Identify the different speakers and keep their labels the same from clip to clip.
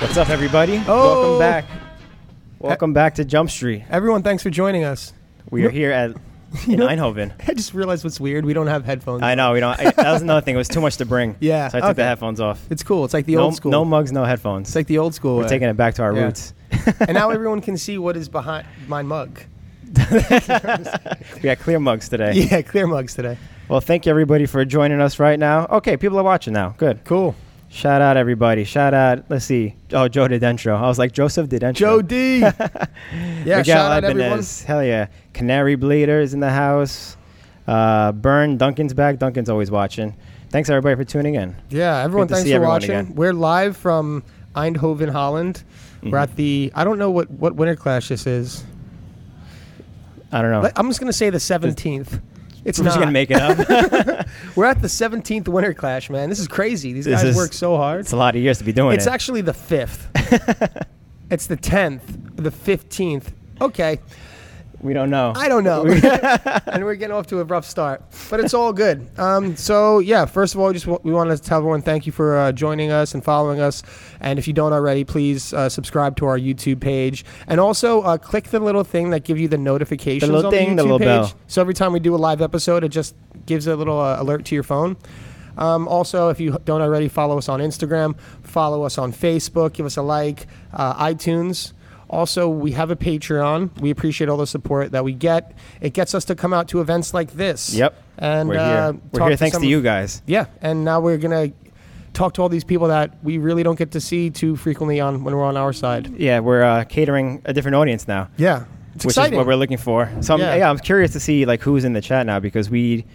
Speaker 1: What's up, everybody? Welcome
Speaker 2: Oh.
Speaker 1: back. Welcome back to Jump Street.
Speaker 2: Everyone, thanks for joining us.
Speaker 1: We are here at in
Speaker 2: know-
Speaker 1: Eindhoven.
Speaker 2: I just realized what's weird. We don't have headphones.
Speaker 1: I know we don't. I, that was another thing. It was too much to bring.
Speaker 2: Yeah,
Speaker 1: so I took
Speaker 2: okay.
Speaker 1: the headphones off.
Speaker 2: It's cool. It's like the
Speaker 1: no,
Speaker 2: old school.
Speaker 1: no mugs, no headphones.
Speaker 2: it's like the old school.
Speaker 1: We're
Speaker 2: way.
Speaker 1: taking it back to our
Speaker 2: Yeah.
Speaker 1: roots.
Speaker 2: and now everyone can see what is behind my mug.
Speaker 1: we got clear mugs today.
Speaker 2: Yeah, clear mugs today.
Speaker 1: Well, thank you everybody for joining us right now. Okay, people are watching now. Good.
Speaker 2: Cool.
Speaker 1: Shout out everybody. Shout out. Let's see. Oh, Joe Didentro. I was like Joseph Didentro.
Speaker 2: Joe D. yeah,
Speaker 1: Miguel
Speaker 2: shout out everyone.
Speaker 1: Ibanez. Hell yeah. Canary Bleeder is in the house. Uh, Burn. Duncan's back. Duncan's always watching. Thanks everybody for tuning in.
Speaker 2: Yeah, everyone,
Speaker 1: Good to
Speaker 2: thanks
Speaker 1: see
Speaker 2: for
Speaker 1: everyone
Speaker 2: watching.
Speaker 1: again. Mm-hmm.
Speaker 2: We're live from Eindhoven, Holland. We're at the. I don't know what what Winter Clash this is.
Speaker 1: I don't know.
Speaker 2: Let- I'm just gonna say the 17th. It's
Speaker 1: I'm
Speaker 2: not.
Speaker 1: just gonna make it up.
Speaker 2: We're at the 17th Winter Clash, man. This is crazy. These
Speaker 1: This
Speaker 2: guys
Speaker 1: is-
Speaker 2: work so hard.
Speaker 1: it's a lot of years to be doing
Speaker 2: It's
Speaker 1: it.
Speaker 2: actually the fifth. it's the tenth, the fifteenth. Okay,
Speaker 1: we don't know.
Speaker 2: I don't know. and we're getting off to a rough start, but it's all good. Um, so yeah, first of all, we just w- we want to tell everyone thank you for uh, joining us and following us. And if you don't already, please uh, subscribe to our YouTube page and also uh, click the little thing that gives you the notifications
Speaker 1: little
Speaker 2: on
Speaker 1: ding,
Speaker 2: the
Speaker 1: the
Speaker 2: YouTube
Speaker 1: little
Speaker 2: page.
Speaker 1: bell.
Speaker 2: So every time we do a live episode, it just gives a little uh, alert to your phone. Um, also, if you don't already follow us on Instagram, follow us on Facebook, give us a like, uh, iTunes. Also, we have a Patreon. We appreciate all the support that we get. It gets us to come out to events like this.
Speaker 1: Yep.
Speaker 2: And
Speaker 1: we're
Speaker 2: uh,
Speaker 1: here. We're
Speaker 2: talk
Speaker 1: here thanks
Speaker 2: some
Speaker 1: to
Speaker 2: of-
Speaker 1: you guys.
Speaker 2: Yeah. And now we're gonna talk to all these people that we really don't get to see too frequently on when we're on our side.
Speaker 1: Yeah, we're uh, catering a different audience now,
Speaker 2: Yeah. It's
Speaker 1: which
Speaker 2: exciting.
Speaker 1: is what we're looking for. So I'm,
Speaker 2: Yeah.
Speaker 1: yeah. I'm curious to see like who's in the chat now because we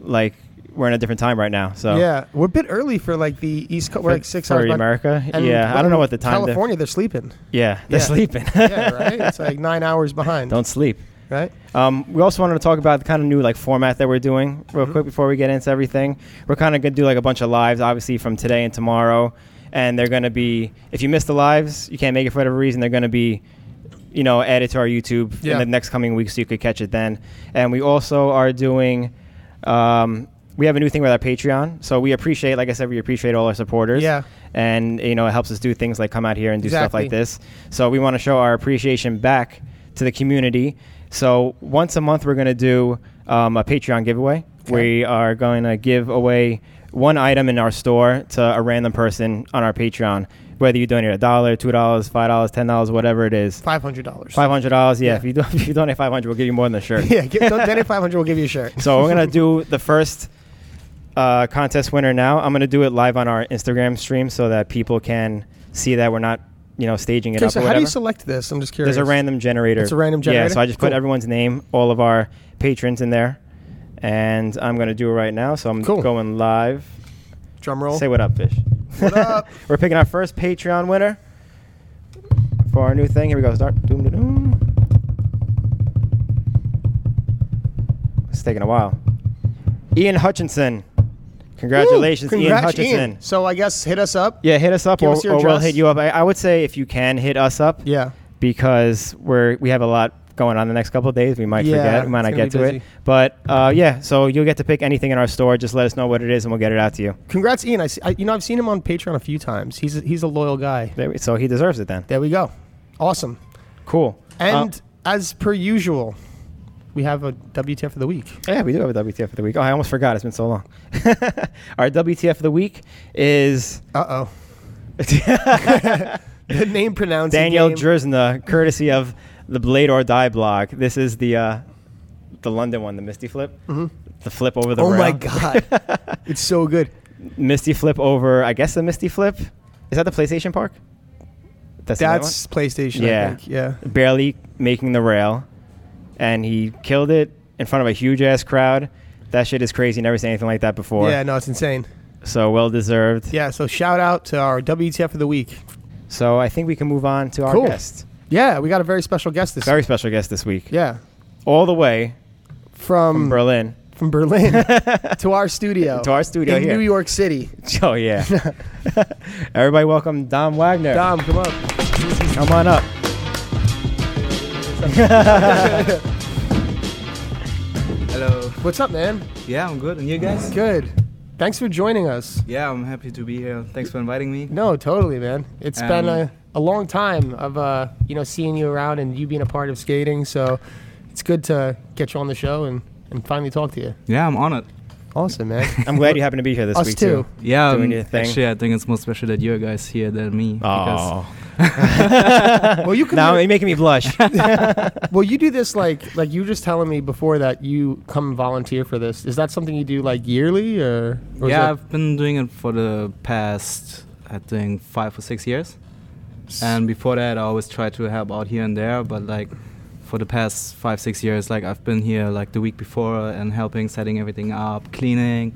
Speaker 1: like we're in a different time right now. So
Speaker 2: yeah, we're a bit early for like the East Coast. We're
Speaker 1: For-
Speaker 2: like six
Speaker 1: for
Speaker 2: hours behind-
Speaker 1: America?
Speaker 2: and-
Speaker 1: Yeah, I don't know what the time dif-
Speaker 2: California, they're sleeping.
Speaker 1: yeah, they're
Speaker 2: Yeah.
Speaker 1: sleeping.
Speaker 2: yeah, right. It's like nine hours behind.
Speaker 1: don't sleep.
Speaker 2: right?
Speaker 1: Um, we also wanted to talk about the kind of new like format that we're doing
Speaker 2: Mm-hmm.
Speaker 1: real quick before we get into everything. We're kind of gonna do like a bunch of lives, obviously from today and tomorrow, and they're gonna be if you miss the lives, you can't make it for whatever reason, they're gonna be you know added to our YouTube
Speaker 2: Yeah.
Speaker 1: in the next coming weeks, so you could catch it then. And we also are doing. Um, we have a new thing with our Patreon, so we appreciate, like I said, we appreciate all our supporters.
Speaker 2: Yeah.
Speaker 1: and you know it helps us do things like come out here and do stuff
Speaker 2: Exactly.
Speaker 1: like this this. So we want to show our appreciation back to the community. So once a month, we're going to do um, a Patreon giveaway. We are going to give away one item in our store to a random person on our Patreon, whether you donate a dollar, two dollars, five dollars, ten dollars, whatever it is.
Speaker 2: Five hundred dollars.
Speaker 1: Five hundred dollars, yeah.
Speaker 2: Yeah.
Speaker 1: If you do, if you donate five hundred, we'll give you more than a shirt.
Speaker 2: Yeah, get, don't, donate five hundred. We'll give you a shirt.
Speaker 1: So we're gonna do the first uh, contest winner now. I'm gonna do it live on our Instagram stream so that people can see that we're not, you know, staging it
Speaker 2: Okay,
Speaker 1: up. or
Speaker 2: so how do you
Speaker 1: whatever.
Speaker 2: select this? I'm just curious.
Speaker 1: There's a random generator.
Speaker 2: It's a random
Speaker 1: Yeah,
Speaker 2: generator?
Speaker 1: so I just put
Speaker 2: Cool.
Speaker 1: everyone's name, all of our patrons in there, and I'm gonna do it right now. So I'm
Speaker 2: Cool.
Speaker 1: going live.
Speaker 2: drum roll.
Speaker 1: Say what up, fish.
Speaker 2: What up?
Speaker 1: We're picking our first Patreon winner for our new thing. Here we go. Start. Doom, doom, doom. It's taking a while. Ian Hutchinson. Congratulations,
Speaker 2: Woo!
Speaker 1: Ian
Speaker 2: Congrats,
Speaker 1: Hutchinson.
Speaker 2: So I guess hit us up.
Speaker 1: Yeah, hit us up
Speaker 2: Give
Speaker 1: or,
Speaker 2: us your
Speaker 1: or we'll
Speaker 2: address.
Speaker 1: hit you up. I, I would say if you can hit us up
Speaker 2: Yeah.
Speaker 1: because we're we have a lot going on the next couple of days. We might
Speaker 2: Yeah,
Speaker 1: forget. We might
Speaker 2: it's
Speaker 1: not
Speaker 2: gonna
Speaker 1: get to
Speaker 2: be busy.
Speaker 1: it. But uh, yeah, so you'll get to pick anything in our store. Just let us know what it is, and we'll get it out to you.
Speaker 2: Congrats, Ian. I, see, I you know I've seen him on Patreon a few times. He's a, he's a loyal guy.
Speaker 1: There we- So he deserves it then.
Speaker 2: There we go. Awesome.
Speaker 1: Cool.
Speaker 2: And
Speaker 1: Uh,
Speaker 2: as per usual, we have a WTF of the week.
Speaker 1: yeah, we do have a WTF of the week. Oh, I almost forgot. It's been so long. our WTF of the week is
Speaker 2: Uh oh. the name pronouncing.
Speaker 1: Daniel
Speaker 2: game.
Speaker 1: Drizna, courtesy of the Blade or Die blog. This is the uh, the London one, the Misty Flip, the flip over the
Speaker 2: Mm-hmm. Oh my
Speaker 1: rail.
Speaker 2: god, it's so good.
Speaker 1: Misty Flip over, I guess the Misty Flip. Is that the PlayStation Park? the other
Speaker 2: That's PlayStation.
Speaker 1: Yeah.
Speaker 2: I think. Yeah.
Speaker 1: one? barely making the rail, and he killed it in front of a huge ass crowd. That shit is crazy. Never seen anything like that before.
Speaker 2: Yeah. No, it's insane.
Speaker 1: So well deserved.
Speaker 2: Yeah, so shout out to our WTF of the week.
Speaker 1: So I think we can move on to our
Speaker 2: Cool.
Speaker 1: guest.
Speaker 2: Yeah, we got a very special guest this
Speaker 1: Very special guest this week.
Speaker 2: Yeah.
Speaker 1: All the way
Speaker 2: From
Speaker 1: from Berlin.
Speaker 2: from Berlin to our studio.
Speaker 1: To our studio
Speaker 2: in
Speaker 1: here.
Speaker 2: New York City.
Speaker 1: Oh yeah. Everybody welcome Dom Wagner.
Speaker 2: Dom, come up.
Speaker 1: Come on up.
Speaker 3: Hello.
Speaker 2: What's up, man?
Speaker 3: Yeah, I'm good. And you guys?
Speaker 2: Good. thanks for joining us.
Speaker 3: Yeah, I'm happy to be here. Thanks for inviting me.
Speaker 2: No, totally, man. It's been
Speaker 3: Um,
Speaker 2: a, a long time of uh, you know seeing you around and you being a part of skating. So it's good to get you on the show and, and finally talk to you.
Speaker 3: Yeah, I'm honored.
Speaker 2: Awesome, man.
Speaker 1: I'm glad you happen to be here this
Speaker 2: Us
Speaker 1: week
Speaker 2: too.
Speaker 1: too.
Speaker 3: Yeah,
Speaker 1: Doing
Speaker 3: um,
Speaker 1: your thing.
Speaker 3: actually, I think it's more special that you guys here than me. because
Speaker 1: Oh,
Speaker 2: well, you can.
Speaker 1: now you're making me blush.
Speaker 2: well, you do this like like you were just telling me before that you come volunteer for this. Is that something you do like yearly or? or is
Speaker 3: yeah,
Speaker 2: that-
Speaker 3: I've been doing it for the past, I think, five or six years. And before that, I always tried to help out here and there. But like, for the past five, six years, like I've been here like the week before and helping setting everything up, cleaning,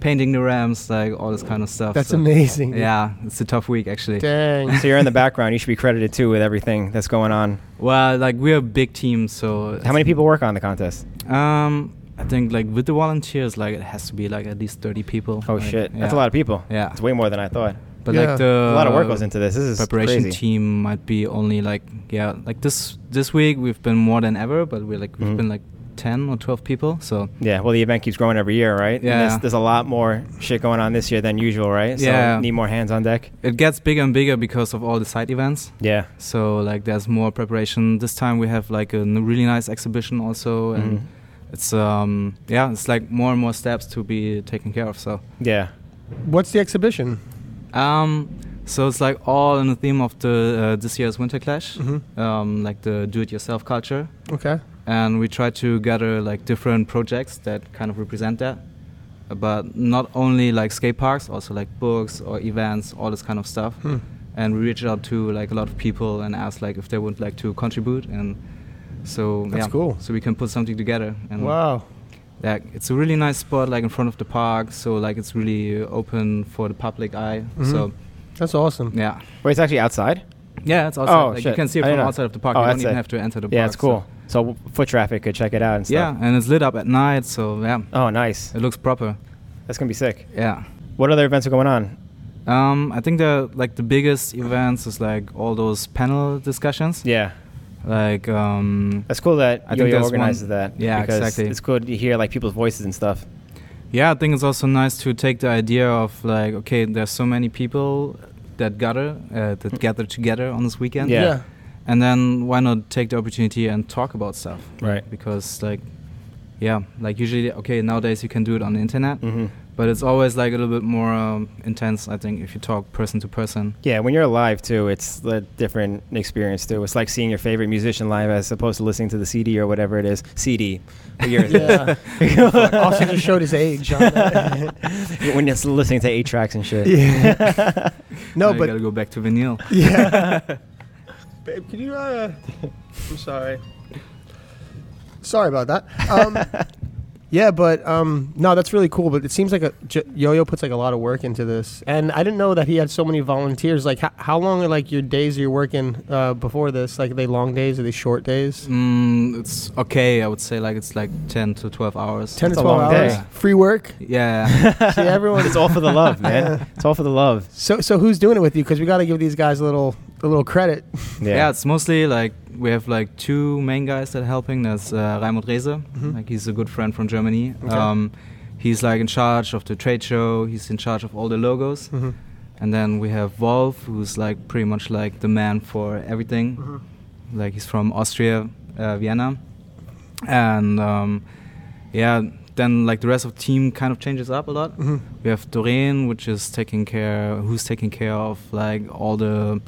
Speaker 3: painting the ramps, like all this kind of stuff.
Speaker 2: that's
Speaker 3: So,
Speaker 2: amazing.
Speaker 3: Yeah, it's a tough week actually.
Speaker 2: Dang.
Speaker 1: so you're in the background. You should be credited too with everything that's going on.
Speaker 3: Well, like we're a big team, so
Speaker 1: How many people work on the contest?
Speaker 3: Um, I think like with the volunteers, like it has to be like at least thirty people.
Speaker 1: Oh
Speaker 3: like,
Speaker 1: shit,
Speaker 3: yeah.
Speaker 1: that's a lot of people.
Speaker 3: Yeah.
Speaker 1: it's way more than I thought.
Speaker 3: But
Speaker 2: Yeah.
Speaker 3: like the
Speaker 1: a lot of work goes into this. This is
Speaker 3: preparation
Speaker 1: crazy.
Speaker 3: team might be only like yeah like this this week we've been more than ever but we're like we've
Speaker 1: Mhm.
Speaker 3: been like 10 or 12 people so
Speaker 1: Yeah, well, the event keeps growing every year, right? And
Speaker 3: Yeah.
Speaker 1: there's, there's a lot more shit going on this year than usual, right? So
Speaker 3: Yeah.
Speaker 1: need more hands on deck.
Speaker 3: it gets bigger and bigger because of all the side events
Speaker 1: Yeah.
Speaker 3: so like there's more preparation this time we have like a n- really nice exhibition also and
Speaker 1: Mhm.
Speaker 3: it's um yeah it's like more and more steps to be taken care of so
Speaker 1: Yeah.
Speaker 2: What's the exhibition?
Speaker 3: Um, so it's like all in the theme of the uh, this year's Winter Clash,
Speaker 2: Mhm.
Speaker 3: um, like the do-it-yourself culture,
Speaker 2: Okay.
Speaker 3: and we try to gather like different projects that kind of represent that, Uh, but not only like skate parks, also like books or events, all this kind of stuff,
Speaker 2: Hmm.
Speaker 3: and we reached out to like a lot of people and asked like if they would like to contribute and. So
Speaker 2: That's
Speaker 3: yeah,
Speaker 2: cool.
Speaker 3: So we can put something together, and
Speaker 2: Wow.
Speaker 3: like it's a really nice spot, like in front of the park. So like it's really open for the public eye.
Speaker 2: Mhm.
Speaker 3: So
Speaker 2: That's awesome.
Speaker 3: yeah,
Speaker 1: Wait, it's actually outside?
Speaker 3: yeah, it's outside.
Speaker 1: Oh,
Speaker 3: like,
Speaker 1: shit.
Speaker 3: You can see
Speaker 1: I
Speaker 3: it from
Speaker 1: didn't know.
Speaker 3: outside of the park.
Speaker 1: Oh,
Speaker 3: you don't
Speaker 1: that's
Speaker 3: even
Speaker 1: it.
Speaker 3: have to enter the
Speaker 1: yeah,
Speaker 3: park.
Speaker 1: it's cool.
Speaker 3: so-
Speaker 1: So. w- foot traffic could check it out and
Speaker 3: Yeah,
Speaker 1: stuff.
Speaker 3: and it's lit up at night, so yeah,
Speaker 1: Oh, nice.
Speaker 3: it looks proper.
Speaker 1: That's going to be sick.
Speaker 3: Yeah.
Speaker 1: What other events are going on?
Speaker 3: Um, I think the like the biggest events is like all those panel discussions.
Speaker 1: Yeah.
Speaker 3: Like um,
Speaker 1: That's cool that
Speaker 3: I
Speaker 1: Yo
Speaker 3: think
Speaker 1: Yo
Speaker 3: there's
Speaker 1: organizes
Speaker 3: one-
Speaker 1: that.
Speaker 3: Yeah,
Speaker 1: because
Speaker 3: exactly.
Speaker 1: It's cool to hear like people's voices and stuff.
Speaker 3: yeah, I think it's also nice to take the idea of like okay, there's so many people that gather uh, that gather together on this weekend.
Speaker 1: Mm. Yeah.
Speaker 3: And then why not take the opportunity and talk about stuff?
Speaker 1: Right.
Speaker 3: Because like, yeah, like usually okay nowadays you can do it on the internet.
Speaker 1: Mm-hmm.
Speaker 3: but it's always like a little bit more um, intense i think if you talk person to person
Speaker 1: Yeah, when you're live too, it's a different experience too. It's like seeing your favorite musician live as opposed to listening to the CD or whatever it is. CD. What year is it?
Speaker 2: Yeah. also just showed his age. On that.
Speaker 1: when you're listening to eight tracks and shit.
Speaker 2: Yeah. no,
Speaker 3: Now you
Speaker 2: but
Speaker 3: gotta go back to vinyl
Speaker 2: yeah. Babe, can you? Uh, I'm sorry. Sorry about that. Um, yeah, but um, no, that's really cool. But it seems like a, J- Yo-Yo puts like a lot of work into this, and I didn't know that he had so many volunteers. Like, how, how long are like your days you're working uh, before this? Like, are they long days? Are they short days?
Speaker 3: mm, it's okay i would say like it's like 10 to 12 hours
Speaker 2: Ten to
Speaker 1: That's a
Speaker 2: twelve
Speaker 1: long
Speaker 2: hours.
Speaker 3: day.
Speaker 2: Free work.
Speaker 3: yeah
Speaker 2: See, everyone.
Speaker 1: it's all for the love, man. It's all for the love.
Speaker 2: So, so who's doing it with you? Because we got to give these guys a little, a little credit.
Speaker 3: yeah it's mostly like we have like two main guys that are helping that's uh, raimund reese like he's a good friend from germany
Speaker 2: Mm-hmm. Okay.
Speaker 3: um, he's like in charge of the trade show he's in charge of all the logos
Speaker 1: Mm-hmm.
Speaker 2: Mhm.
Speaker 3: and then we have wolf who's like pretty much like the man for everything
Speaker 2: Mm-hmm.
Speaker 3: like he's from Austria, uh, Vienna, and um, yeah, then like the rest of the team kind of changes up a lot.
Speaker 2: Mhm.
Speaker 3: We have Doreen, which is taking care, who's taking care of like all the,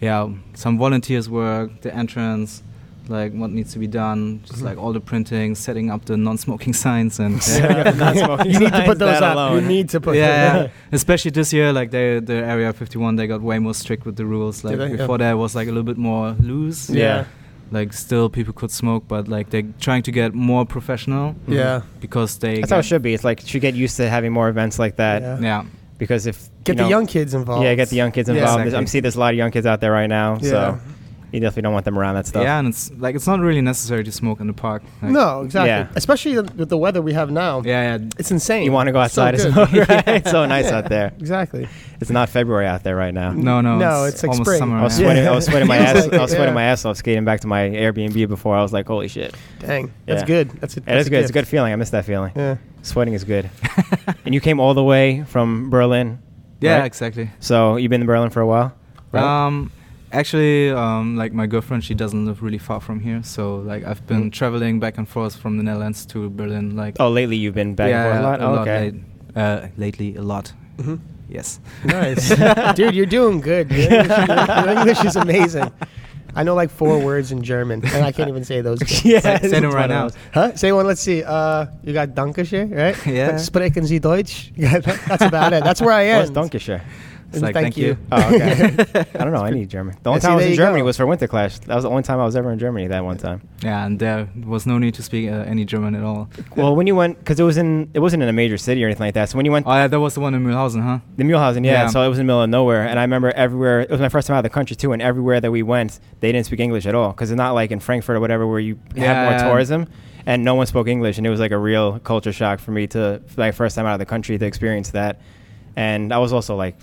Speaker 3: yeah, some volunteers work, the entrance, like what needs to be done, just
Speaker 2: Mm-hmm.
Speaker 3: like all the printing, setting up the non-smoking signs, and
Speaker 1: Non-smoking
Speaker 2: you need to
Speaker 1: signs,
Speaker 2: put those
Speaker 1: that
Speaker 2: up.
Speaker 1: alone.
Speaker 2: You need to put.
Speaker 3: yeah,
Speaker 2: those
Speaker 3: yeah. especially this year, like they, the Area 51, they got way more strict with the rules. Like
Speaker 2: Did they? Yeah.
Speaker 3: before, that was like a little bit more loose.
Speaker 2: Yeah.
Speaker 3: like still people could smoke, but like they're trying to get more professional
Speaker 2: Yeah.
Speaker 3: because they.
Speaker 1: Mm-hmm. That's how it
Speaker 3: get-
Speaker 1: should be. It's like you should get used to having more events like that
Speaker 2: Yeah.
Speaker 3: Yeah,
Speaker 1: because if you
Speaker 2: Get the
Speaker 1: know-
Speaker 2: young kids involved.
Speaker 1: yeah, get the young kids
Speaker 2: Yeah.
Speaker 1: involved.
Speaker 3: Exactly.
Speaker 1: I'm seeing there's a lot of young kids out there right now,
Speaker 2: Yeah.
Speaker 1: so You definitely don't want them around that stuff.
Speaker 3: Yeah, and it's like it's not really necessary to smoke in the park. Like,
Speaker 2: No, exactly.
Speaker 1: Yeah.
Speaker 2: Especially with the weather we have now.
Speaker 3: Yeah, yeah.
Speaker 2: It's insane.
Speaker 1: You want to go
Speaker 2: So
Speaker 1: outside
Speaker 2: good.
Speaker 1: and smoke, right? It's so nice out there.
Speaker 2: Exactly.
Speaker 1: It's not February out there right now.
Speaker 3: No, no.
Speaker 2: No, it's like
Speaker 3: almost
Speaker 2: spring.
Speaker 3: summer.
Speaker 1: I was
Speaker 3: yeah.
Speaker 1: sweating. I was sweating my
Speaker 2: Yeah.
Speaker 1: ass. I was
Speaker 2: Yeah.
Speaker 1: sweating my ass off skating back to my Airbnb before. I was like, "Holy shit!"
Speaker 2: Dang. That's
Speaker 1: Yeah.
Speaker 2: good. That's a,
Speaker 1: It
Speaker 2: that's
Speaker 1: is good. It's a good
Speaker 2: gift.
Speaker 1: feeling. I miss that feeling.
Speaker 2: Yeah.
Speaker 1: Sweating is good. and you came all the way from Berlin.
Speaker 3: Yeah,
Speaker 1: right?
Speaker 3: exactly.
Speaker 1: So you've been in Berlin for a while. right?
Speaker 3: Um, actually, um, like my girlfriend, she doesn't live really far from here, so like I've been
Speaker 1: Mm.
Speaker 3: traveling back and forth from the Netherlands to Berlin. Like
Speaker 1: oh, lately you've been back
Speaker 3: yeah,
Speaker 1: and forth a lot.
Speaker 3: a
Speaker 1: Oh,
Speaker 3: lot
Speaker 1: okay.
Speaker 3: late- uh, lately, a lot.
Speaker 2: Mhm.
Speaker 3: Yes.
Speaker 2: Nice. Mm-hmm. Dude, you're doing good. Your English, your English is amazing. I know like four words in German, and I can't even say those.
Speaker 1: Yeah,
Speaker 3: Say- say
Speaker 1: it's
Speaker 3: them
Speaker 1: one
Speaker 3: right
Speaker 1: of
Speaker 3: now.
Speaker 1: those.
Speaker 2: Huh? Say one. Let's see. Uh, you got Dankeschön, right?
Speaker 3: Yeah.
Speaker 2: Sprechen Sie Deutsch? Yeah, that- that's about it. That's where I
Speaker 1: What's
Speaker 2: am.
Speaker 1: Dankeschön?
Speaker 3: It's like thank, you.
Speaker 1: Oh, okay. I don't know. I need German. The only
Speaker 2: See,
Speaker 1: time I was in
Speaker 2: there you go.
Speaker 1: Germany was for Winter Clash. That was the only time I was ever in Germany. That one time.
Speaker 3: Yeah, and there was no need to speak uh, any German at all.
Speaker 1: Well, when you went, because it was in, it wasn't in a major city or anything like that. So when you went,
Speaker 3: Oh yeah, that was the one in Mühlhausen, huh?
Speaker 1: The Mulehausen, yeah,
Speaker 3: Yeah.
Speaker 1: So it was in the middle of nowhere, and I remember everywhere. It was my first time out of the country too, and everywhere that we went, they didn't speak English at all because it's not like in Frankfurt or whatever where you
Speaker 3: Yeah,
Speaker 1: have
Speaker 3: yeah.
Speaker 1: more tourism, and no one spoke English, and it was like a real culture shock for me to like first time out of the country to experience that, and I was also like.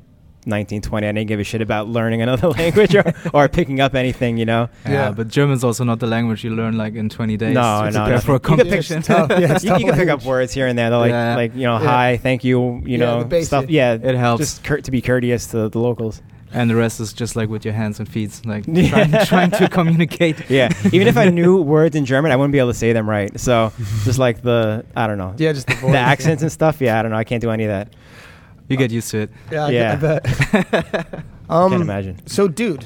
Speaker 1: 1920 i didn't give a shit about learning another language or, or picking up anything you know
Speaker 3: Yeah,
Speaker 2: Yeah.
Speaker 3: Uh, but German's also not the language you learn like in 20 days
Speaker 1: No,
Speaker 3: to
Speaker 1: no,
Speaker 3: prepare
Speaker 1: no.
Speaker 3: for
Speaker 1: You
Speaker 3: a
Speaker 1: could pick-
Speaker 3: competition.
Speaker 2: It's tough. Yeah, it's
Speaker 1: you,
Speaker 2: tough
Speaker 1: you can pick up
Speaker 2: language.
Speaker 1: words here and there though, like
Speaker 3: Yeah.
Speaker 1: like you know
Speaker 2: Yeah.
Speaker 1: hi thank you
Speaker 2: Yeah,
Speaker 1: you
Speaker 2: the
Speaker 1: know
Speaker 2: basic.
Speaker 1: stuff yeah
Speaker 3: It helps.
Speaker 1: just cur- to be courteous to the locals
Speaker 3: and the rest is just like with your hands and feet, like
Speaker 1: Yeah.
Speaker 3: trying, trying to communicate.
Speaker 1: Yeah, even if I knew words in German, I wouldn't be able to say them right. So just like the, I don't know,
Speaker 2: Yeah, just the, voice.
Speaker 1: the accents and stuff. Yeah, I don't know. I can't do any of that.
Speaker 3: You get used to it.
Speaker 2: Yeah, I,
Speaker 1: Yeah.
Speaker 2: I bet. um,
Speaker 1: can't imagine.
Speaker 2: So, dude,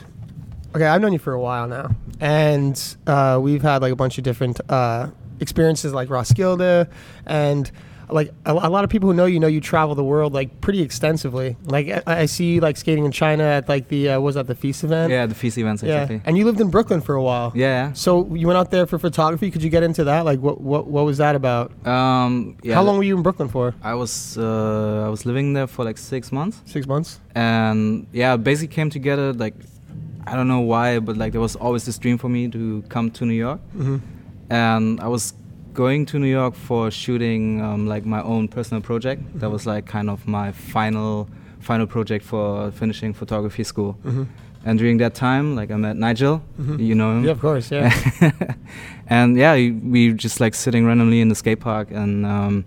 Speaker 2: okay, I've known you for a while now, and uh, we've had like a bunch of different uh, experiences, like Roskilde, and like a, a lot of people who know you know you travel the world like pretty extensively. Like I, I see you like skating in China at like the uh, what was that the feast
Speaker 1: Um,
Speaker 2: event?
Speaker 3: Yeah, the feast events
Speaker 2: yeah.
Speaker 3: exactly.
Speaker 2: And you lived in Brooklyn for a while.
Speaker 3: Yeah.
Speaker 2: So you went out there for photography. Could you get into that? Like what what what was that about?
Speaker 3: yeah. Um, yeah.
Speaker 2: How long were you in Brooklyn for?
Speaker 3: I was uh, I was living there for like six months,
Speaker 2: Six months.
Speaker 3: and yeah, basically came together like I don't know why, but like there was always this dream for me to come to New York,
Speaker 2: Mm-hmm.
Speaker 3: and I was going to New York for shooting um, like my own personal project. That
Speaker 2: Mm-hmm.
Speaker 3: was like kind of my final final project for finishing photography school.
Speaker 2: Mm-hmm.
Speaker 3: And during that time, like I met Nigel,
Speaker 2: Mhm.
Speaker 3: you know him.
Speaker 2: Yeah, of course. Yeah.
Speaker 3: and yeah, we- we were just like sitting randomly in the skate park, and um,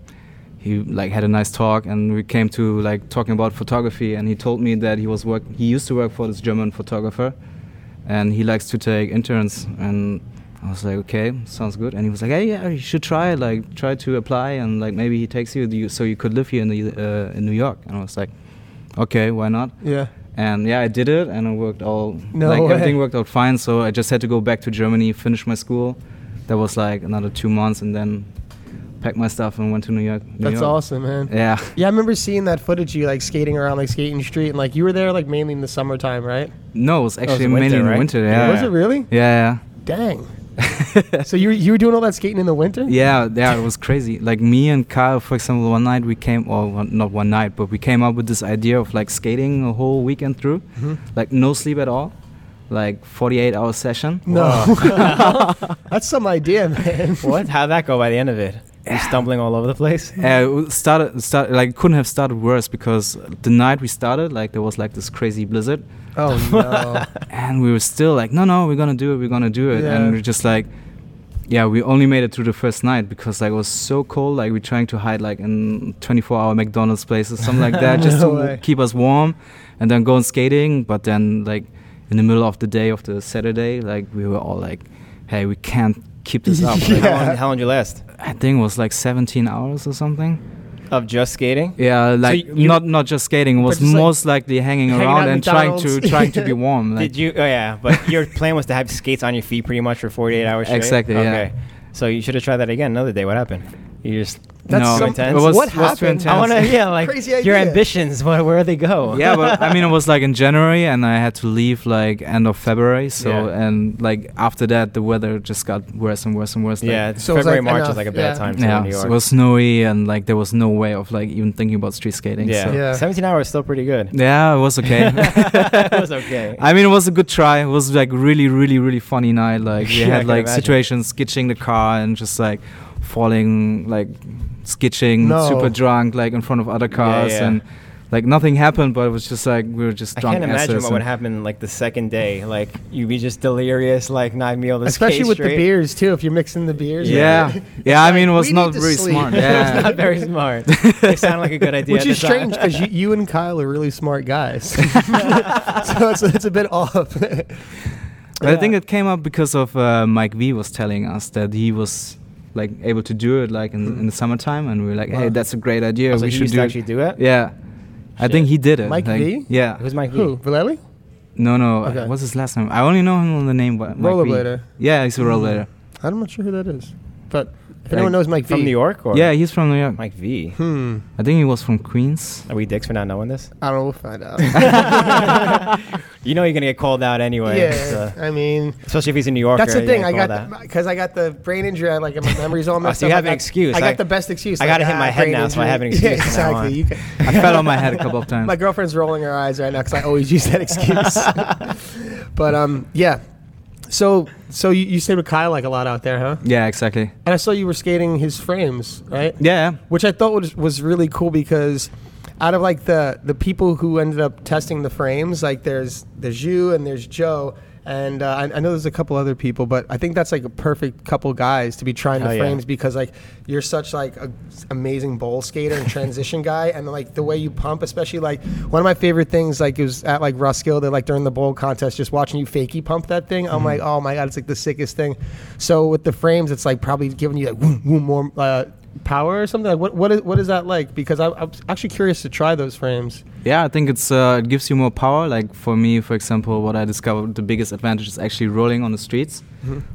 Speaker 3: he like had a nice talk, and we came to like talking about photography, and he told me that he was work. He used to work for this German photographer, and he likes to take interns, and I was like, okay, sounds good. And he was like, hey, yeah, you should try, like try to apply, and like maybe he takes you, you so you could live here in the uh, in New York. And I was like, okay, why not?
Speaker 2: yeah.
Speaker 3: And yeah, I did it, and it worked all
Speaker 2: No
Speaker 3: like
Speaker 2: way.
Speaker 3: everything worked out fine. So I just had to go back to Germany, finish my school. That was like another two months, and then packed my stuff and went to New York. New
Speaker 2: That's
Speaker 3: York.
Speaker 2: awesome, man.
Speaker 3: Yeah,
Speaker 2: Yeah, I remember seeing that footage of you like skating around like skating street and like you were there like mainly in the summertime, right?
Speaker 3: no, it was actually
Speaker 1: in
Speaker 3: mainly
Speaker 1: winter,
Speaker 3: in the
Speaker 1: right?
Speaker 3: winter. Yeah,
Speaker 1: Yeah.
Speaker 2: Was it really?
Speaker 3: yeah,
Speaker 2: Dang. so you were- you were doing all that skating in the winter?
Speaker 3: yeah, yeah. It was crazy. Like me and Kyle, for example, one night we came, or one, not one night, but we came up with this idea of like skating a whole weekend through,
Speaker 2: Mhm.
Speaker 3: like no sleep at all, like 48 hour session.
Speaker 2: No. That's some idea, man.
Speaker 1: What? How'd that go by the end of it? You stumbling all over the place?
Speaker 3: Yeah, Uh, it w- started started like couldn't have started worse because the night we started, like there was like this crazy blizzard,
Speaker 2: Oh no.
Speaker 3: and we were still like, no, no, we're gonna do it, we're gonna do it,
Speaker 2: Yeah.
Speaker 3: and we're just like, yeah, we only made it through the first night because like it was so cold, like we're trying to hide like in 24-hour McDonald's places, something like that, just
Speaker 2: No
Speaker 3: to
Speaker 2: way.
Speaker 3: keep us warm, and then going skating, but then like in the middle of the day of the Saturday, like we were all like, hey, we can't keep this up.
Speaker 1: Oh,
Speaker 3: Like,
Speaker 1: How, long, how long did you last?
Speaker 3: I think it was like 17 hours or something.
Speaker 1: Of just skating?
Speaker 3: Yeah, like
Speaker 1: you-
Speaker 3: not not just skating. Was
Speaker 2: But just, like,
Speaker 3: most likely hanging
Speaker 2: hanging out
Speaker 3: around
Speaker 2: at
Speaker 3: and trying to
Speaker 2: McDonald's.
Speaker 3: trying to be warm. Like,
Speaker 1: Did you? Oh yeah, but your plan was to have skates on your feet pretty much for 48 hours straight?
Speaker 3: Exactly, yeah.
Speaker 1: Okay. So you should have tried that again another day. What happened? You just
Speaker 2: That's
Speaker 3: no,
Speaker 1: some-
Speaker 3: it was,
Speaker 2: what
Speaker 3: was too
Speaker 2: happened?
Speaker 3: intense.
Speaker 1: I want to yeah like
Speaker 2: Crazy
Speaker 1: your
Speaker 2: idea.
Speaker 1: ambitions. Where, where they go?
Speaker 3: yeah, but I mean, it was like in January, and I had to leave like end of February. So
Speaker 1: Yeah.
Speaker 3: and like after that, the weather just got worse and worse and worse. Like,
Speaker 1: yeah.
Speaker 2: So it was
Speaker 1: February
Speaker 2: like
Speaker 1: March
Speaker 2: enough,
Speaker 1: is like a bad
Speaker 2: yeah.
Speaker 1: time to be in
Speaker 3: yeah.
Speaker 1: New
Speaker 3: so
Speaker 1: York.
Speaker 3: it was snowy, and like there was no way of like even thinking about street skating.
Speaker 1: yeah.
Speaker 3: So.
Speaker 2: Yeah.
Speaker 1: 17 hours is still pretty good.
Speaker 3: Yeah, it was okay.
Speaker 1: It was okay.
Speaker 3: I mean, it was a good try. It was like really, really, really funny night. Like we
Speaker 1: Yeah, I
Speaker 3: had
Speaker 1: can
Speaker 3: like
Speaker 1: imagine.
Speaker 3: situations skitching the car and just like falling, like skitching,
Speaker 2: No.
Speaker 3: super drunk, like in front of other cars,
Speaker 1: yeah.
Speaker 3: and like nothing happened. But it was just like we were just
Speaker 1: I
Speaker 3: drunk
Speaker 1: can't imagine
Speaker 3: asses
Speaker 1: what would
Speaker 3: and-
Speaker 1: happen like the second day. Like you'd be just delirious, like not be able to
Speaker 2: Especially
Speaker 1: skate
Speaker 2: with
Speaker 1: straight.
Speaker 2: the beers too. If you're mixing the beers,
Speaker 3: Yeah, yeah. I mean, it was
Speaker 2: we
Speaker 3: not
Speaker 2: need to
Speaker 3: very
Speaker 2: sleep.
Speaker 3: smart.
Speaker 1: Yeah. it's
Speaker 3: Yeah,
Speaker 1: not very smart. it sounded like a good idea. at
Speaker 2: Which is
Speaker 1: the time.
Speaker 2: strange because you, you and Kyle are really smart guys, so it's, it's a bit off.
Speaker 3: But I think it came up because of uh, Mike V was telling us that he was like able to do it like in, in the summertime, and we were like,
Speaker 2: Wow.
Speaker 3: hey, that's a great idea.
Speaker 1: Oh, so
Speaker 3: we
Speaker 1: he
Speaker 3: should
Speaker 1: used
Speaker 3: do
Speaker 1: to
Speaker 3: it.
Speaker 1: actually do it.
Speaker 3: Yeah. I think
Speaker 1: Shit.
Speaker 3: he did it.
Speaker 2: Mike
Speaker 3: like,
Speaker 2: V?
Speaker 3: Yeah.
Speaker 1: Who's Mike? V?
Speaker 2: Who? Valerie?
Speaker 3: No, no. uh,
Speaker 2: Okay.
Speaker 3: What's his last name? I only know him on the name. But Mike V.
Speaker 2: Rollerblader.
Speaker 3: Yeah, he's a rollerblader.
Speaker 2: I'm not sure who that is, but if
Speaker 3: Like,
Speaker 2: anyone knows Mike
Speaker 1: From
Speaker 2: V,
Speaker 1: New York or
Speaker 3: Yeah, he's from New York.
Speaker 1: Mike V.
Speaker 2: Hmm.
Speaker 3: I think he was from Queens.
Speaker 1: Are we dicks for not knowing this?
Speaker 2: I don't know. We'll find out.
Speaker 1: You know you're gonna get called out anyway.
Speaker 2: yeah.
Speaker 1: so-
Speaker 2: I mean,
Speaker 1: especially if he's in New York.
Speaker 2: that's the thing. I got because I got the brain injury. I like my memories all
Speaker 1: Oh, so
Speaker 2: messed
Speaker 1: you
Speaker 2: up.
Speaker 1: have
Speaker 2: I
Speaker 1: an
Speaker 2: got-
Speaker 1: excuse.
Speaker 2: I
Speaker 1: I-
Speaker 2: got the best excuse.
Speaker 1: I
Speaker 2: like,
Speaker 1: gotta hit
Speaker 2: ah,
Speaker 1: my head
Speaker 2: brain
Speaker 1: now, so I
Speaker 2: injury.
Speaker 1: have an excuse
Speaker 2: Yeah,
Speaker 1: from now on.
Speaker 2: exactly. You can-
Speaker 3: I fell on my head a couple of times.
Speaker 2: My girlfriend's rolling her eyes right now because I always use that excuse. but um, yeah. So so you, you stayed with Kyle like a lot out there, huh?
Speaker 3: yeah, exactly.
Speaker 2: And I saw you were skating his frames, right?
Speaker 3: Yeah.
Speaker 2: Which I thought was, was really cool because out of like the the people who ended up testing the frames, like there's there's you and there's Joe. And uh, I, I know there's a couple other people, but I think that's like a perfect couple guys to be trying
Speaker 3: Oh,
Speaker 1: Hell
Speaker 2: the
Speaker 1: yeah.
Speaker 2: frames because like you're such like a amazing bowl skater and transition guy, and like the way you pump, especially like one of my favorite things like it was at like Ruskill that like during the bowl contest, just watching you fakey pump that thing. I'm
Speaker 3: Mm-hmm.
Speaker 2: like, oh my god, it's like the sickest thing. So with the frames, it's like probably giving you like woo, woo, more uh, power or something. Like what what is, what is that like? Because I, I'm actually curious to try those frames.
Speaker 3: Yeah, I think it's uh, it gives you more power. Like for me, for example, what I discovered the biggest advantage is actually rolling on the streets.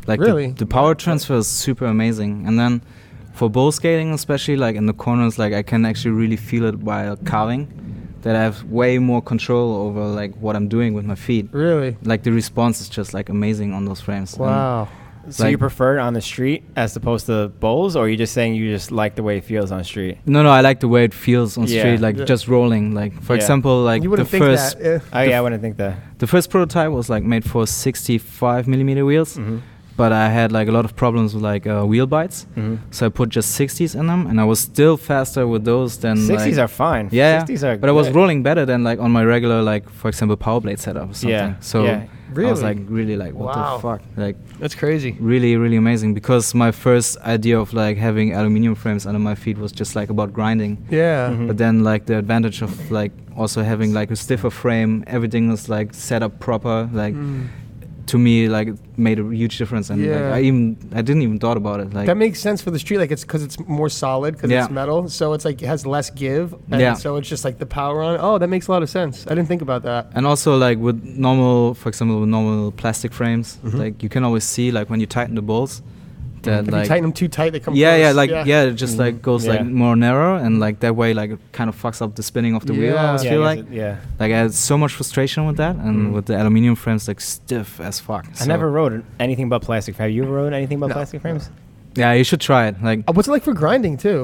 Speaker 3: Like the-
Speaker 2: Really?
Speaker 3: the, power transfer is super amazing. And then for bowl skating, especially like in the corners, like I can actually really feel it while carving, that I have way more control over like what I'm doing with my feet.
Speaker 2: Really?
Speaker 3: Like the response is just like amazing on those frames. And
Speaker 2: Wow.
Speaker 1: So
Speaker 3: Like-
Speaker 1: you prefer it on the street as opposed to bowls, or are you just saying you just like the way it feels on the street?
Speaker 3: no, no, I like the way it feels on
Speaker 1: Yeah.
Speaker 3: street, like
Speaker 2: Yeah.
Speaker 3: just rolling. Like for
Speaker 1: Yeah.
Speaker 3: example, like
Speaker 2: you
Speaker 3: the
Speaker 2: wouldn't think
Speaker 3: first
Speaker 2: that. eh?
Speaker 1: Oh yeah, I wouldn't think that.
Speaker 3: the first prototype was like made for 65 millimeter wheels.
Speaker 1: Mhm.
Speaker 3: but I had like a lot of problems with like uh, wheel bites.
Speaker 1: Mhm.
Speaker 3: So I put just 60s in them, and I was still faster with those than
Speaker 1: 60s
Speaker 3: like,
Speaker 1: are fine.
Speaker 3: yeah, yeah.
Speaker 1: 60s are.
Speaker 3: But I was
Speaker 1: good.
Speaker 3: rolling better than like on my regular like for example power blade setup or something.
Speaker 1: Yeah,
Speaker 3: So
Speaker 1: yeah.
Speaker 3: I was
Speaker 2: Really?
Speaker 3: like really like what
Speaker 2: Wow.
Speaker 3: the fuck Mm-hmm. like
Speaker 2: That's crazy.
Speaker 3: really really amazing because my first idea of like having aluminium frames under my feet was just like about grinding.
Speaker 2: Yeah.
Speaker 1: Mhm.
Speaker 3: But then, like the advantage of like also having like a stiffer frame, everything was like set up proper. Like
Speaker 2: Mm.
Speaker 3: to me, like it made a huge difference, and like,
Speaker 2: Yeah.
Speaker 3: I even I didn't even thought about it. Like
Speaker 2: that makes sense for the street, like it's because it's more solid because
Speaker 3: Yeah.
Speaker 2: it's metal, so it's like it has less give, and
Speaker 3: Yeah.
Speaker 2: so it's just like the power on. it. Oh, that makes a lot of sense. I didn't think about that.
Speaker 3: and also like with normal, for example, with normal plastic frames, like you can always see like when you tighten the bolts, that
Speaker 2: Mm-hmm. If you
Speaker 3: like
Speaker 2: tighten them too tight, they come.
Speaker 3: yeah,
Speaker 2: loose.
Speaker 3: yeah, like yeah, it just like goes like
Speaker 1: Mm-hmm. Yeah.
Speaker 3: more narrow, and like that way like it kind of fucks up the spinning of the wheel.
Speaker 2: Yeah.
Speaker 3: I always
Speaker 1: Yeah, I
Speaker 3: feel
Speaker 1: guess
Speaker 3: like
Speaker 1: it- yeah. Mm-hmm.
Speaker 3: like I had so much frustration with that, and with the aluminium frames like stiff as fuck.
Speaker 1: I
Speaker 3: So-
Speaker 1: never rode anything but plastic. Have you rode anything but
Speaker 2: No.
Speaker 1: plastic frames?
Speaker 3: Yeah, you should try it. Like
Speaker 2: Uh, What's it like for grinding too?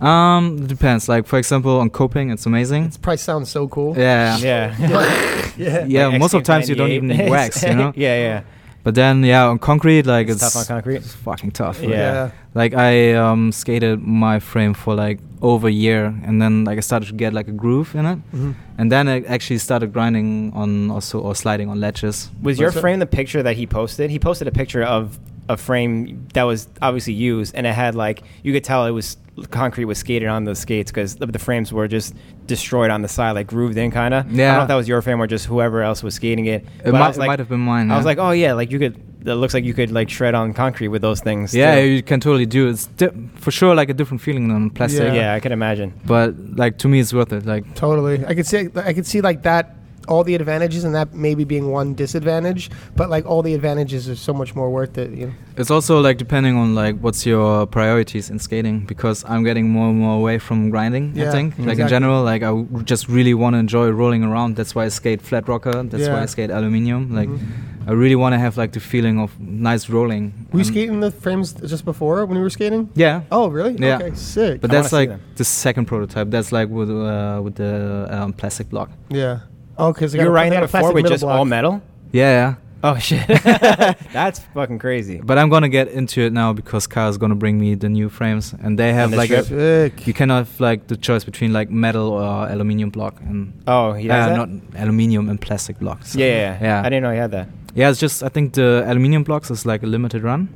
Speaker 3: um, it depends. Like for example, on coping, it's amazing.
Speaker 2: This price sounds so cool.
Speaker 3: Yeah.
Speaker 1: Yeah.
Speaker 2: yeah.
Speaker 3: Yeah,
Speaker 1: Like
Speaker 3: most of the times you don't even need
Speaker 1: XC98.
Speaker 3: wax, you know.
Speaker 1: yeah, yeah.
Speaker 3: But then, yeah, on concrete, like
Speaker 1: It's
Speaker 3: it's,
Speaker 1: tough on concrete.
Speaker 3: It's fucking tough.
Speaker 1: Yeah.
Speaker 3: Like I um, skated my frame for like over a year, and then like I started to get like a groove in it,
Speaker 1: Mm-hmm.
Speaker 2: Mhm.
Speaker 3: and then I actually started grinding on also or sliding on ledges.
Speaker 1: Was your
Speaker 2: What's that?
Speaker 1: frame the picture that he posted? He posted a picture of a frame that was obviously used, and it had like you could tell it was concrete was skated on the skates because the, the frames were just destroyed on the side, like grooved in kind of. I don't know
Speaker 3: Yeah.
Speaker 1: if that was your frame or just whoever else was skating it.
Speaker 3: It
Speaker 1: but I
Speaker 3: might-
Speaker 1: was
Speaker 3: it might have been mine,
Speaker 1: I was
Speaker 3: yeah.
Speaker 1: like, oh yeah, like you could. It looks like you could like shred on concrete with those things.
Speaker 3: Yeah,
Speaker 1: too.
Speaker 3: you can totally do. it. It's di- for sure like a different feeling than plastic.
Speaker 2: Yeah.
Speaker 1: yeah, I can imagine.
Speaker 3: But like to me, it's worth it. Like
Speaker 2: Totally. I could see. I could see like that all the advantages, and that maybe being one disadvantage. But like all the advantages are so much more worth it. You know?
Speaker 3: It's also like depending on like what's your priorities in skating because I'm getting more and more away from grinding.
Speaker 2: Yeah,
Speaker 3: I think like in
Speaker 2: exactly.
Speaker 3: general, like I w- just really want to enjoy rolling around. That's why I skate flat rocker. That's
Speaker 2: Yeah.
Speaker 3: why I skate
Speaker 1: Mm-hmm.
Speaker 3: aluminium. Like
Speaker 2: Mhm.
Speaker 3: I really want to have like the feeling of nice rolling.
Speaker 2: Were you
Speaker 3: Um,
Speaker 2: skating the frames just before when we were skating?
Speaker 3: Yeah.
Speaker 2: Oh, really?
Speaker 3: Yeah.
Speaker 2: Okay, sick.
Speaker 3: But
Speaker 1: I wanna
Speaker 3: that's
Speaker 1: see
Speaker 3: like
Speaker 1: them.
Speaker 3: the second prototype. That's like with uh, with the um, plastic block.
Speaker 2: yeah. Oh, because
Speaker 1: You were riding that before with just all metal?
Speaker 3: Yeah,
Speaker 1: Oh shit. That's fucking crazy.
Speaker 3: yeah. But I'm gonna get into it now because Kyle is gonna bring me the new frames, and they have
Speaker 1: And the
Speaker 3: like
Speaker 1: strip.
Speaker 3: a,
Speaker 2: Sick.
Speaker 3: you can have like the choice between like metal or aluminium block, and
Speaker 1: Oh, he has
Speaker 3: uh,
Speaker 1: that?
Speaker 3: not aluminium and plastic blocks.
Speaker 1: yeah, yeah, yeah.
Speaker 3: yeah.
Speaker 1: I didn't know he had that.
Speaker 3: Yeah, it's just I think the aluminium blocks is like a limited run,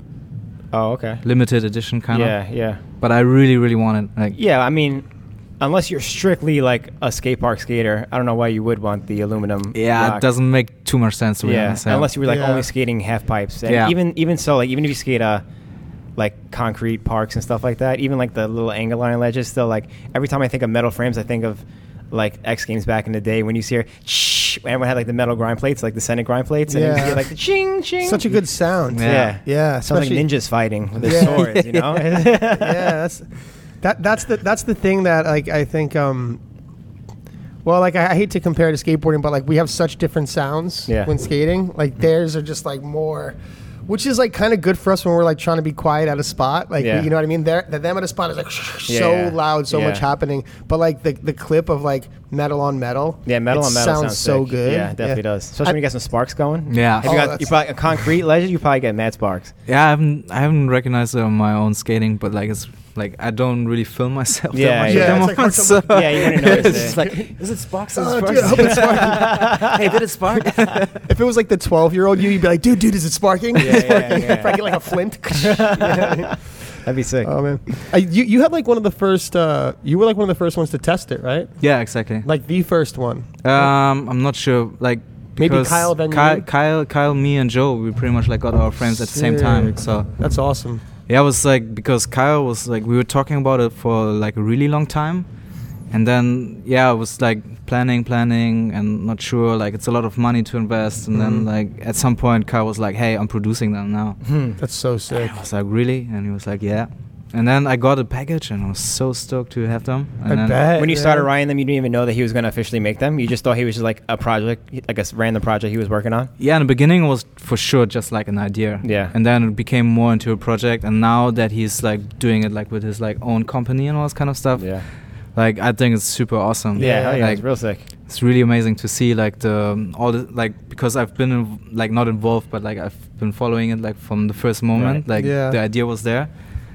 Speaker 1: Oh, okay.
Speaker 3: limited edition kind
Speaker 1: yeah,
Speaker 3: of.
Speaker 1: yeah.
Speaker 3: But I really, really want it. Like,
Speaker 1: Yeah, I mean, unless you're strictly like a skate park skater, I don't know why you would want the aluminum.
Speaker 3: yeah,
Speaker 1: block.
Speaker 3: it doesn't make too much sense to be
Speaker 1: yeah,
Speaker 3: honest. yeah.
Speaker 1: unless you were like
Speaker 2: Yeah.
Speaker 1: only skating half pipes. And
Speaker 3: Yeah.
Speaker 1: even even so, like even if you skate uh like concrete parks and stuff like that, even like the little angle line ledges, still like every time I think of metal frames, I think of like X Games back in the day when you see her, everyone had like the metal grind plates, like the Senate grind plates, and then you
Speaker 2: Yeah.
Speaker 1: hear like the ching ching.
Speaker 2: Such a good sound.
Speaker 1: yeah.
Speaker 3: Yeah.
Speaker 2: Yeah,
Speaker 1: Sounds like
Speaker 2: especially-
Speaker 1: ninjas fighting with their
Speaker 2: Yeah.
Speaker 1: swords, you know?
Speaker 2: yeah, that's that. That's the that's the thing that like I think. um Well, like I, I hate to compare to skateboarding, but like we have such different sounds
Speaker 1: Yeah. Mm-hmm.
Speaker 2: when skating. Like theirs are just like more. Which is like kind of good for us when we're like trying to be quiet at a spot, like
Speaker 1: Yeah.
Speaker 2: you know what I mean. There, the them at a spot is like
Speaker 1: Yeah,
Speaker 2: so
Speaker 1: yeah.
Speaker 2: loud, so
Speaker 1: Yeah.
Speaker 2: much happening. But like the, the clip of like metal on metal,
Speaker 1: Yeah, metal
Speaker 2: it
Speaker 1: on metal
Speaker 2: sounds, so
Speaker 1: sick.
Speaker 2: good.
Speaker 1: Yeah, it definitely does. Especially
Speaker 2: I-
Speaker 1: when you got some sparks going.
Speaker 3: Yeah.
Speaker 1: If you
Speaker 2: Oh,
Speaker 1: got
Speaker 2: that's-
Speaker 1: you probably a concrete ledge, you probably get mad sparks.
Speaker 3: Yeah, I haven't I haven't recognized uh, my own skating, but like it's like I don't really film myself.
Speaker 1: Yeah,
Speaker 3: that much
Speaker 1: yeah.
Speaker 3: at the
Speaker 1: Yeah,
Speaker 2: it's like hard
Speaker 3: moment,
Speaker 2: to-
Speaker 3: so-
Speaker 1: Yeah, you wouldn't notice
Speaker 3: it's
Speaker 1: it.
Speaker 3: just like is it sparks? Is
Speaker 2: Oh,
Speaker 3: it
Speaker 2: dude,
Speaker 3: sparks?
Speaker 2: I hope it's
Speaker 3: hey, did it spark?
Speaker 2: If it was like the 12 year old you, you'd be like, dude, dude, is it sparking?
Speaker 1: Yeah,
Speaker 2: It's
Speaker 1: yeah,
Speaker 2: sparking.
Speaker 1: yeah.
Speaker 2: If I get like a flint.
Speaker 1: That'd be sick.
Speaker 2: oh, man. Uh, you, you had like one of the first, uh, you were like one of the first ones to test it, right?
Speaker 3: yeah, exactly.
Speaker 2: Like the first one.
Speaker 3: Um, I'm not sure. Like
Speaker 2: Maybe
Speaker 3: because
Speaker 2: Kyle, then
Speaker 3: Kyle,
Speaker 2: you?
Speaker 3: Kyle, Kyle, me and Joe, we pretty much like got our frames at the same time.
Speaker 2: Sick.
Speaker 3: So
Speaker 2: That's awesome.
Speaker 3: yeah, it was like because Kyle was like we were talking about it for like a really long time, and then yeah, I was like planning, planning, and not sure. Like it's a lot of money to invest, and then
Speaker 2: Mhm.
Speaker 3: like at some point Kyle was like, "Hey, I'm producing them now."
Speaker 1: Hmm.
Speaker 2: That's so sick.
Speaker 3: I was like, really? And he was like, yeah. And then I got a package and I was so stoked to have them. And
Speaker 2: I
Speaker 3: then,
Speaker 2: bet.
Speaker 1: When you
Speaker 2: man.
Speaker 1: started writing them, you didn't even know that he was going to officially make them. You just thought he was just like a project, like a s- random project he was working on.
Speaker 3: Yeah, in the beginning it was for sure just like an idea.
Speaker 1: Yeah.
Speaker 3: And then it became more into a project. And now that he's like doing it like with his like own company and all this kind of stuff,
Speaker 1: Yeah.
Speaker 3: like I think it's super awesome.
Speaker 1: Yeah, hell yeah,
Speaker 3: Like,
Speaker 1: it's real sick.
Speaker 3: it's really amazing to see like the all the like because I've been inv- like not involved but like I've been following it like from the first moment
Speaker 1: Right.
Speaker 3: like
Speaker 2: Yeah.
Speaker 3: the idea was there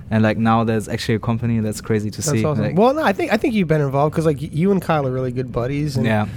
Speaker 3: and like now there's actually a company that's crazy to
Speaker 2: That's
Speaker 3: see
Speaker 2: awesome.
Speaker 3: like-
Speaker 2: well, no, I think I think you've been involved because like you and Kyle are really good buddies. And
Speaker 3: yeah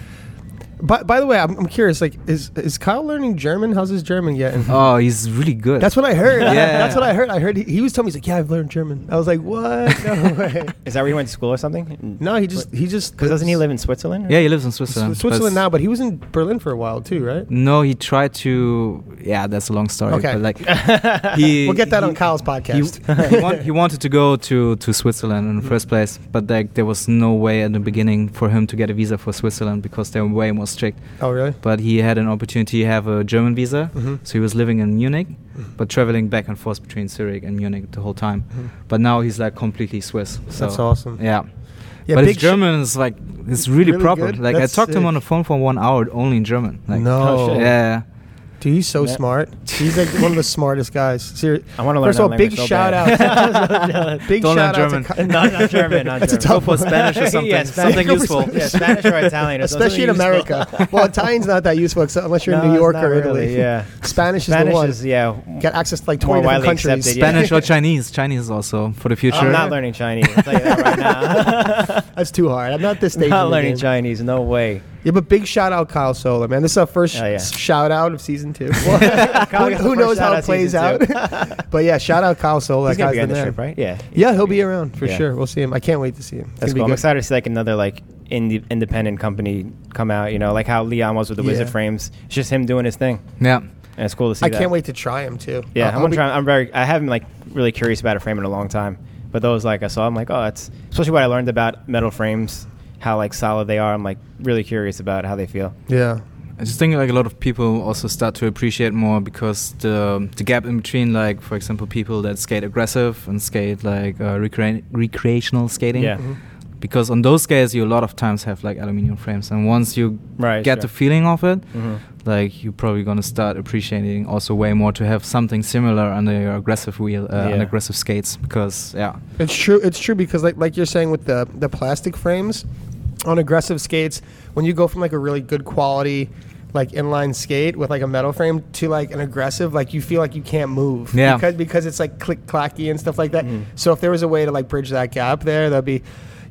Speaker 2: By, by the way, I'm, I'm curious. Like, is is Kyle learning German? How's his German yet?
Speaker 3: oh he's really good
Speaker 2: That's what I heard.
Speaker 3: Yeah.
Speaker 2: That's what I heard. I heard he, he was telling me he's like, yeah, I've learned German. I was like, what? No way.
Speaker 1: Is that where he went to school or something?
Speaker 2: No, he just he just
Speaker 1: Because doesn't he live in Switzerland?
Speaker 3: Yeah, he lives in
Speaker 2: S-
Speaker 3: Switzerland.
Speaker 2: Switzerland, now? But he was in Berlin for a while too, right?
Speaker 3: No, he tried to. Yeah, that's a long story.
Speaker 2: Okay.
Speaker 3: but like he,
Speaker 2: We'll get that
Speaker 3: he-
Speaker 2: on Kyle's
Speaker 3: He,
Speaker 2: podcast.
Speaker 3: he, want, he wanted to go to, to Switzerland in the first place, but like there was no way at the beginning for him to get a visa for Switzerland because they're way more strict.
Speaker 2: oh, really?
Speaker 3: But he had an opportunity to have a German visa,
Speaker 2: Mhm.
Speaker 3: so he was living in Munich, but traveling back and forth between Zurich and Munich the whole time. But now he's like completely Swiss. So
Speaker 2: Mm-hmm. That's awesome.
Speaker 3: Yeah.
Speaker 2: Yeah,
Speaker 3: but his
Speaker 2: big sh-
Speaker 3: German is like it's really,
Speaker 2: Really
Speaker 3: proper.
Speaker 2: good?
Speaker 3: Like
Speaker 2: That's
Speaker 3: I talked to him
Speaker 2: sick.
Speaker 3: on the phone for one hour only in German. Like,
Speaker 2: no,
Speaker 1: Oh, shit.
Speaker 3: Yeah.
Speaker 2: dude, he's so
Speaker 1: Yeah.
Speaker 2: smart. He's like one of the smartest guys. Seriously.
Speaker 1: I want to learn
Speaker 2: First of
Speaker 1: that
Speaker 2: all, big
Speaker 1: language so
Speaker 2: shout
Speaker 1: bad.
Speaker 2: out, big
Speaker 3: Don't
Speaker 2: shout out
Speaker 3: learn
Speaker 2: to
Speaker 3: German.
Speaker 2: Ky-
Speaker 1: No, not German, not
Speaker 2: That's a
Speaker 1: German.
Speaker 2: tough
Speaker 3: Go for
Speaker 2: one.
Speaker 3: Spanish or something.
Speaker 1: Yeah, Spanish.
Speaker 3: Something
Speaker 2: Go for
Speaker 3: useful.
Speaker 1: Yeah, Spanish or Italian. or something
Speaker 2: especially in
Speaker 1: useful.
Speaker 2: America. well, Italian's not that useful except unless you're
Speaker 1: No,
Speaker 2: in New
Speaker 1: it's
Speaker 2: York
Speaker 1: not
Speaker 2: or
Speaker 1: really,
Speaker 2: Italy.
Speaker 1: yeah.
Speaker 2: Spanish, is
Speaker 1: Spanish
Speaker 2: the one.
Speaker 1: is, yeah.
Speaker 2: Get access to like
Speaker 1: More
Speaker 2: 20 different
Speaker 1: widely
Speaker 2: countries.
Speaker 1: accepted, yeah.
Speaker 3: Spanish or Chinese. Chinese also for the future.
Speaker 1: I'm not learning Chinese. I'll tell you that right now.
Speaker 2: That's too hard. I'm not this stage. in
Speaker 1: not
Speaker 2: the
Speaker 1: learning
Speaker 2: game.
Speaker 1: Chinese. No way.
Speaker 2: Yeah, but big shout out Kyle Solar, man. This is our first
Speaker 1: Oh, yeah.
Speaker 2: s- shout out of season two. who
Speaker 1: gets the
Speaker 2: who
Speaker 1: first
Speaker 2: knows how
Speaker 1: shout
Speaker 2: it
Speaker 1: out
Speaker 2: plays out?
Speaker 1: season
Speaker 2: but yeah, shout out Kyle Solar.
Speaker 1: He's
Speaker 2: That
Speaker 1: gonna be
Speaker 2: guy's the
Speaker 1: on the
Speaker 2: man.
Speaker 1: trip, right? Yeah.
Speaker 2: Yeah, he'll be around for
Speaker 1: Yeah.
Speaker 2: sure. We'll see him. I can't wait to see him. It's
Speaker 1: That's
Speaker 2: gonna be
Speaker 1: cool. I'm
Speaker 2: good.
Speaker 1: excited to see like another like indie, independent company come out. You know, like how Leon was with the Wizard
Speaker 2: Yeah.
Speaker 1: Frames. It's just him doing his thing,
Speaker 3: Yeah.
Speaker 1: and it's cool to see.
Speaker 2: I
Speaker 1: that.
Speaker 2: can't wait to try him too.
Speaker 1: Yeah,
Speaker 2: I'll-
Speaker 1: I'm
Speaker 2: Uh, I'll
Speaker 1: gonna
Speaker 2: be-
Speaker 1: try. I'm very. I haven't like really curious about a frame in a long time, but those like I saw, I'm like, oh, that's especially what I learned about metal frames how like solid they are. I'm like really curious about how they feel.
Speaker 2: Yeah.
Speaker 3: I just think like a lot of people also start to appreciate more because the the gap in between, like for example, people that skate aggressive and skate like uh, recre- recreational skating.
Speaker 1: Yeah.
Speaker 2: Mhm.
Speaker 3: Because on those skates, you a lot of times have like aluminum frames, and once you
Speaker 1: Right,
Speaker 3: get
Speaker 1: sure.
Speaker 3: the feeling of it,
Speaker 1: Mhm.
Speaker 3: like you're probably gonna start appreciating also way more to have something similar under your aggressive wheel, uh,
Speaker 1: Yeah.
Speaker 3: on aggressive skates. Because yeah,
Speaker 2: It's true. It's true because like like you're saying with the the plastic frames on aggressive skates, when you go from like a really good quality like inline skate with like a metal frame to like an aggressive, like you feel like you can't move.
Speaker 3: Yeah.
Speaker 2: Because because it's like click clacky and stuff like that.
Speaker 1: Mm-hmm.
Speaker 2: So if there was a way to like bridge that gap there, that'd be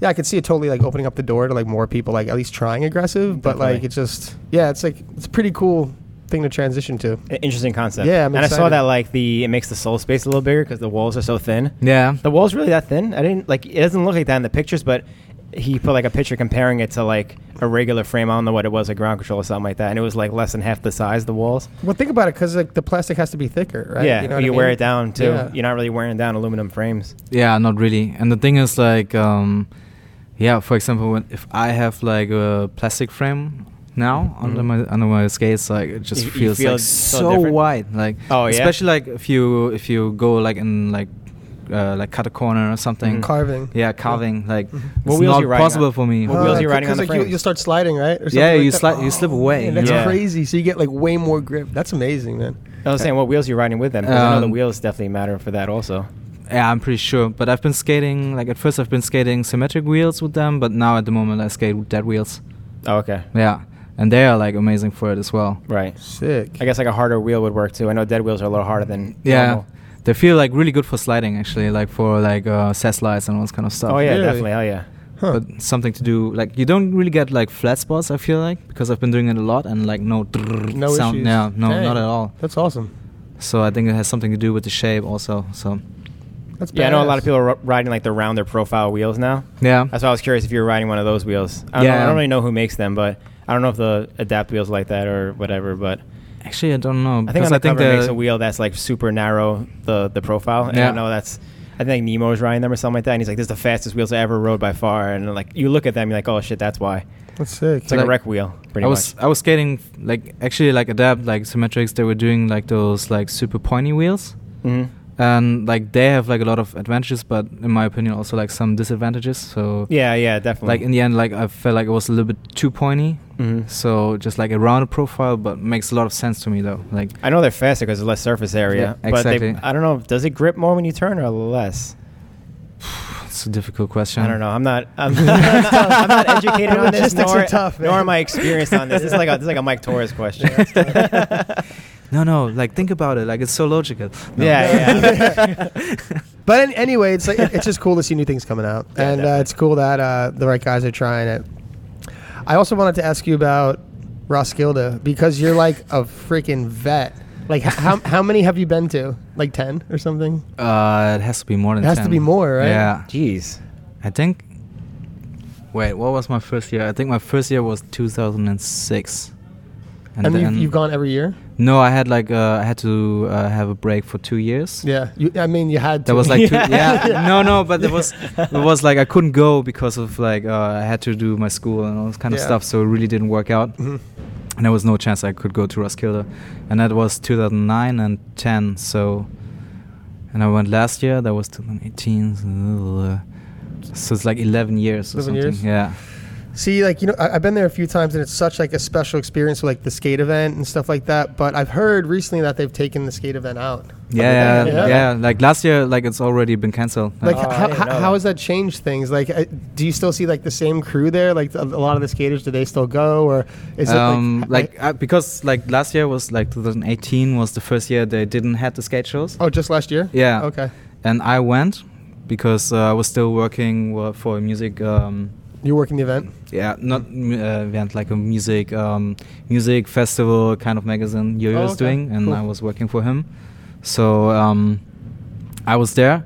Speaker 2: yeah, I could see it totally like opening up the door to like more people like at least trying aggressive. But like
Speaker 1: Definitely.
Speaker 2: it's just yeah, it's like it's a pretty cool thing to transition to.
Speaker 1: I- Interesting concept.
Speaker 2: Yeah, I'm
Speaker 1: and I saw
Speaker 2: excited.
Speaker 1: that like the it makes the soul space a little bigger because the walls are so thin.
Speaker 3: yeah,
Speaker 1: The wall's really that thin? I didn't like it doesn't look like that in the pictures, but he put like a picture comparing it to like a regular frame. I don't know what it was, a ground control or something like that, and it was like less than half the size the walls.
Speaker 2: Well, think about it because like the plastic has to be thicker, right?
Speaker 1: Yeah, you,
Speaker 2: know what I
Speaker 1: wear
Speaker 2: mean?
Speaker 1: it down too.
Speaker 2: Yeah.
Speaker 1: You're not really wearing down aluminum frames.
Speaker 3: Yeah, not really. And the thing is, like, um, yeah, for example, when, if I have like a plastic frame now under
Speaker 1: Mhm.
Speaker 3: my under my skates, like it just
Speaker 1: You- you
Speaker 3: feels
Speaker 1: feel
Speaker 3: like
Speaker 1: so
Speaker 3: so,
Speaker 1: different?
Speaker 3: wide. Like,
Speaker 1: Oh, yeah?
Speaker 3: especially like if you if you go like in like uh, like cut a corner or something.
Speaker 1: Mhm.
Speaker 2: Carving.
Speaker 3: yeah, carving. Like,
Speaker 1: Mm-hmm. What
Speaker 3: it's
Speaker 1: wheels
Speaker 3: not
Speaker 1: you riding
Speaker 3: possible
Speaker 1: on?
Speaker 3: for me.
Speaker 1: What wheels
Speaker 2: Uh,
Speaker 1: you riding on
Speaker 2: 'cause,
Speaker 1: the
Speaker 2: like you,
Speaker 1: frame?
Speaker 2: you start sliding, right? Or
Speaker 3: Yeah,
Speaker 2: something like
Speaker 3: you
Speaker 2: that. Oh,
Speaker 3: slide- you slip away,
Speaker 2: Man, that's
Speaker 1: yeah.
Speaker 2: crazy. So you get like way more grip. That's amazing, man.
Speaker 1: I was saying what wheels you're riding with them. 'cause I know the
Speaker 3: Um,
Speaker 1: wheels definitely matter for that also.
Speaker 3: Yeah, I'm pretty sure. But I've been skating like at first I've been skating symmetric wheels with them, but now at the moment I skate with dead wheels.
Speaker 1: Oh, okay.
Speaker 3: Yeah, and they are like amazing for it as well.
Speaker 1: Right.
Speaker 2: Sick.
Speaker 1: I guess like a harder wheel would work too. I know dead wheels are a little harder than
Speaker 3: Yeah,
Speaker 1: normal.
Speaker 3: they feel like really good for sliding actually, like for like uh, set slides and all this kind of stuff.
Speaker 1: Oh yeah,
Speaker 2: Really?
Speaker 1: definitely. Oh yeah.
Speaker 2: Huh.
Speaker 3: But something to do like you don't really get like flat spots. I feel like because I've been doing it a lot and like no,
Speaker 2: No
Speaker 3: sound.
Speaker 2: issues.
Speaker 3: Yeah, no,
Speaker 2: Dang.
Speaker 3: not at all.
Speaker 2: That's awesome.
Speaker 3: So I think it has something to do with the shape also. So
Speaker 2: That's
Speaker 1: Yeah, I know a
Speaker 2: badass.
Speaker 1: lot of people are ri- riding like the rounder profile wheels now.
Speaker 3: yeah,
Speaker 1: That's why I was curious if you were riding one of those wheels. I don't, know, I
Speaker 3: Yeah.
Speaker 1: don't really know who makes them, but I don't know if the adapt wheels like that or whatever. But
Speaker 3: actually I don't know.
Speaker 1: I think
Speaker 3: because
Speaker 1: on the cover it
Speaker 3: the-
Speaker 1: makes a wheel that's like super narrow the the profile. And
Speaker 3: Yeah.
Speaker 1: I know that's I think Nemo's riding them or something like that. And he's like, "This is the fastest wheels I ever rode by far." And like you look at them, you're like, "Oh shit, that's why."
Speaker 2: That's sick.
Speaker 1: It's like, a
Speaker 3: Like-
Speaker 1: wreck wheel, pretty
Speaker 3: I was
Speaker 1: much.
Speaker 3: I was skating like actually like adapt like symmetrics. They were doing like those like super pointy wheels. mm-hmm.
Speaker 1: Mhm.
Speaker 3: And like they have like a lot of advantages, but in my opinion also like some disadvantages. So
Speaker 1: Yeah, yeah, definitely.
Speaker 3: like in the end mm-hmm. like i felt like it was a little bit too pointy
Speaker 1: Mhm.
Speaker 3: so just like a rounded profile but makes a lot of sense to me though like
Speaker 1: I know they're faster because there's less surface area.
Speaker 3: Yeah,
Speaker 1: But
Speaker 3: exactly.
Speaker 1: they, I don't know. Does it grip more when you turn or less?
Speaker 3: it's a difficult question
Speaker 1: I don't know. I'm not. I'm, I'm not, I'm not educated on this,
Speaker 2: Logistics are
Speaker 1: nor,
Speaker 2: tough, man.
Speaker 1: nor am I experienced on this. This is like a, this is like a Mike Torres question.
Speaker 2: Yeah, it's
Speaker 3: no no like think about it like it's so logical No.
Speaker 1: Yeah,
Speaker 3: yeah
Speaker 2: But an- anyway, it's like it's just cool to see new things coming out,
Speaker 1: Yeah,
Speaker 2: and uh,
Speaker 1: definitely.
Speaker 2: it's cool that uh, the right guys are trying it. I also wanted to ask you about Roskilde because you're like a freaking vet. Like h- how how many have you been to? Like ten or something?
Speaker 3: uh it has to be more than
Speaker 2: It has to
Speaker 3: 10.
Speaker 2: be more, right?
Speaker 3: yeah
Speaker 1: Jeez.
Speaker 3: i think wait what was my first year i think my first year was 2006
Speaker 2: And, you've, you've gone every year?
Speaker 3: no i had like uh, i had to uh, have a break for two years
Speaker 2: Yeah. You, I mean, you had to.
Speaker 3: That was like two,
Speaker 1: Yeah.
Speaker 3: yeah no no but it was it was like I couldn't go because of like uh, I had to do my school and all this kind of
Speaker 2: Yeah.
Speaker 3: stuff so it really didn't work out
Speaker 2: Mhm.
Speaker 3: and there was no chance I could go to Roskilde and that was 2009 and 10 so and I went last year that was 2018 so, uh, so it's like 11 years or
Speaker 2: 11
Speaker 3: something
Speaker 2: years?
Speaker 3: yeah
Speaker 2: See, like you know, I, I've been there a few times, and it's such like a special experience with like the skate event and stuff like that. But I've heard recently that they've taken the skate event out.
Speaker 3: yeah,
Speaker 2: Yeah.
Speaker 3: yeah like last year like it's already been cancelled
Speaker 2: Like,
Speaker 1: Oh, I
Speaker 2: how,
Speaker 1: didn't
Speaker 2: how,
Speaker 1: know that.
Speaker 2: how has that changed things? Like, uh, do you still see like the same crew there? Like a, a lot of the skaters, do they still go, or is
Speaker 3: um,
Speaker 2: it
Speaker 3: like, uh, because like last year was like 2018 was the first year they didn't had the skate shows
Speaker 2: oh, just last year?
Speaker 3: Yeah.
Speaker 2: Okay.
Speaker 3: And I went because uh, I was still working wo- for a music. Um,
Speaker 2: You're working the event.
Speaker 3: yeah, not m- uh, event like a music um, music festival kind of magazine Yo
Speaker 2: Oh,
Speaker 3: was
Speaker 2: okay.
Speaker 3: doing, and
Speaker 2: Cool.
Speaker 3: I was working for him. So um, I was there,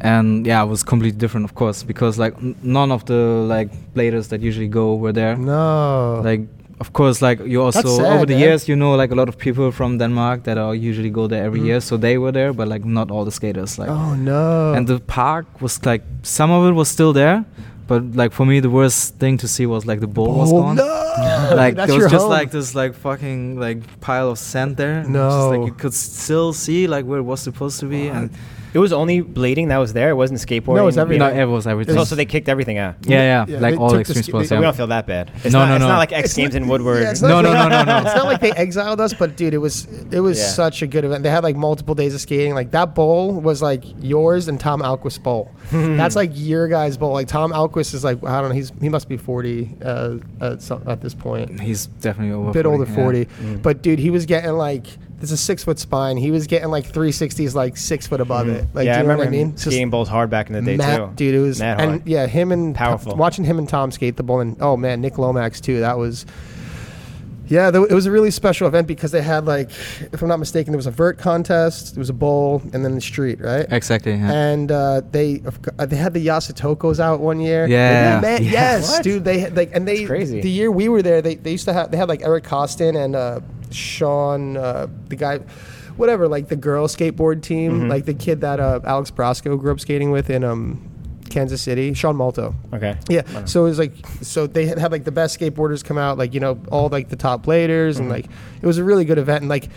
Speaker 3: and yeah, it was completely different, of course, because like n- none of the like bladers that usually go were there
Speaker 2: No.
Speaker 3: like of course like you also
Speaker 2: sad, eh?
Speaker 3: over the
Speaker 2: man.
Speaker 3: years you know like a lot of people from denmark that are usually go there every
Speaker 2: Mhm.
Speaker 3: year so they were there but like not all the skaters like
Speaker 2: oh no.
Speaker 3: and the park was like some of it was still there But like for me, the worst thing to see was like the bowl was
Speaker 2: Oh,
Speaker 3: gone.
Speaker 2: no!
Speaker 3: Like
Speaker 2: That's
Speaker 3: there was
Speaker 2: your
Speaker 3: just
Speaker 2: home.
Speaker 3: like this like fucking like pile of sand there. and
Speaker 2: No.
Speaker 3: just, like you could still see like where it was supposed to be, and
Speaker 1: It was only blading that was there. It wasn't skateboarding.
Speaker 2: No, it was
Speaker 1: you
Speaker 2: everything.
Speaker 1: know.
Speaker 3: no, it was everything.
Speaker 1: So, so they kicked everything out.
Speaker 3: yeah, yeah,
Speaker 2: Yeah,
Speaker 3: like
Speaker 2: they
Speaker 3: all
Speaker 2: took the
Speaker 3: extreme
Speaker 2: ski-
Speaker 3: sports.
Speaker 2: they-
Speaker 3: Yeah.
Speaker 1: We don't feel that bad. It's
Speaker 3: No,
Speaker 1: not,
Speaker 3: no,
Speaker 1: It's
Speaker 3: no.
Speaker 1: not like X
Speaker 2: It's
Speaker 1: Games
Speaker 2: not-
Speaker 1: in Woodward.
Speaker 2: yeah, it's
Speaker 3: No,
Speaker 2: not
Speaker 3: no,
Speaker 2: like-
Speaker 3: no, no, no.
Speaker 2: It's not like they exiled us, but dude, it was it was
Speaker 1: Yeah.
Speaker 2: such a good event. They had like multiple days of skating. Like that bowl was like yours and Tom Alquist's bowl. That's like your guys' bowl. Like Tom Alquist is like I don't know. He's he must be forty uh, at, some, at this point,
Speaker 3: He's definitely over.
Speaker 2: a bit older
Speaker 3: yeah.
Speaker 2: forty. But dude, he was getting like this is six foot spine. He was getting like three sixties, like six foot above it.
Speaker 1: Hmm. yeah, I
Speaker 2: Like do you know
Speaker 1: remember
Speaker 2: what I mean?
Speaker 1: him
Speaker 2: Just-
Speaker 1: skating bowls hard back in the day
Speaker 2: Matt,
Speaker 1: too.
Speaker 2: dude, it was
Speaker 1: Matt
Speaker 2: and
Speaker 1: hard.
Speaker 2: yeah, him and
Speaker 1: Powerful.
Speaker 2: watching him and Tom skate the ball, and oh man, Nick Lomax too. That was. Yeah, th- it was a really special event because they had like, if I'm not mistaken, there was a vert contest, there was a bowl, and then the street, right?
Speaker 3: Exactly. Yeah.
Speaker 2: And uh, they of cou- uh, they had the Yasutokos out one year.
Speaker 3: Yeah.
Speaker 2: They- man,
Speaker 3: Yeah.
Speaker 2: yes,
Speaker 1: What?
Speaker 2: dude. They had, like and they
Speaker 1: That's crazy.
Speaker 2: the year we were there, they, they used to have they had like Eric Costin and uh, Sean, uh, the guy, whatever, like the girl skateboard team,
Speaker 1: Mm-hmm.
Speaker 2: like the kid that uh, Alex Brosco grew up skating with in um, Kansas City, Sean Malto.
Speaker 1: okay.
Speaker 2: Yeah. So it was like, so they had, had like the best skateboarders come out, like, you know, all like the top bladers,
Speaker 1: Mm-hmm.
Speaker 2: and like, it was a really good event. And like,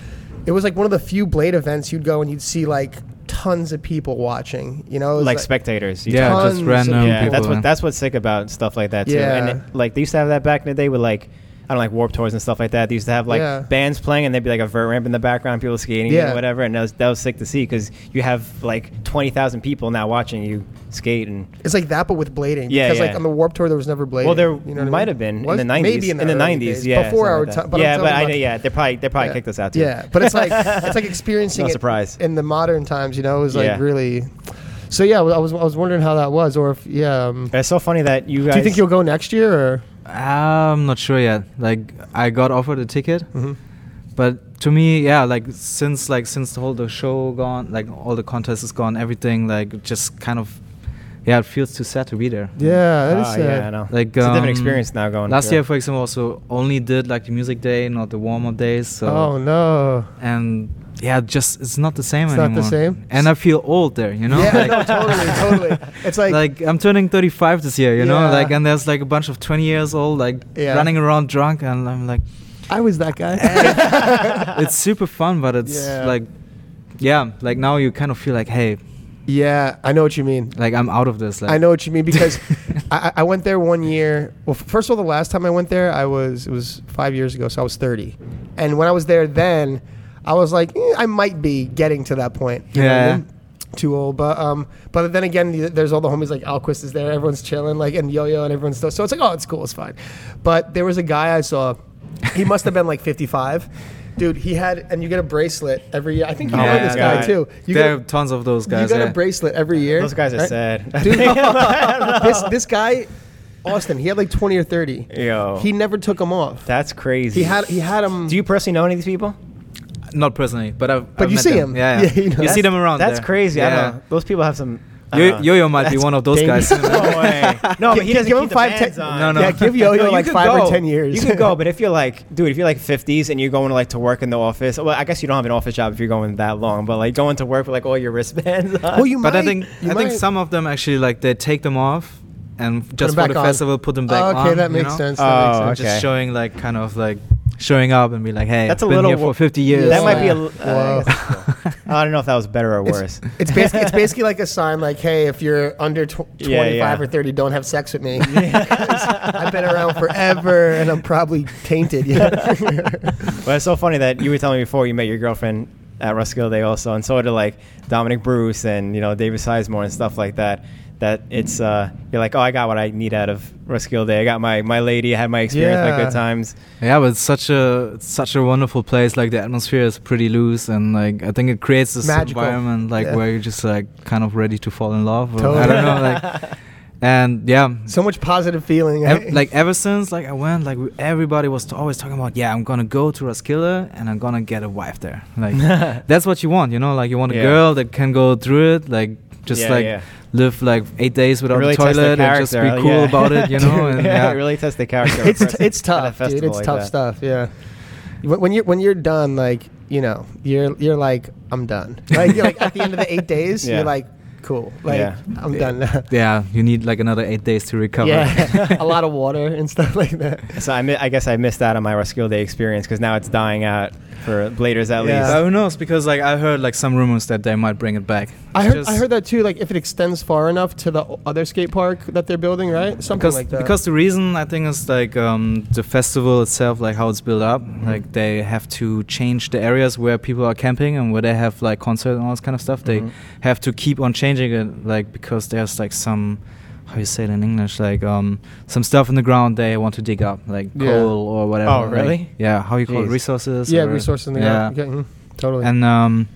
Speaker 2: it was like one of the few blade events you'd go and you'd see like tons of people watching, you know? It was,
Speaker 1: Like spectators. you
Speaker 3: Yeah,
Speaker 1: know?
Speaker 2: tons
Speaker 3: just
Speaker 2: of
Speaker 3: random
Speaker 2: people.
Speaker 1: yeah.
Speaker 3: people.
Speaker 1: That's what
Speaker 3: yeah.
Speaker 1: that's what's sick about stuff like that too.
Speaker 2: Yeah.
Speaker 1: And it- like they used to have that back in the day with like. I don't like warp tours and stuff like that. They used to have like
Speaker 2: Yeah.
Speaker 1: bands playing, and there'd be like a vert ramp in the background, people skating
Speaker 2: Yeah.
Speaker 1: and whatever. And that was, that was sick to see because you have like twenty thousand people now watching you skate, and
Speaker 2: it's like that, but with blading.
Speaker 1: Yeah,
Speaker 2: Because
Speaker 1: yeah.
Speaker 2: like on the Warp Tour, there was never blading.
Speaker 1: Well, there
Speaker 2: you know what I
Speaker 1: might
Speaker 2: mean?
Speaker 1: have been
Speaker 2: Was-
Speaker 1: in the nineties.
Speaker 2: Maybe in the, early
Speaker 1: nineties,
Speaker 2: days,
Speaker 1: yeah.
Speaker 2: Before
Speaker 1: something
Speaker 2: our
Speaker 1: like that.
Speaker 2: time. But I'm
Speaker 1: yeah,
Speaker 2: talking
Speaker 1: but I
Speaker 2: about-
Speaker 1: know, yeah, they probably they probably
Speaker 2: yeah.
Speaker 1: kicked us out too.
Speaker 2: Yeah, but it's like it's like experiencing
Speaker 1: No
Speaker 2: it
Speaker 1: surprise.
Speaker 2: in the modern times. You know, it was like
Speaker 1: Yeah.
Speaker 2: really. So yeah, I was I was wondering how that was, or if yeah. Um,
Speaker 1: it's so funny that you guys.
Speaker 2: do you think you'll go next year? Or
Speaker 3: I'm not sure yet. Like I got offered a ticket,
Speaker 2: Mhm.
Speaker 3: but to me, yeah, like since like since the whole the show gone, like all the contest is gone, everything like it just kind of, yeah, it feels too sad to be there.
Speaker 2: yeah, Oh, that is uh,
Speaker 1: Ah,
Speaker 2: sad.
Speaker 1: yeah, I know.
Speaker 3: Like
Speaker 1: it's a
Speaker 3: um,
Speaker 1: different experience now going.
Speaker 3: Last
Speaker 1: through.
Speaker 3: year, for example, also only did like the music day, not the warm up days. So
Speaker 2: Oh no.
Speaker 3: and yeah, just it's not the same
Speaker 2: It's not
Speaker 3: anymore.
Speaker 2: the same?
Speaker 3: And I feel old there, you know.
Speaker 2: yeah,
Speaker 3: Like-
Speaker 2: no, totally, totally. It's like,
Speaker 3: like I'm turning 35 this year, you know,
Speaker 2: Yeah.
Speaker 3: like and there's like a bunch of 20 years old like
Speaker 2: Yeah.
Speaker 3: running around drunk, and I'm like,
Speaker 2: I was that guy.
Speaker 3: it's super fun, but it's
Speaker 2: Yeah.
Speaker 3: like, yeah, like now you kind of feel like, hey,
Speaker 2: yeah, I know what you mean.
Speaker 3: like I'm out of this. Like,
Speaker 2: I know what you mean because I, I- I went there one year. Well, f- first of all, the last time I went there, I was it was five years ago, so I was thirty, and when I was there then, I was like, eh, I might be getting to that point. You know what I
Speaker 3: Yeah.
Speaker 2: mean? Too old, but um, but then again, the- there's all the homies like Alquist is there, everyone's chilling, like and Yo Yo and everyone's still, so it's like oh, it's cool, it's fine. But there was a guy I saw, he must have been like 55, dude. He had and you get a bracelet every year. I think you
Speaker 1: Oh
Speaker 2: know
Speaker 1: my
Speaker 2: this guy
Speaker 1: God.
Speaker 2: too. You
Speaker 3: there are
Speaker 2: get a,
Speaker 3: tons of those
Speaker 2: you
Speaker 3: guys.
Speaker 2: get
Speaker 3: yeah.
Speaker 2: a bracelet every year.
Speaker 1: those guys are
Speaker 2: right?
Speaker 1: sad.
Speaker 2: Dude, this this guy, Austin, he had like twenty or thirty.
Speaker 1: Yo.
Speaker 2: he never took them off.
Speaker 1: That's crazy.
Speaker 2: He had he had them.
Speaker 1: Do you personally know any of these people?
Speaker 3: Not personally, but I've,
Speaker 2: But
Speaker 3: I've
Speaker 2: you
Speaker 3: met
Speaker 2: see
Speaker 3: them.
Speaker 2: him.
Speaker 3: Yeah,
Speaker 2: Yeah,
Speaker 3: yeah.
Speaker 2: you know.
Speaker 3: you see
Speaker 1: That's-
Speaker 3: them around.
Speaker 1: That's
Speaker 3: there.
Speaker 1: crazy. I
Speaker 3: Yeah.
Speaker 1: don't know. Those people have some. I
Speaker 3: Yo
Speaker 1: don't know.
Speaker 3: Yo might be
Speaker 1: That's
Speaker 3: one of those guys.
Speaker 1: no way. No, but he doesn't
Speaker 2: give
Speaker 1: keep
Speaker 2: him
Speaker 1: the
Speaker 2: five,
Speaker 1: bands
Speaker 2: ten-
Speaker 1: on.
Speaker 3: No, no.
Speaker 2: Yeah, give yo yo
Speaker 1: you
Speaker 2: like
Speaker 1: could
Speaker 2: five
Speaker 1: go.
Speaker 2: or ten years.
Speaker 1: You can go, but if you're like, dude, if you're like 50s and you're going to like to work in the office, well, I guess you don't have an office job if you're going that long, but like going to work with like all your wristbands on.
Speaker 2: well, you
Speaker 3: but
Speaker 2: might,
Speaker 3: I think
Speaker 2: you
Speaker 3: I think
Speaker 2: might-
Speaker 3: some of them actually like they take them off and just for
Speaker 2: back
Speaker 3: the
Speaker 2: on. Oh,
Speaker 3: festival put them back
Speaker 2: Okay,
Speaker 3: on.
Speaker 2: that
Speaker 3: you
Speaker 2: makes
Speaker 3: know?
Speaker 2: sense.
Speaker 1: Oh,
Speaker 2: That makes sense.
Speaker 1: okay.
Speaker 3: just showing like kind of like showing up and be like, hey,
Speaker 1: That's a
Speaker 3: been
Speaker 1: little
Speaker 3: here
Speaker 1: wo-
Speaker 3: for 50 years.
Speaker 1: That might be a.
Speaker 2: Yeah.
Speaker 1: l- uh, I guess- I don't know if that was better or
Speaker 2: It's-
Speaker 1: worse.
Speaker 2: It's basically it's basically like a sign like, hey, if you're under tw- twenty
Speaker 1: Yeah, yeah.
Speaker 2: five or thirty, don't have sex with me. 'Cause I've been around forever and I'm probably tainted. You know?
Speaker 1: But it's so funny that you were telling me before you met your girlfriend at Roskilde Day also, and so did like Dominic Bruce and you know David Sizemore and stuff like that. That it's uh, you're like, oh, I got what I need out of Roskilde. I got my my lady. I had my experience, my
Speaker 2: Yeah.
Speaker 1: good times.
Speaker 3: yeah, but it's such a it's such a wonderful place. Like the atmosphere is pretty loose, and like I think it creates this
Speaker 2: Magical.
Speaker 3: environment like
Speaker 2: Yeah.
Speaker 3: where you're just like kind of ready to fall in love. Or, I
Speaker 2: Totally.
Speaker 3: don't know, like and yeah.
Speaker 2: so much positive feeling.
Speaker 3: Ev- like ever since like I went, like everybody was t- always talking about, yeah, I'm gonna go to Roskilde and I'm gonna get a wife there. Like that's what you want, you know. Like you want a
Speaker 1: Yeah.
Speaker 3: girl that can go through it, like just
Speaker 1: Yeah,
Speaker 3: like
Speaker 1: yeah.
Speaker 3: live like eight days without
Speaker 1: Really
Speaker 3: a
Speaker 1: test their
Speaker 3: toilet and just be
Speaker 1: character,
Speaker 3: cool
Speaker 1: yeah.
Speaker 3: about it, you know. and,
Speaker 1: yeah,
Speaker 3: yeah.
Speaker 1: it really tests the character. of a
Speaker 2: it's
Speaker 1: person
Speaker 2: it's
Speaker 1: at a
Speaker 2: tough, dude.
Speaker 1: festival
Speaker 2: It's
Speaker 1: like
Speaker 2: tough
Speaker 1: that.
Speaker 2: stuff. Yeah. When when you're when you're done, like you know, you're you're like I'm done. Like you're like at the end of the eight days,
Speaker 1: Yeah.
Speaker 2: you're like cool. Like
Speaker 1: Yeah.
Speaker 2: I'm
Speaker 3: Yeah.
Speaker 2: done now.
Speaker 3: Yeah, you need like another eight days to recover.
Speaker 2: Yeah, a lot of water and stuff like that.
Speaker 1: So I, mi- I guess I missed out on my Roskilde experience because now it's dying out for bladers at
Speaker 2: Yeah.
Speaker 1: least.
Speaker 3: But who knows? Because like I heard like some rumors that they might bring it back.
Speaker 2: I
Speaker 3: It's
Speaker 2: heard, I
Speaker 3: just-
Speaker 2: heard that too. Like if it extends far enough to the other skate park that they're building, right? Something
Speaker 3: because
Speaker 2: like that.
Speaker 3: because the reason I think is like um, the festival itself, like how it's built up. Like they have to change the areas where people are camping and where they have like concert and all this kind of stuff. They
Speaker 1: Mhm.
Speaker 2: Mm-hmm.
Speaker 3: have to keep on changing it, like because there's like some how you say it in English, like um, some stuff in the ground they want to dig up, like
Speaker 2: Yeah.
Speaker 3: coal or whatever.
Speaker 1: Oh,
Speaker 3: like-
Speaker 1: really?
Speaker 3: yeah, how you call it,
Speaker 1: Jeez.
Speaker 3: resources.
Speaker 2: yeah,
Speaker 3: or-
Speaker 2: resources in the
Speaker 3: yeah.
Speaker 2: ground. Okay, mhm, totally.
Speaker 3: And um,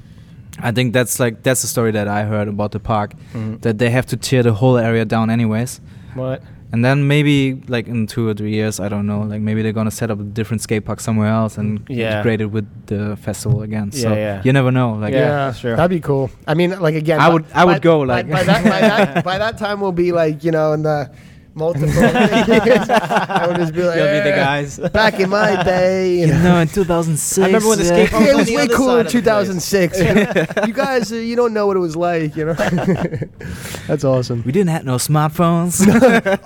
Speaker 3: I think that's like that's the story that I heard about the park
Speaker 1: Mhm.
Speaker 3: that they have to tear the whole area down anyways.
Speaker 1: What?
Speaker 3: And then maybe like in two or three years, I don't know. Like maybe they're gonna set up a different skate park somewhere else and
Speaker 1: Mm, Yeah.
Speaker 3: integrate it with the festival again. So
Speaker 1: Yeah, yeah.
Speaker 3: you never know. Like
Speaker 1: Yeah,
Speaker 2: yeah,
Speaker 1: that's true.
Speaker 2: that'd be cool. I mean, like again,
Speaker 3: I
Speaker 2: by-
Speaker 3: would- I would
Speaker 2: by-
Speaker 3: go,
Speaker 2: by-
Speaker 3: like-
Speaker 2: by, that, by, that, by that time we'll be like you know in the multiple. years. I would just be like,
Speaker 1: You'll be the
Speaker 2: "Eh,
Speaker 1: guys.
Speaker 2: Back in my day,
Speaker 3: you know, in 2006.
Speaker 1: I remember when the
Speaker 3: uh,
Speaker 1: skate park
Speaker 2: Yeah, it
Speaker 1: on
Speaker 2: was
Speaker 1: the
Speaker 2: way
Speaker 1: other
Speaker 2: cooler
Speaker 1: side
Speaker 2: in
Speaker 1: of the place.
Speaker 2: 2006. you guys, uh, you don't know what it was like, you know. That's awesome.
Speaker 3: we didn't have no smartphones.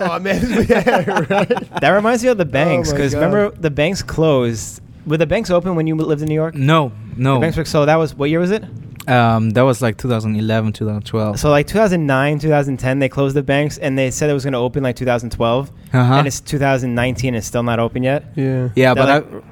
Speaker 2: oh man, yeah, right.
Speaker 1: That reminds me of the banks
Speaker 2: Oh my
Speaker 1: because
Speaker 2: God.
Speaker 1: remember the banks closed. Were the banks open when you lived in New York?
Speaker 3: no,
Speaker 1: The
Speaker 3: no.
Speaker 1: banks were so that was what year was it?
Speaker 3: Um, that was like 2011, 2012.
Speaker 1: So like 2009, 2010 they closed the banks and they said it was going to open like 2012
Speaker 3: Uh-huh.
Speaker 1: and it's 2019 and it's still not open yet.
Speaker 2: Yeah.
Speaker 3: yeah, but
Speaker 1: like-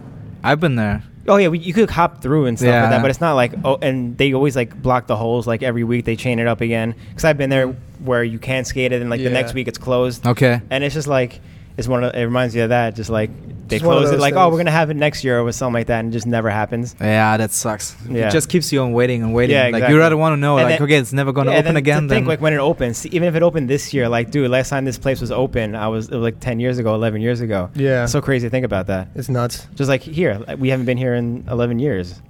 Speaker 3: I, I've been there.
Speaker 1: Oh yeah, we, you could hop through and stuff like that,
Speaker 3: Yeah.
Speaker 1: but it's not like oh, and they always like block the holes like every week they chain it up again. Because I've been there where you can skate it, and like
Speaker 2: Yeah.
Speaker 1: the next week it's closed,
Speaker 3: Okay.
Speaker 1: and it's just like it's one. Of, it reminds you of that, just like they
Speaker 2: Just one of
Speaker 1: close it,
Speaker 2: those
Speaker 1: like oh
Speaker 2: things.
Speaker 1: we're gonna have it next year or something like that, and it just never happens.
Speaker 3: Yeah, that sucks.
Speaker 1: Yeah.
Speaker 3: It just keeps you on waiting and waiting.
Speaker 1: Yeah,
Speaker 3: Like
Speaker 1: exactly.
Speaker 3: you rather want to know,
Speaker 1: And
Speaker 3: like
Speaker 1: then-
Speaker 3: okay, it's never gonna
Speaker 1: Yeah,
Speaker 3: open
Speaker 1: then
Speaker 3: again.
Speaker 1: To think
Speaker 3: Then
Speaker 1: like when it opens, e, even if it opened this year, like dude, last time this place was open, I was, it was like ten years ago, eleven years ago.
Speaker 2: Yeah.
Speaker 1: so crazy to think about that.
Speaker 2: It's nuts.
Speaker 1: Just like here, we haven't been here in eleven years.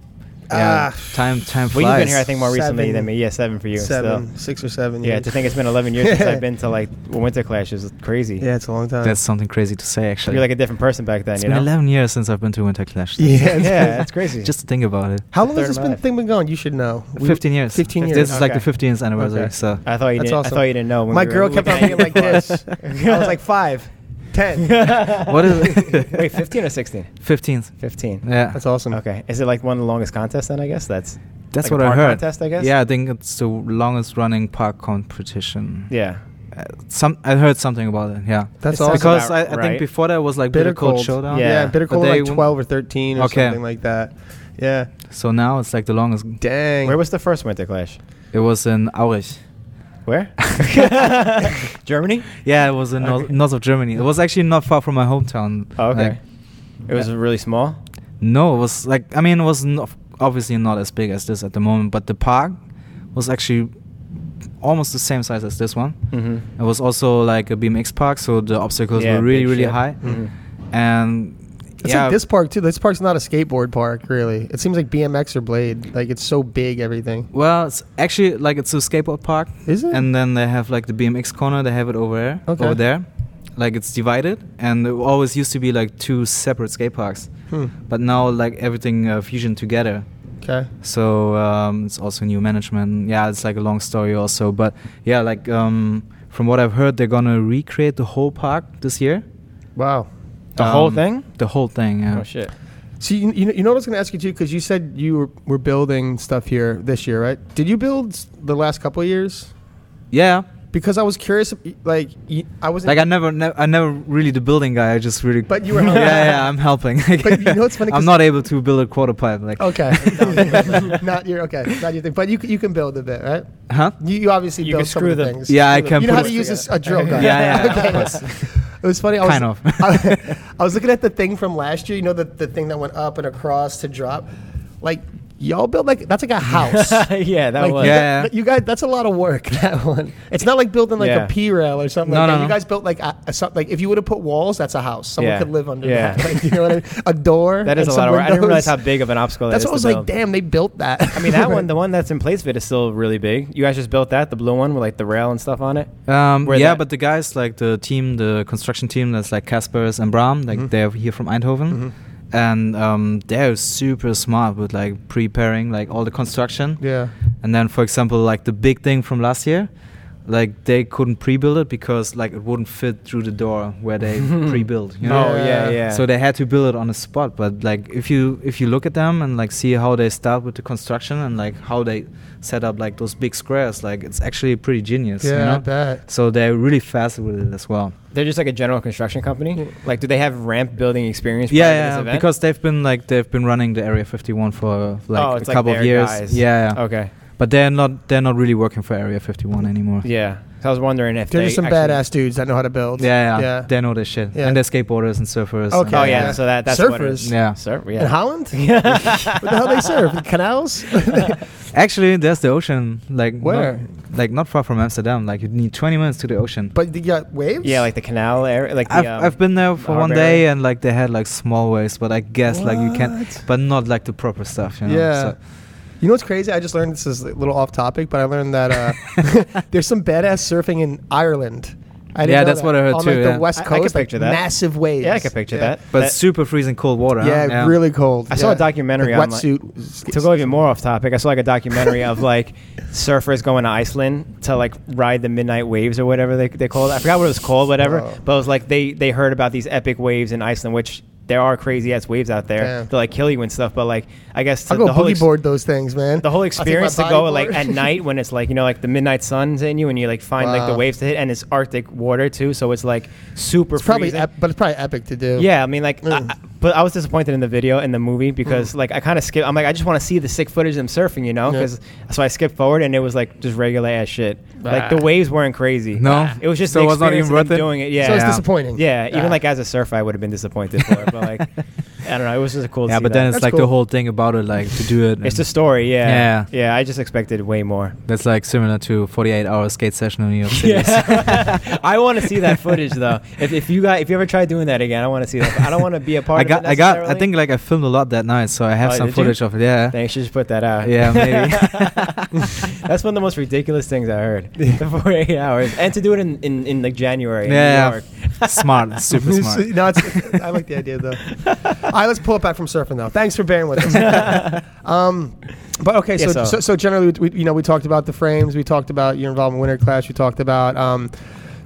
Speaker 2: Ah,
Speaker 3: yeah, time time flies.
Speaker 1: Well, you've been here, I think, more recently
Speaker 2: Seven.
Speaker 1: than me. Yeah, seven for you.
Speaker 2: seven,
Speaker 1: Still.
Speaker 2: six or seven.
Speaker 1: Yeah,
Speaker 2: years.
Speaker 1: to think it's been 11 years since I've been to like Winter Clash is crazy.
Speaker 2: Yeah, it's a long time.
Speaker 3: That's something crazy to say, actually.
Speaker 1: You're like a different person back then,
Speaker 3: it's
Speaker 1: you
Speaker 3: been
Speaker 1: know?
Speaker 3: 11 years since I've been to Winter Clash.
Speaker 2: yeah,
Speaker 1: yeah, that's crazy.
Speaker 3: Just to think about it.
Speaker 2: How long
Speaker 1: Third
Speaker 2: has this been,
Speaker 1: life.
Speaker 2: thing been going? You should know. We-
Speaker 3: 15 years.
Speaker 2: 15 years.
Speaker 3: This is like
Speaker 1: okay.
Speaker 3: the 15th anniversary.
Speaker 2: Okay.
Speaker 3: So
Speaker 1: I thought you
Speaker 2: That's
Speaker 1: didn't.
Speaker 2: awesome.
Speaker 1: I thought you didn't know. when
Speaker 2: My
Speaker 1: we were
Speaker 2: girl kept on
Speaker 1: looking
Speaker 2: being
Speaker 1: at
Speaker 2: like
Speaker 1: you.
Speaker 2: this. I was like five, ten.
Speaker 3: What is-
Speaker 1: Wait, 15 or 16?
Speaker 3: 15th.
Speaker 1: 15.
Speaker 3: Yeah,
Speaker 2: That's awesome.
Speaker 1: Okay. Is it like one of the longest contests then? I guess that's. like
Speaker 3: that's
Speaker 1: a
Speaker 3: what I
Speaker 1: park
Speaker 3: heard.
Speaker 1: contest, I guess?
Speaker 3: Yeah, I think it's the longest running park competition.
Speaker 1: Yeah.
Speaker 3: Uh, some I heard something about it. Yeah,
Speaker 2: That's
Speaker 1: Sounds
Speaker 2: awesome.
Speaker 3: because I,
Speaker 1: about
Speaker 3: I think
Speaker 1: right.
Speaker 3: before that was like Bitter, Cold, Showdown.
Speaker 1: Yeah.
Speaker 2: Yeah, bitter
Speaker 3: But
Speaker 2: cold
Speaker 3: they
Speaker 2: like
Speaker 3: won-
Speaker 2: twelve or thirteen or
Speaker 3: Okay.
Speaker 2: something like that. Yeah.
Speaker 3: So now it's like the longest.
Speaker 2: Dang.
Speaker 1: Where was the first Winter Clash?
Speaker 3: It was in Aurich.
Speaker 1: Where? Germany?
Speaker 3: Yeah, it was in north, north of Germany. It was actually not far from my hometown.
Speaker 1: Oh, okay.
Speaker 3: Like,
Speaker 1: it was really small.
Speaker 3: No, it was like I mean, it was not, obviously not as big as this at the moment, but the park was actually almost the same size as this one.
Speaker 1: Mm-hmm.
Speaker 3: It was also like a BMX park, so the obstacles
Speaker 1: Yeah,
Speaker 3: were really,
Speaker 1: big
Speaker 3: really
Speaker 1: shit.
Speaker 3: high.
Speaker 1: Mhm.
Speaker 3: And
Speaker 2: It's
Speaker 3: yeah,
Speaker 2: like this park too. This park's not a skateboard park, really. It seems like BMX or Blade. Like it's so big, everything.
Speaker 3: Well, it's actually like it's a skateboard park.
Speaker 2: Is it?
Speaker 3: And then they have like the BMX corner. They have it over there.
Speaker 2: Okay.
Speaker 3: Over there, like it's divided, and it always used to be like two separate skate parks,
Speaker 2: Hmm.
Speaker 3: but now like everything uh, fusion together.
Speaker 2: Okay.
Speaker 3: So um, it's also new management. Yeah, it's like a long story also, but yeah, like um, from what I've heard, they're gonna recreate the whole park this year.
Speaker 2: Wow.
Speaker 1: The whole
Speaker 3: Um,
Speaker 1: thing?
Speaker 3: The whole thing. Yeah.
Speaker 1: Oh, shit.
Speaker 2: So you, you know- you know what I was going to ask you too, because you said you were, were building stuff here this year, right? Did you build s- the last couple of years?
Speaker 3: Yeah.
Speaker 2: Because I was curious, if- like y- I was
Speaker 3: Like I never, ne- I never really the building guy. I just really.
Speaker 2: But you were helping.
Speaker 3: yeah, yeah, I'm helping.
Speaker 2: But you know what's funny, 'cause- Oh.
Speaker 3: I'm not able to build a quarter pipe. Like.
Speaker 2: Okay, not your okay, not your thing, but you c- you can build a bit, right?
Speaker 3: Huh?
Speaker 2: You, you obviously
Speaker 1: You
Speaker 2: build
Speaker 1: can
Speaker 2: some of
Speaker 1: screw
Speaker 2: the
Speaker 1: them.
Speaker 2: things.
Speaker 3: Yeah, I
Speaker 2: Screw them.
Speaker 3: can
Speaker 2: You know how
Speaker 3: put
Speaker 2: to
Speaker 3: it
Speaker 2: use a, s- a drill
Speaker 3: Yeah,
Speaker 2: gun.
Speaker 3: yeah,
Speaker 2: Okay.
Speaker 3: of course.
Speaker 2: It was funny. I was,
Speaker 3: Kind of.
Speaker 2: I, I was looking at the thing from last year. You know, the, the thing that went up and across to drop. Like y'all built like that's like a house.
Speaker 1: yeah, that
Speaker 2: Like,
Speaker 1: was.
Speaker 2: you
Speaker 3: Yeah.
Speaker 2: guys- you guys, that's a lot of work. That one. It's not like building like
Speaker 1: Yeah.
Speaker 2: a P rail or something.
Speaker 3: No,
Speaker 2: like
Speaker 3: no,
Speaker 2: that. You
Speaker 3: no.
Speaker 2: guys built like a, a some- like if you would have put walls, that's a house. Someone
Speaker 1: Yeah.
Speaker 2: could live under
Speaker 1: Yeah.
Speaker 2: that. Like, you know what I mean? A door.
Speaker 1: That is
Speaker 2: and
Speaker 1: a
Speaker 2: some
Speaker 1: lot of work. I didn't
Speaker 2: windows.
Speaker 1: realize how big of an obstacle
Speaker 2: That's
Speaker 1: that is.
Speaker 2: what I was
Speaker 1: to
Speaker 2: like.
Speaker 1: build.
Speaker 2: Damn, they built that.
Speaker 1: I mean, that one, the one that's in Placeville, is still really big. You guys just built that, the blue one with like the rail and stuff on it.
Speaker 3: Um,
Speaker 1: Where
Speaker 3: yeah,
Speaker 1: that-
Speaker 3: but the guys like the team, the construction team that's like Caspers and Bram, like
Speaker 2: Mm-hmm.
Speaker 3: they're here from Eindhoven, and um, they're super smart with like preparing like all the construction.
Speaker 2: Yeah.
Speaker 3: And then, for example, like the big thing from last year, like they couldn't pre-build it because like it wouldn't fit through the door where they pre-built. You know?
Speaker 1: Oh yeah,
Speaker 2: Yeah.
Speaker 1: yeah.
Speaker 3: So they had to build it on the spot. But like if you if you look at them and like see how they start with the construction and like how they set up like those big squares, like it's actually pretty genius. you
Speaker 2: yeah, I
Speaker 3: know?
Speaker 2: bet.
Speaker 3: So they're really fast with it as well.
Speaker 1: they're just like a general construction company.
Speaker 2: Yeah.
Speaker 1: Like, do they have ramp building experience? prior to
Speaker 3: Yeah,
Speaker 1: this
Speaker 3: yeah,
Speaker 1: event?
Speaker 3: because they've been like they've been running the Area 51 for like
Speaker 1: Oh,
Speaker 3: a
Speaker 1: it's like
Speaker 3: couple
Speaker 1: their
Speaker 3: of years.
Speaker 1: guys. Oh.
Speaker 3: Yeah, yeah.
Speaker 1: okay,
Speaker 3: but they're not they're not really working for Area 51 anymore.
Speaker 1: yeah. So I was wondering if
Speaker 2: They're
Speaker 1: they
Speaker 2: just some
Speaker 1: actually-
Speaker 2: badass dudes that know how to build.
Speaker 3: Yeah, yeah,
Speaker 2: Yeah.
Speaker 3: They know this shit.
Speaker 2: Yeah.
Speaker 3: And they're skateboarders and surfers.
Speaker 2: Okay.
Speaker 1: Oh yeah,
Speaker 3: and,
Speaker 2: Yeah.
Speaker 1: so that that's what it
Speaker 2: Surfers.
Speaker 1: is.
Speaker 3: Yeah.
Speaker 1: Surf,
Speaker 2: In
Speaker 1: yeah.
Speaker 2: Holland? Yeah. what the hell they serve? Canals?
Speaker 3: Actually, there's the ocean. Like
Speaker 2: Where?
Speaker 3: Not, like not far from Amsterdam. Like you need 20 minutes to the ocean.
Speaker 2: but you got waves?
Speaker 1: Yeah, like the canal area, like the,
Speaker 3: I've,
Speaker 1: um,
Speaker 3: I've been there
Speaker 1: the
Speaker 3: for one
Speaker 1: harbor
Speaker 3: day
Speaker 1: area.
Speaker 3: and like they had like small waves, but I guess like you can,
Speaker 2: What?
Speaker 3: but not like the proper stuff. You know?
Speaker 2: Yeah.
Speaker 3: So,
Speaker 2: You know what's crazy? I just learned this is a little off topic, but I learned that uh, there's some badass surfing in Ireland. I
Speaker 3: Yeah,
Speaker 2: know
Speaker 3: that's what I heard
Speaker 2: On
Speaker 3: too,
Speaker 2: like
Speaker 3: yeah.
Speaker 2: the west
Speaker 1: I- I
Speaker 2: coast,
Speaker 1: could
Speaker 2: like,
Speaker 1: picture that.
Speaker 2: massive waves.
Speaker 1: yeah, I could picture
Speaker 2: Yeah.
Speaker 1: that.
Speaker 3: but
Speaker 1: That-
Speaker 3: super freezing cold water. huh?
Speaker 2: Yeah, really cold.
Speaker 1: I saw
Speaker 2: Yeah.
Speaker 1: a documentary
Speaker 2: Like
Speaker 1: on like,
Speaker 2: wetsuit.
Speaker 1: to go even more off topic, I saw like a documentary of like surfers going to Iceland to like ride the midnight waves or whatever they they call it. I forgot what it was called, whatever.
Speaker 2: Wow.
Speaker 1: But it was like they they heard about these epic waves in Iceland, which there are crazy ass waves out there.
Speaker 2: Yeah.
Speaker 1: They like kill you and stuff. But like I guess
Speaker 2: I'll
Speaker 1: the
Speaker 2: go
Speaker 1: whole
Speaker 2: boogie
Speaker 1: ex-
Speaker 2: board those things, man.
Speaker 1: the whole
Speaker 2: I'll take my
Speaker 1: experience to
Speaker 2: body
Speaker 1: go
Speaker 2: board.
Speaker 1: like at night when it's like you know like the midnight sun's in you and you like find like the
Speaker 2: Wow.
Speaker 1: waves to hit and it's Arctic water too, so it's like super.
Speaker 2: it's probably,
Speaker 1: freezing.
Speaker 2: ep- but it's probably epic to do.
Speaker 1: Yeah, I mean, like, I,
Speaker 2: Mm.
Speaker 1: I- but I was disappointed in the video and the movie because, like, I kind of skipped. I'm like, I just want to see the sick footage of them surfing, you know?
Speaker 2: Yeah.
Speaker 1: 'Cause- so I skipped forward and it was like just regular ass shit. Like the
Speaker 2: Ah.
Speaker 1: waves weren't crazy.
Speaker 3: No?
Speaker 1: Ah. it was just
Speaker 3: So
Speaker 1: the
Speaker 3: it was not
Speaker 1: experience
Speaker 3: even
Speaker 1: of them
Speaker 3: worth it?
Speaker 1: doing it. Yeah,
Speaker 2: so it's
Speaker 1: yeah.
Speaker 2: disappointing.
Speaker 1: even
Speaker 2: Ah.
Speaker 1: like as a surfer, I would have been disappointed for it. But like, I don't know. It was just cool. to
Speaker 3: Yeah,
Speaker 1: see
Speaker 3: but
Speaker 1: that.
Speaker 3: then it's
Speaker 2: That's
Speaker 3: like
Speaker 2: cool.
Speaker 3: the whole thing about it, like to do it.
Speaker 1: it's
Speaker 3: and
Speaker 1: the story. Yeah,
Speaker 3: Yeah.
Speaker 1: yeah. I just expected way more.
Speaker 3: that's like similar to 48 hour skate session in New York City.
Speaker 1: Yeah. I want to see that footage though. If, if you got if you ever try doing that again, I want to see that. I don't want to be a part.
Speaker 3: I got,
Speaker 1: Of it
Speaker 3: I got, I
Speaker 1: necessarily.
Speaker 3: think like I filmed a lot that night, so I have
Speaker 1: Oh,
Speaker 3: some
Speaker 1: did you?
Speaker 3: footage of it. Yeah.
Speaker 1: They should just put that out.
Speaker 3: Yeah,
Speaker 1: maybe. That's one of the most ridiculous things I heard. The 48 hours. And to do it in, in, in like January in
Speaker 3: Yeah.
Speaker 1: New York.
Speaker 3: smart, super smart.
Speaker 2: no, it's, I like the idea though. All right, let's pull it back from surfing though. Thanks for bearing with us. um, but okay,
Speaker 1: Yeah,
Speaker 2: so,
Speaker 1: so-
Speaker 2: so so generally, we, you know, we talked about the frames, we talked about your involvement in Winter Clash, we talked about um,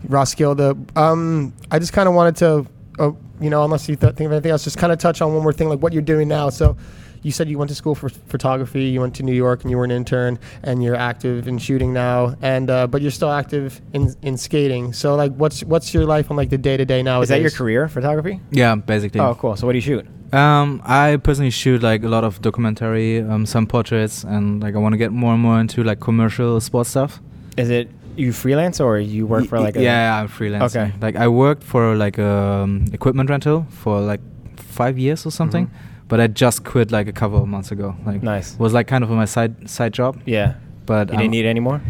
Speaker 2: Roskilde. Um, I just kind of wanted to, uh, you know, unless you th- think of anything else, just kind of touch on one more thing, like what you're doing now. So. You said you went to school for photography. You went to New York, and you were an intern, and you're active in shooting now. And uh, but you're still active in, in skating. So like, what's what's your life on like the day to day now?
Speaker 1: Is that your career, photography?
Speaker 3: Yeah, basically.
Speaker 1: Oh, cool. So what do you shoot?
Speaker 3: Um, I personally shoot like a lot of documentary, um, some portraits, and like I want to get more and more into like commercial sports stuff.
Speaker 1: Is it you freelance or you work for
Speaker 3: Y-
Speaker 1: like a...
Speaker 3: yeah, I'm freelance.
Speaker 1: Okay.
Speaker 3: Like I worked for like um, equipment rental for like five years or something,
Speaker 1: Mhm.
Speaker 3: but I just quit like a couple of months ago. Like
Speaker 1: Nice.
Speaker 3: was like kind of my side side job.
Speaker 1: Yeah.
Speaker 3: But
Speaker 1: You didn't
Speaker 3: I'm-
Speaker 1: need it anymore?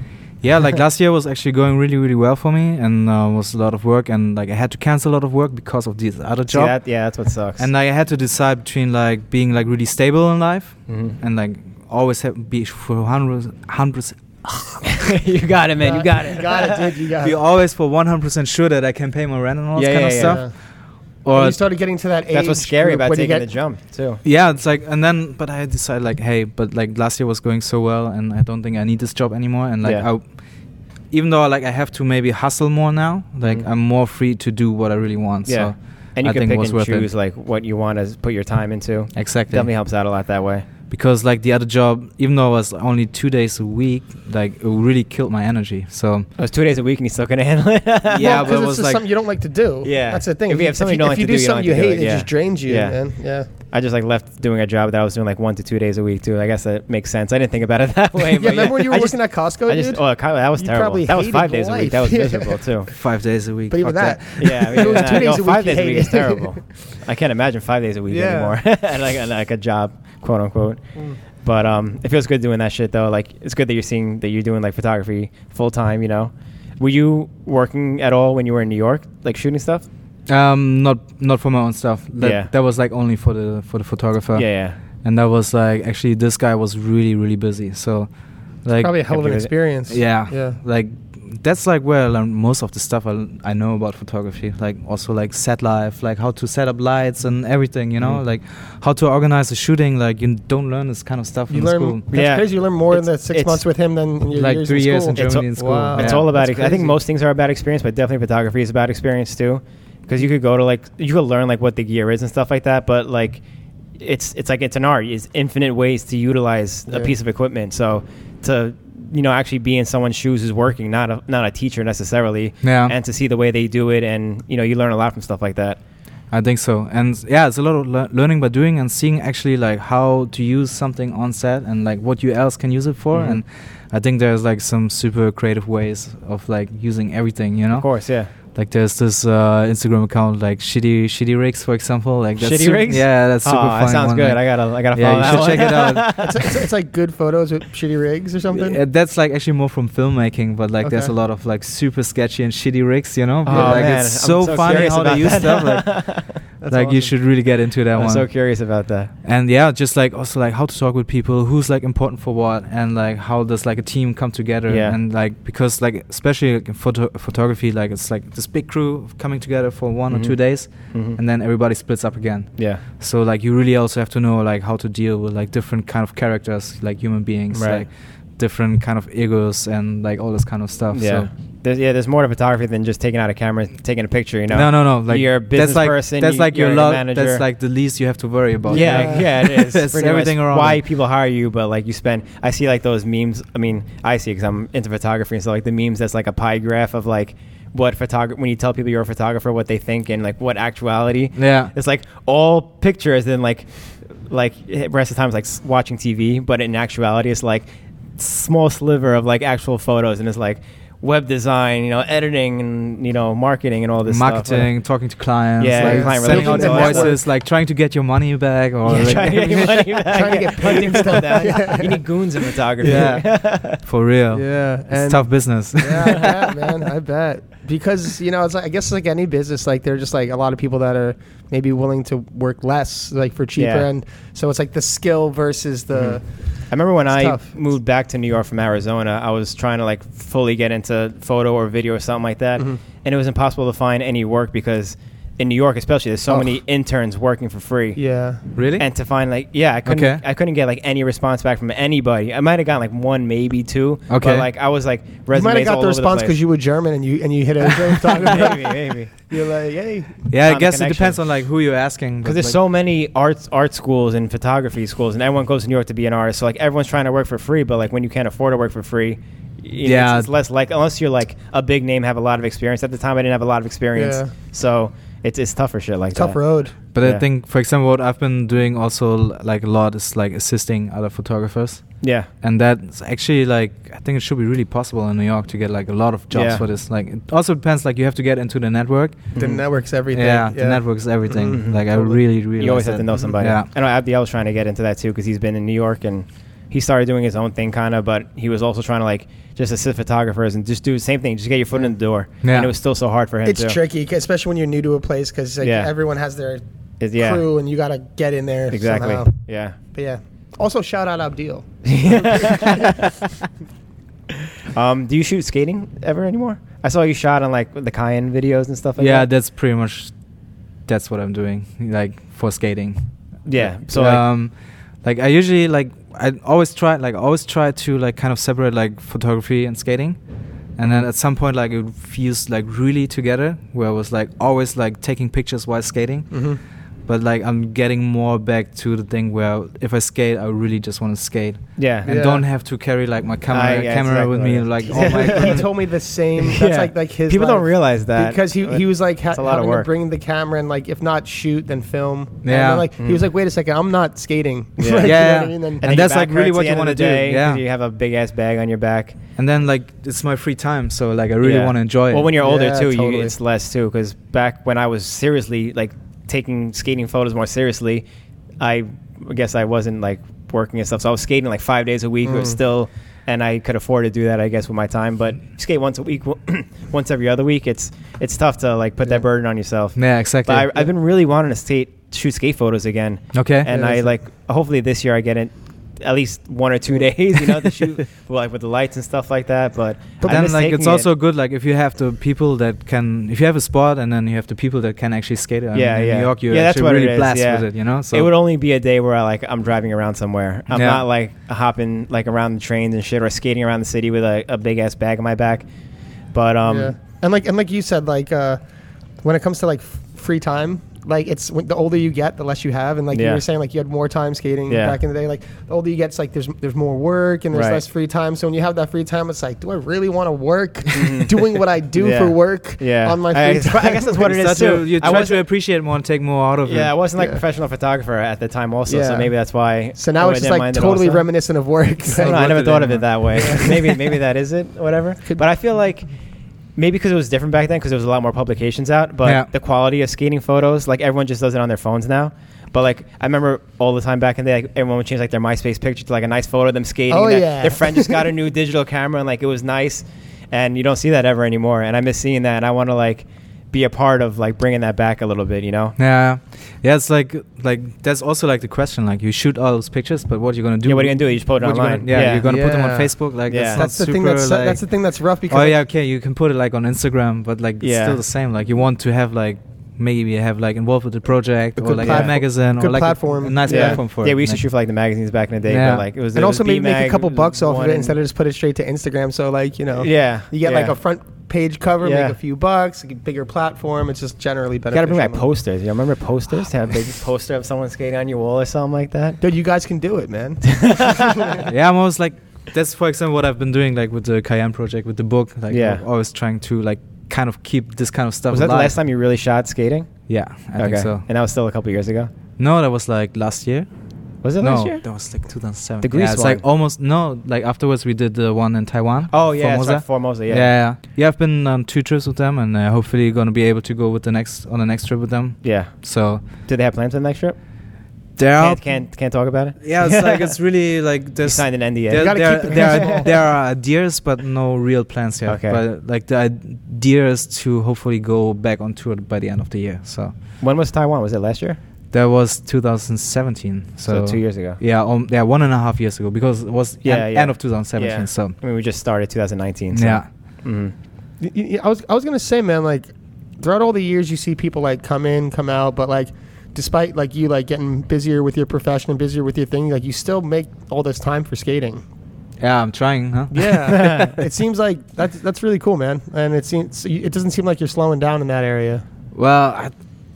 Speaker 3: Yeah, like last year was actually going really really well for me, and uh, was a lot of work, and like I had to cancel a lot of work because of this other
Speaker 1: See,
Speaker 3: job.
Speaker 1: that- yeah, that's what sucks.
Speaker 3: And I had to decide between like being like really stable in life
Speaker 1: Mhm.
Speaker 3: and like always have be for hundreds hundreds.
Speaker 1: you got it, man. You Mm-hmm. got it.
Speaker 2: You got it, dude. You got
Speaker 3: Be
Speaker 2: it.
Speaker 3: always for one hundred percent sure that I can pay my rent and all
Speaker 1: Yeah,
Speaker 3: this
Speaker 1: yeah,
Speaker 3: kind of
Speaker 1: yeah.
Speaker 3: stuff.
Speaker 2: When
Speaker 3: Or
Speaker 2: you started getting to that age.
Speaker 1: That's what's scary
Speaker 2: group
Speaker 1: about
Speaker 2: when you
Speaker 1: taking
Speaker 2: get-
Speaker 1: the jump, too.
Speaker 3: yeah, it's like and then but I decided like hey, but like last year was going so well and I don't think I need this job anymore and like
Speaker 1: Yeah.
Speaker 3: I even though like I have to maybe hustle more now, like
Speaker 1: Mhm.
Speaker 3: I'm more free to do what I really want.
Speaker 1: Yeah.
Speaker 3: So
Speaker 1: And you
Speaker 3: I
Speaker 1: can
Speaker 3: think it
Speaker 1: pick
Speaker 3: was
Speaker 1: and
Speaker 3: worth it.
Speaker 1: choose like what you want to put your time into.
Speaker 3: exactly.
Speaker 1: Definitely helps out a lot that way.
Speaker 3: because like the other job even though it was only two days a week like it really killed my energy so
Speaker 1: It was two days a week and you still couldn't handle it.
Speaker 2: Well,
Speaker 3: Yeah, but
Speaker 2: 'cause it's
Speaker 3: it was
Speaker 2: just
Speaker 3: like-
Speaker 2: something you don't like to do.
Speaker 1: Yeah.
Speaker 2: that's the thing.
Speaker 1: If you have something you don't like
Speaker 2: if
Speaker 1: to
Speaker 2: you
Speaker 1: do, you don't
Speaker 2: something you,
Speaker 1: like to do
Speaker 2: hate,
Speaker 1: it,
Speaker 2: it
Speaker 1: yeah.
Speaker 2: just drains you,
Speaker 1: Yeah.
Speaker 2: man. Yeah.
Speaker 1: I just like left doing a job that I was doing like one to two days a week too. I guess that makes sense. I didn't think about it that way.
Speaker 2: yeah,
Speaker 1: but
Speaker 2: remember when you were
Speaker 1: I just,
Speaker 2: working at Costco,
Speaker 1: I just,
Speaker 2: dude?
Speaker 1: oh, God, that was
Speaker 2: You
Speaker 1: terrible.
Speaker 2: probably
Speaker 1: That was
Speaker 2: hated
Speaker 1: five days a week. That was
Speaker 2: life.
Speaker 1: miserable too.
Speaker 3: five days a week
Speaker 2: but even
Speaker 3: fuck
Speaker 2: that,
Speaker 1: Yeah, I
Speaker 2: It
Speaker 1: mean, uh,
Speaker 2: was two days
Speaker 1: no,
Speaker 2: a
Speaker 1: five
Speaker 2: week, you
Speaker 1: days a week
Speaker 2: hated.
Speaker 1: is terrible. I can't imagine five days a week
Speaker 2: Yeah.
Speaker 1: anymore. and like, and like a job, quote unquote. But um, it feels good doing that shit though. Like it's good that you're seeing that you're doing like photography full time. You know, were you working at all when you were in New York, like shooting stuff?
Speaker 3: um not not for my own stuff that,
Speaker 1: Yeah.
Speaker 3: that was like only for the for the photographer
Speaker 1: yeah, yeah.
Speaker 3: and that was like actually this guy was really really busy so like
Speaker 2: probably a hell of an
Speaker 1: Computer-
Speaker 2: experience.
Speaker 3: yeah
Speaker 2: yeah.
Speaker 3: like that's like where I learned most of the stuff I, l- I know about photography. Like also like set life, like how to set up lights and everything. You know,
Speaker 2: Mm.
Speaker 1: Mhm.
Speaker 3: like how to organize a shooting. Like you don't learn this kind of stuff
Speaker 2: You
Speaker 3: in
Speaker 2: learn.
Speaker 3: school.
Speaker 2: That's
Speaker 1: Yeah.
Speaker 2: crazy. You learn more in the
Speaker 1: It's-
Speaker 2: six
Speaker 1: it's
Speaker 2: months with him than in your
Speaker 3: Like
Speaker 2: years
Speaker 3: three
Speaker 2: in
Speaker 3: years
Speaker 2: school.
Speaker 3: in
Speaker 1: It's
Speaker 3: Germany
Speaker 1: all-
Speaker 3: in school.
Speaker 2: wow.
Speaker 1: It's
Speaker 3: Yeah.
Speaker 1: all about.
Speaker 2: Oh, That's
Speaker 1: ex- I think
Speaker 2: crazy.
Speaker 1: most things are about experience, but definitely photography is about experience too, because you could go to like you could learn like what the gear is and stuff like that. But like, it's it's like it's an art. It's infinite ways to utilize a
Speaker 2: Yeah.
Speaker 1: piece of equipment. So to you know actually be in someone's shoes is working, not a not a teacher necessarily.
Speaker 3: Yeah.
Speaker 1: And to see the way they do it, and you know you learn a lot from stuff like that.
Speaker 3: I think so, and yeah, it's a lot of lear- learning by doing and seeing actually like how to use something on set and like what you else can use it for.
Speaker 2: Mm-hmm.
Speaker 1: Mhm.
Speaker 3: And I think there's like some super creative ways of like using everything. You know,
Speaker 1: Of course, yeah.
Speaker 3: like there's this uh, Instagram account like shitty shitty rigs, for example. Like that's
Speaker 1: Shitty
Speaker 3: sup-
Speaker 1: rigs?
Speaker 3: Yeah, that's super
Speaker 1: Aw,
Speaker 3: fun.
Speaker 1: that sounds
Speaker 3: one,
Speaker 1: good.
Speaker 3: like-
Speaker 1: I gotta I gotta
Speaker 3: Yeah,
Speaker 1: follow
Speaker 3: you
Speaker 1: that
Speaker 3: should
Speaker 1: one.
Speaker 3: check it out.
Speaker 2: It's, it's, it's like good photos with shitty rigs or something.
Speaker 3: Uh, that's like actually more from filmmaking, but like there's
Speaker 2: Okay.
Speaker 3: a lot of like super sketchy and shitty rigs, you know.
Speaker 1: Oh,
Speaker 3: But, like
Speaker 1: man,
Speaker 3: it's
Speaker 1: I'm
Speaker 3: so,
Speaker 1: so
Speaker 3: funny
Speaker 1: curious
Speaker 3: how
Speaker 1: about
Speaker 3: they use
Speaker 1: that.
Speaker 3: stuff. Like,
Speaker 2: That's
Speaker 3: like you
Speaker 2: awesome.
Speaker 3: should really get into that
Speaker 1: I'm
Speaker 3: one.
Speaker 1: so curious about that.
Speaker 3: and yeah just like also like how to talk with people who's like important for what and like how does like a team come together
Speaker 1: Yeah.
Speaker 3: and like because like especially like, in photo- photography like it's like this big crew coming together for one
Speaker 1: Mhm.
Speaker 3: or two days
Speaker 1: Mhm.
Speaker 3: and then everybody splits up again
Speaker 1: yeah,
Speaker 3: so like you really also have to know like how to deal with like different kind of characters like human beings
Speaker 1: Right.
Speaker 3: like different kind of egos and like all this kind of stuff
Speaker 1: yeah.
Speaker 3: so
Speaker 1: There's, yeah, there's more to photography than just taking out a camera, taking a picture. You know,
Speaker 3: no, no, no. Like
Speaker 1: you're a business
Speaker 3: that's like,
Speaker 1: person.
Speaker 3: That's
Speaker 1: you-
Speaker 3: like
Speaker 1: you're
Speaker 3: your
Speaker 1: a
Speaker 3: lo-
Speaker 1: manager.
Speaker 3: That's like the least you have to worry about.
Speaker 1: yeah,
Speaker 3: you know?
Speaker 1: yeah, it is.
Speaker 3: That's
Speaker 1: Pretty much
Speaker 3: everything around.
Speaker 1: Why
Speaker 3: it.
Speaker 1: people hire you, but like you spend. I see like those memes. I mean, I see because I'm into photography, and so like the memes that's like a pie graph of like what photography when you tell people you're a photographer, what they think, and like what actuality.
Speaker 3: Yeah.
Speaker 1: it's like all pictures, and like like eh, rest of the time it's like s- watching TV, but in actuality it's like small sliver of like actual photos, and it's like web design, you know, editing, and you know, marketing, and all this stuff.
Speaker 3: marketing, talking to clients,
Speaker 1: Yeah,
Speaker 3: like
Speaker 2: client
Speaker 3: sending out
Speaker 2: relations, all that
Speaker 3: invoices,
Speaker 2: stuff.
Speaker 3: like trying to get your money back, or
Speaker 1: Yeah,
Speaker 3: like-
Speaker 1: trying to get your money back.
Speaker 2: Trying to get
Speaker 1: Hunting
Speaker 2: punted.
Speaker 1: people down. You need goons in photography.
Speaker 3: Yeah. for real.
Speaker 2: yeah,
Speaker 3: It's tough business.
Speaker 2: yeah, I bet, man. I bet because you know, it's like I guess it's like any business, like they're just like a lot of people that are maybe willing to work less, like for cheaper,
Speaker 1: Yeah. Mm-hmm.
Speaker 2: and so it's like the skill versus the.
Speaker 1: I remember when
Speaker 2: It's
Speaker 1: I
Speaker 2: tough.
Speaker 1: moved back to New York from Arizona, I was trying to like fully get into photo or video or something like that,
Speaker 2: Mhm.
Speaker 1: and it was impossible to find any work because in New York, especially, there's so
Speaker 2: Ugh.
Speaker 1: many interns working for free.
Speaker 2: Yeah,
Speaker 3: Really?
Speaker 1: And to find like yeah, I couldn't
Speaker 3: Okay.
Speaker 1: I couldn't get like any response back from anybody. I might have gotten like one, maybe two.
Speaker 3: Okay.
Speaker 1: But like I was like
Speaker 2: you
Speaker 1: resumes
Speaker 2: might have got
Speaker 1: all
Speaker 2: the
Speaker 1: over
Speaker 2: response
Speaker 1: because
Speaker 2: because you were German and you and you hit a
Speaker 1: maybe
Speaker 2: photographer.
Speaker 1: maybe
Speaker 2: You're like, hey,
Speaker 3: yeah,
Speaker 1: Found
Speaker 3: I
Speaker 1: a
Speaker 3: guess it
Speaker 1: connection.
Speaker 3: depends on like who you're asking.
Speaker 1: because
Speaker 3: but,
Speaker 1: there's
Speaker 3: like,
Speaker 1: so many arts art schools and photography schools, and everyone goes to New York to be an artist. So like everyone's trying to work for free, but like when you can't afford to work for free, you know,
Speaker 3: Yeah.
Speaker 1: it's, it's less like unless you're like a big name, have a lot of experience. At the time, I didn't have a lot of experience,
Speaker 2: Yeah.
Speaker 1: so it's it's tougher shit like
Speaker 2: tough
Speaker 1: that.
Speaker 2: road.
Speaker 3: But
Speaker 1: yeah.
Speaker 3: I think, for example, what I've been doing also l- like a lot is like assisting other photographers,
Speaker 1: Yeah,
Speaker 3: and that's actually like I think it should be really possible in New York to get like a lot of jobs
Speaker 1: Yeah.
Speaker 3: for this. Like it also depends like you have to get into the network.
Speaker 2: The
Speaker 1: Mhm.
Speaker 2: network's everything.
Speaker 3: Yeah, the network is everything.
Speaker 1: Mhm.
Speaker 3: Like
Speaker 2: Totally.
Speaker 3: I really, really
Speaker 1: you always have to know
Speaker 2: Mhm.
Speaker 1: somebody.
Speaker 3: Yeah.
Speaker 1: I know Abdiel's trying to get into that too because he's been in New York and he started doing his own thing kind of, but he was also trying to like just assist photographers and just do the same thing, just get your foot in the door.
Speaker 3: Yeah.
Speaker 1: and it was still so hard for him.
Speaker 2: It's
Speaker 1: too.
Speaker 2: tricky, 'cause- especially when you're new to a place, because like
Speaker 1: Yeah.
Speaker 2: everyone has their
Speaker 1: It's- yeah,
Speaker 2: crew, and you got to get in there.
Speaker 1: exactly.
Speaker 2: somehow.
Speaker 1: Yeah.
Speaker 2: But yeah. Also, shout out Abdil.
Speaker 1: um, do you shoot skating ever anymore? I saw you shot on like the Cayenne videos and stuff like
Speaker 3: yeah,
Speaker 1: that.
Speaker 3: that's pretty much that's what I'm doing, like for skating.
Speaker 1: yeah. So like,
Speaker 3: um, like I usually like I always try like I always try to like kind of separate like photography and skating, and then at some point like it fused like really together where I was like always like taking pictures while skating, but like I'm getting more back to the thing where if I skate I really just want to skate
Speaker 1: yeah,
Speaker 3: and
Speaker 2: Yeah.
Speaker 3: don't have to carry like my camera
Speaker 1: Ah, yeah,
Speaker 3: camera
Speaker 1: exactly
Speaker 3: with
Speaker 1: what
Speaker 3: me
Speaker 1: it is.
Speaker 3: like all my
Speaker 2: he
Speaker 3: equipment.
Speaker 2: told me the same. That's
Speaker 1: Oh Yeah.
Speaker 2: like like his.
Speaker 1: People don't
Speaker 2: life.
Speaker 1: realize that
Speaker 2: because he, he was like ha-
Speaker 1: It's a lot of
Speaker 2: having to
Speaker 1: work.
Speaker 2: bring the camera and like if not shoot then film. And
Speaker 3: Yeah.
Speaker 2: then, like he was
Speaker 1: Mm.
Speaker 2: like, wait a second, I'm not skating.
Speaker 1: Yeah.
Speaker 2: Like, you know
Speaker 3: Yeah.
Speaker 2: what I mean? And-
Speaker 3: And
Speaker 1: then your
Speaker 3: that's, like,
Speaker 1: back
Speaker 3: really
Speaker 1: hurts at the
Speaker 3: what you
Speaker 1: end of
Speaker 3: wanna
Speaker 1: the
Speaker 3: do,
Speaker 1: day 'cause
Speaker 3: yeah.
Speaker 1: you have a big ass bag on your back.
Speaker 3: and then like it's my free time so like I really
Speaker 1: Yeah.
Speaker 3: want to enjoy it.
Speaker 1: Well, when you're older
Speaker 2: Yeah,
Speaker 1: too,
Speaker 2: totally.
Speaker 1: you, it's less too. Because back when I was seriously like taking skating photos more seriously, I guess I wasn't like working and stuff. So I was skating like five days a week. It was
Speaker 2: Mm.
Speaker 1: still, and I could afford to do that, I guess, with my time. But you skate once a week, once every other week. It's it's tough to like put
Speaker 2: Yeah.
Speaker 1: that burden on yourself.
Speaker 3: yeah exactly
Speaker 1: But I, I've been really wanting to skate, shoot skate photos again.
Speaker 3: okay
Speaker 1: And
Speaker 2: Yeah,
Speaker 1: I
Speaker 2: that's-
Speaker 1: like, hopefully this year I get it at least one or two days, you know, to shoot like with the lights and stuff like that. But,
Speaker 3: But
Speaker 1: I
Speaker 3: then,
Speaker 1: miss
Speaker 3: like,
Speaker 1: taking
Speaker 3: it's
Speaker 1: it.
Speaker 3: also good, like, if you have the people that can, if you have a sport and then you have the people that can actually skate.
Speaker 1: Yeah,
Speaker 3: I mean, Um, in
Speaker 1: yeah.
Speaker 3: New York, you're
Speaker 1: Yeah, that's
Speaker 3: actually
Speaker 1: what it
Speaker 3: really
Speaker 1: is,
Speaker 3: blessed
Speaker 1: yeah.
Speaker 3: with it, you know? So
Speaker 1: it would only be a day where I like I'm driving around somewhere. I'm
Speaker 3: Yeah.
Speaker 1: not like hopping like around the trains and shit or skating around the city with a, a big ass bag on my back. But um,
Speaker 2: yeah. And like and like you said, like uh, when it comes to like f- free time, like it's when, the older you get, the less you have. And like you
Speaker 1: Yeah.
Speaker 2: were saying, like you had more time skating
Speaker 1: Yeah.
Speaker 2: back in the day. Like the older you get, it's like there's there's more work and there's
Speaker 1: Right.
Speaker 2: less free time. So when you have that free time, it's like, do I really want to work doing what I do
Speaker 1: Mm. Yeah.
Speaker 2: for work
Speaker 1: Yeah.
Speaker 2: on my
Speaker 1: I-
Speaker 2: free time?
Speaker 1: I guess that's what it
Speaker 3: you
Speaker 1: is
Speaker 3: start
Speaker 1: too.
Speaker 3: to- you
Speaker 1: I
Speaker 3: try to
Speaker 1: wasn't-
Speaker 3: appreciate more and take more out of
Speaker 1: yeah, I
Speaker 3: it.
Speaker 1: wasn't like
Speaker 2: Yeah.
Speaker 1: a professional photographer at the time also,
Speaker 2: Yeah.
Speaker 1: so maybe that's why.
Speaker 2: so now
Speaker 1: I
Speaker 2: it's
Speaker 1: wouldn't
Speaker 2: just like
Speaker 1: mind it
Speaker 2: totally
Speaker 1: also.
Speaker 2: reminiscent of work.
Speaker 1: I don't know, I
Speaker 3: Look
Speaker 1: never
Speaker 3: at
Speaker 1: thought
Speaker 3: it
Speaker 1: of it that way. maybe maybe that is it. Whatever. But I feel like maybe because it was different back then because there was a lot more publications out. But
Speaker 3: Yeah.
Speaker 1: the quality of skating photos, like everyone just does it on their phones now. But like I remember all the time back in the day, like, everyone would change like their MySpace picture to like a nice photo of them skating.
Speaker 2: Oh,
Speaker 1: and their-
Speaker 2: yeah.
Speaker 1: Their friend just got a new digital camera and like it was nice. And you don't see that ever anymore. And I miss seeing that. And I want to like be a part of like bringing that back a little bit. You know.
Speaker 3: Yeah, yeah. It's like like that's also like the question. Like you shoot all those pictures, but what are you gonna do?
Speaker 1: Yeah, what are you gonna do? You just put it
Speaker 3: What you gonna-
Speaker 1: online.
Speaker 3: yeah,
Speaker 1: Yeah.
Speaker 3: you're gonna put them on
Speaker 2: Yeah.
Speaker 3: Facebook. Like
Speaker 1: Yeah.
Speaker 3: that's,
Speaker 2: That's the
Speaker 3: not
Speaker 2: thing
Speaker 3: super,
Speaker 2: that's
Speaker 3: like,
Speaker 2: that's the thing that's rough because
Speaker 3: Oh yeah, okay. You can put it like on Instagram, but like it's
Speaker 1: Yeah.
Speaker 3: still the same. Like you want to have like maybe have like involved with the project
Speaker 2: A
Speaker 3: or
Speaker 2: good
Speaker 3: like
Speaker 1: plat-
Speaker 3: a magazine or
Speaker 2: good
Speaker 3: like a-
Speaker 2: platform.
Speaker 3: A, nice
Speaker 1: yeah.
Speaker 3: platform for
Speaker 1: yeah,
Speaker 3: it.
Speaker 1: we used to
Speaker 3: like-
Speaker 1: shoot for like the magazines back in the day,
Speaker 3: Yeah.
Speaker 1: but like it was
Speaker 2: and
Speaker 1: there was
Speaker 2: also maybe make a
Speaker 1: B-Mag,
Speaker 2: couple bucks off
Speaker 1: one
Speaker 2: of it
Speaker 1: and-
Speaker 2: instead of just put it straight to Instagram. So like you know,
Speaker 1: Yeah,
Speaker 2: you get
Speaker 1: yeah.
Speaker 2: like a front page cover,
Speaker 1: Yeah.
Speaker 2: make a few bucks, a bigger platform. It's just generally
Speaker 1: You
Speaker 2: better.
Speaker 1: gotta bring back posters. You remember posters? Have a big poster of someone skating on your wall or something like that.
Speaker 2: Dude, you guys can do it, man.
Speaker 3: yeah, I'm always like that's for example what I've been doing like with the Cayenne project with the book. Like
Speaker 1: Yeah.
Speaker 3: I'm always trying to like kind of keep this kind of stuff.
Speaker 1: Was that the
Speaker 3: alive.
Speaker 1: last time you really shot skating?
Speaker 3: Yeah, I think so.
Speaker 1: And that was still a couple years ago.
Speaker 3: No, that was like last year.
Speaker 1: Was it
Speaker 3: no,
Speaker 1: last year?
Speaker 3: that was like 2007.
Speaker 1: The Greece
Speaker 3: yeah, it's like
Speaker 1: one.
Speaker 3: almost no. Like afterwards, we did the one in Taiwan.
Speaker 1: Oh yeah, Formosa. Right, Formosa. Yeah.
Speaker 3: yeah, yeah. Yeah, I've been on two trips with them, and uh, hopefully gonna be able to go with the next on the next trip with them.
Speaker 1: Yeah.
Speaker 3: So
Speaker 1: Did they have plans for the next trip?
Speaker 3: there are
Speaker 1: Can't, can't can't talk about it.
Speaker 3: yeah, it's like it's really like
Speaker 1: You
Speaker 3: there's
Speaker 1: signed an NDA.
Speaker 3: there,
Speaker 2: You gotta
Speaker 3: there-
Speaker 2: keep it
Speaker 3: there
Speaker 2: small.
Speaker 3: are, there are ideas, but no real plans yet.
Speaker 1: Okay.
Speaker 3: But like the idea is to hopefully go back on tour by the end of the year. So
Speaker 1: when was Taiwan? Was it last year?
Speaker 3: that was 2017. So,
Speaker 1: So two years ago.
Speaker 3: Yeah, um, yeah, one and a half years ago because it was
Speaker 1: Yeah,
Speaker 3: end,
Speaker 1: yeah.
Speaker 3: end of 2017.
Speaker 1: Yeah.
Speaker 3: So
Speaker 1: I mean, we just started 2019. So.
Speaker 3: yeah,
Speaker 1: Mhm.
Speaker 2: Y- y- I was I was gonna say, man, like throughout all the years, you see people like come in, come out, but like despite like you like getting busier with your profession and busier with your thing, like you still make all this time for skating.
Speaker 3: yeah, I'm trying, huh?
Speaker 2: Yeah, it seems like that's that's really cool, man. And it seems it doesn't seem like you're slowing down in that area.
Speaker 3: Well, I,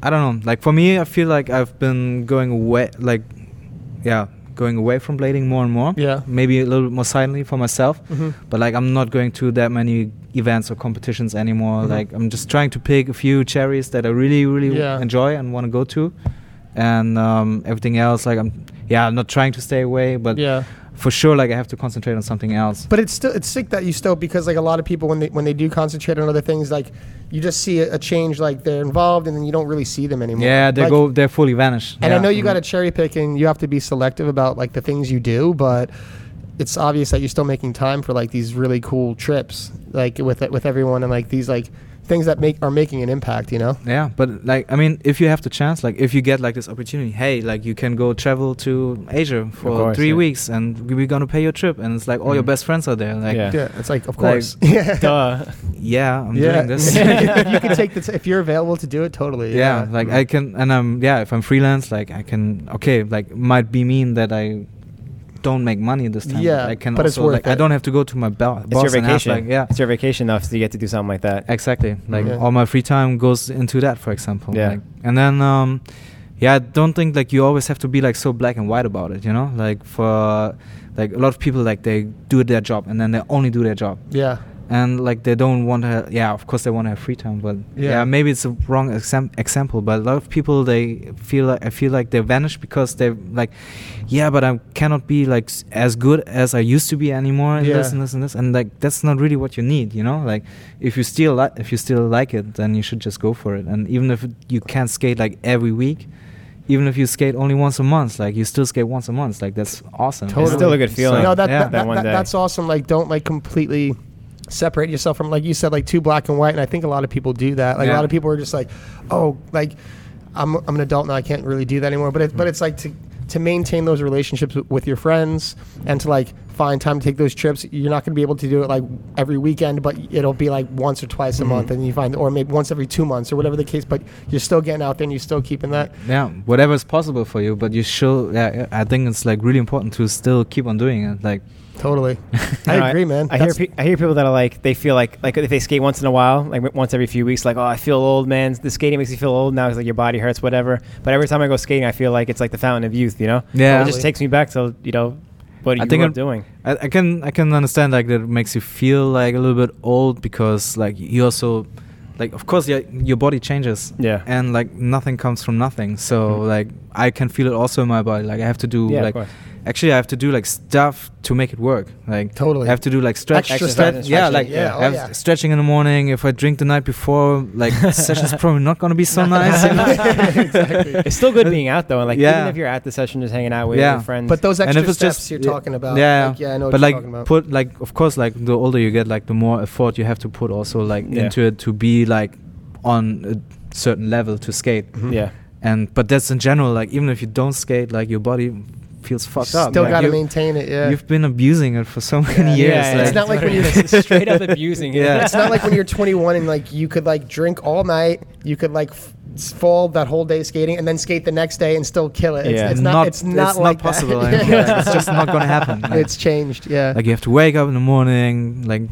Speaker 3: I don't know. Like for me, I feel like I've been going away, like, yeah, going away from blading more and more.
Speaker 2: Yeah.
Speaker 3: Maybe a little bit more silently for myself,
Speaker 2: Mhm.
Speaker 3: but like I'm not going to that many events or competitions anymore.
Speaker 2: Mhm.
Speaker 3: Like I'm just trying to pick a few cherries that I really, really
Speaker 2: Yeah.
Speaker 3: enjoy and want to go to, and um, everything else. Like I'm, yeah, I'm not trying to stay away, but
Speaker 2: yeah.
Speaker 3: for sure, like I have to concentrate on something else.
Speaker 2: But it's still it's sick that you still because like a lot of people when they when they do concentrate on other things like you just see a, a change like they're involved and then you don't really see them anymore.
Speaker 3: yeah, they
Speaker 2: Like,
Speaker 3: go, they fully vanish.
Speaker 2: And I
Speaker 3: Yeah.
Speaker 2: know you got to
Speaker 3: Mhm.
Speaker 2: cherry pick and you have to be selective about like the things you do, but it's obvious that you're still making time for like these really cool trips like with with everyone and like these like things that make are making an impact. You know.
Speaker 3: Mm-hmm. Yeah, but like I mean, if you have the chance, like if you get like this opportunity, hey, like you can go travel to Asia for
Speaker 1: course,
Speaker 3: three
Speaker 1: yeah.
Speaker 3: weeks, and we- we're gonna pay your trip, and it's like all
Speaker 2: Mm-hmm.
Speaker 3: your
Speaker 1: Mhm.
Speaker 3: best friends are there. Like,
Speaker 1: Yeah.
Speaker 3: yeah,
Speaker 2: it's like of
Speaker 3: Like-
Speaker 2: course. yeah.
Speaker 1: Duh.
Speaker 3: I'm
Speaker 2: yeah.
Speaker 3: doing this.
Speaker 2: you can take the t- if you're available to do it totally.
Speaker 3: yeah, like I can, and I'm yeah, if I'm freelance, like I can. Okay, like might be mean that I don't make money this time.
Speaker 2: Yeah,
Speaker 3: I can
Speaker 2: but it's
Speaker 3: also
Speaker 2: worth
Speaker 3: like I
Speaker 2: it.
Speaker 3: don't have to go to my bo-
Speaker 1: It's
Speaker 3: boss
Speaker 1: your
Speaker 3: and ask,
Speaker 1: vacation.
Speaker 3: like yeah.
Speaker 1: It's your vacation enough so you get to do something like that.
Speaker 3: Exactly. Like
Speaker 2: Yeah.
Speaker 3: all my free time goes into that, for example.
Speaker 1: Yeah.
Speaker 3: Like, and then, um, yeah, I don't think like you always have to be like so black and white about it. You know, like for like a lot of people, like they do their job and then they only do their job,
Speaker 2: yeah.
Speaker 3: and like they don't want to. Yeah, of course they want to have free time, but
Speaker 2: Yeah.
Speaker 3: yeah, maybe it's a wrong exam- example. But a lot of people they feel like I feel like they vanish because they like, yeah, but I cannot be like s- as good as I used to be anymore. And
Speaker 2: Yeah.
Speaker 3: this and this and this, and like that's not really what you need. You know, like if you still li- if you still like it, then you should just go for it. And even if you can't skate like every week. Even if you skate only once a month, like you still skate once a month, like that's awesome. you
Speaker 2: Totally.
Speaker 3: know?
Speaker 2: It's still a
Speaker 1: good feeling.
Speaker 2: no, that,
Speaker 1: yeah,
Speaker 2: that, that,
Speaker 1: that one
Speaker 2: that-
Speaker 1: day.
Speaker 2: that's awesome. Like, don't like completely separate yourself from like you said, like too black and white. And I think a lot of people do that. Like a
Speaker 3: Yeah.
Speaker 2: lot of people are just like, oh, like I'm I'm an adult now. I can't really do that anymore. But it, but it's like to to maintain those relationships w- with your friends and to like find time to take those trips. You're not going to be able to do it like every weekend, but it'll be like once or twice a month, and you find, or maybe once every two months, or whatever the case. But you're still getting out there and you're still keeping that.
Speaker 3: yeah, whatever is possible for you, but you should. Yeah, I think it's like really important to still keep on doing it. Like,
Speaker 2: Totally, I
Speaker 1: No,
Speaker 2: agree, man.
Speaker 1: I hear
Speaker 2: That's-
Speaker 1: pe- I hear people that are like they feel like like if they skate once in a while, like w- once every few weeks, like oh I feel old, man. The skating makes you feel old now. It's like your body hurts, whatever. But every time I go skating, I feel like it's like the fountain of youth, you know.
Speaker 3: Yeah.
Speaker 1: it just takes me back to you know what
Speaker 3: I
Speaker 1: you
Speaker 3: think
Speaker 1: were
Speaker 3: I'm-
Speaker 1: doing.
Speaker 3: I, I can I can understand like that it makes you feel like a little bit old because like you also like of course your your body changes
Speaker 1: Yeah.
Speaker 3: and like nothing comes from nothing so
Speaker 1: Mhm.
Speaker 3: like I can feel it also in my body like I have to do
Speaker 1: Yeah, of
Speaker 3: like
Speaker 1: course.
Speaker 3: actually I have to do like stuff to make it work like
Speaker 2: Totally.
Speaker 3: I have to do like stretch
Speaker 2: Extra
Speaker 3: stretch-
Speaker 1: stuff.
Speaker 3: yeah
Speaker 1: Stretching,
Speaker 3: like
Speaker 1: yeah.
Speaker 3: I have
Speaker 2: Oh, yeah.
Speaker 3: stretching in the morning if I drink the night before like session's probably not gonna be so nice you know?
Speaker 2: Exactly.
Speaker 1: It's still good being out though, and like
Speaker 3: Yeah.
Speaker 1: even if you're at the session just hanging out with
Speaker 3: Yeah.
Speaker 1: your friends.
Speaker 2: but those
Speaker 3: And
Speaker 2: extra
Speaker 3: if it's
Speaker 2: steps
Speaker 3: just-
Speaker 2: you're
Speaker 3: yeah,
Speaker 2: talking about,
Speaker 3: yeah.
Speaker 2: like, yeah, I know what
Speaker 3: but
Speaker 2: you're
Speaker 3: like
Speaker 2: talking about.
Speaker 3: put like of course like the older you get like the more effort you have to put also like
Speaker 1: Yeah.
Speaker 3: into it to be like on a certain level to skate
Speaker 1: yeah,
Speaker 3: and but that's in general like even if you don't skate like your body feels fucked
Speaker 2: still
Speaker 3: up like,
Speaker 2: gotta
Speaker 3: you,
Speaker 2: maintain it. Yeah,
Speaker 3: you've been abusing it for so
Speaker 2: Yeah,
Speaker 3: many years
Speaker 1: yeah,
Speaker 3: like,
Speaker 2: It's not like when
Speaker 1: you're
Speaker 2: you-
Speaker 1: straight up abusing. it.
Speaker 3: Yeah.
Speaker 2: it's not like when you're 21 and like you could like drink all night, you could like f- s- fall that whole day skating and then skate the next day and still kill it. It's,
Speaker 1: Yeah.
Speaker 2: it's not, It's not like that.
Speaker 3: possible
Speaker 2: Yeah.
Speaker 3: anymore. Like, it's just not gonna happen like,
Speaker 2: it's changed. Yeah.
Speaker 3: like you have to wake up in the morning like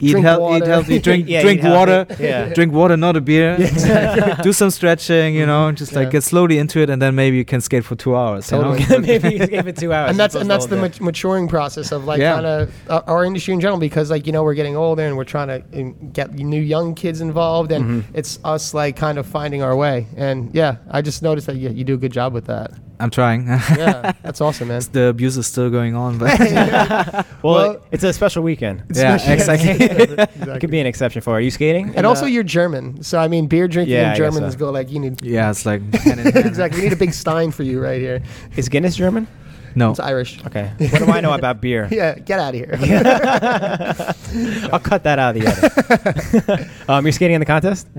Speaker 3: eat,
Speaker 2: Drink
Speaker 3: health, eat
Speaker 2: water.
Speaker 3: healthy drink
Speaker 1: Yeah,
Speaker 3: drink
Speaker 1: eat healthy.
Speaker 3: water
Speaker 1: Yeah.
Speaker 3: drink water not a beer do some stretching you know just like
Speaker 2: Yeah.
Speaker 3: get slowly into it and then maybe you can skate for two hours
Speaker 2: Totally.
Speaker 3: you know?
Speaker 1: Maybe you gave it two hours.
Speaker 2: and that's
Speaker 1: as
Speaker 2: and that's the
Speaker 1: opposed
Speaker 2: mat- maturing process of like
Speaker 3: Yeah.
Speaker 2: kind of uh, our industry in general because like you know we're getting older and we're trying to um, get new young kids involved and
Speaker 1: Mm-hmm.
Speaker 2: it's us like kind of finding our way and yeah I just noticed that you, you do a good job with that
Speaker 3: i'm trying
Speaker 2: yeah that's awesome man
Speaker 3: the abuse is still going on but
Speaker 1: to- well,
Speaker 2: well-
Speaker 1: it- it's a special weekend.
Speaker 3: yeah exactly
Speaker 1: It could be an exception for. it. Are you skating? Uh,
Speaker 2: And also, you're German, so I mean, beer drinking
Speaker 1: Yeah,
Speaker 2: and
Speaker 1: I guess
Speaker 2: Germans
Speaker 1: so.
Speaker 2: go like you need.
Speaker 3: yeah it's like hand in hand.
Speaker 2: exactly, we need a big Stein for you right here.
Speaker 1: is Guinness German? Oh.
Speaker 3: no
Speaker 2: It's Irish.
Speaker 1: Okay. What do I know about beer?
Speaker 2: Yeah, get out of here.
Speaker 1: I'll cut that out of the edit. um, you're skating in the contest?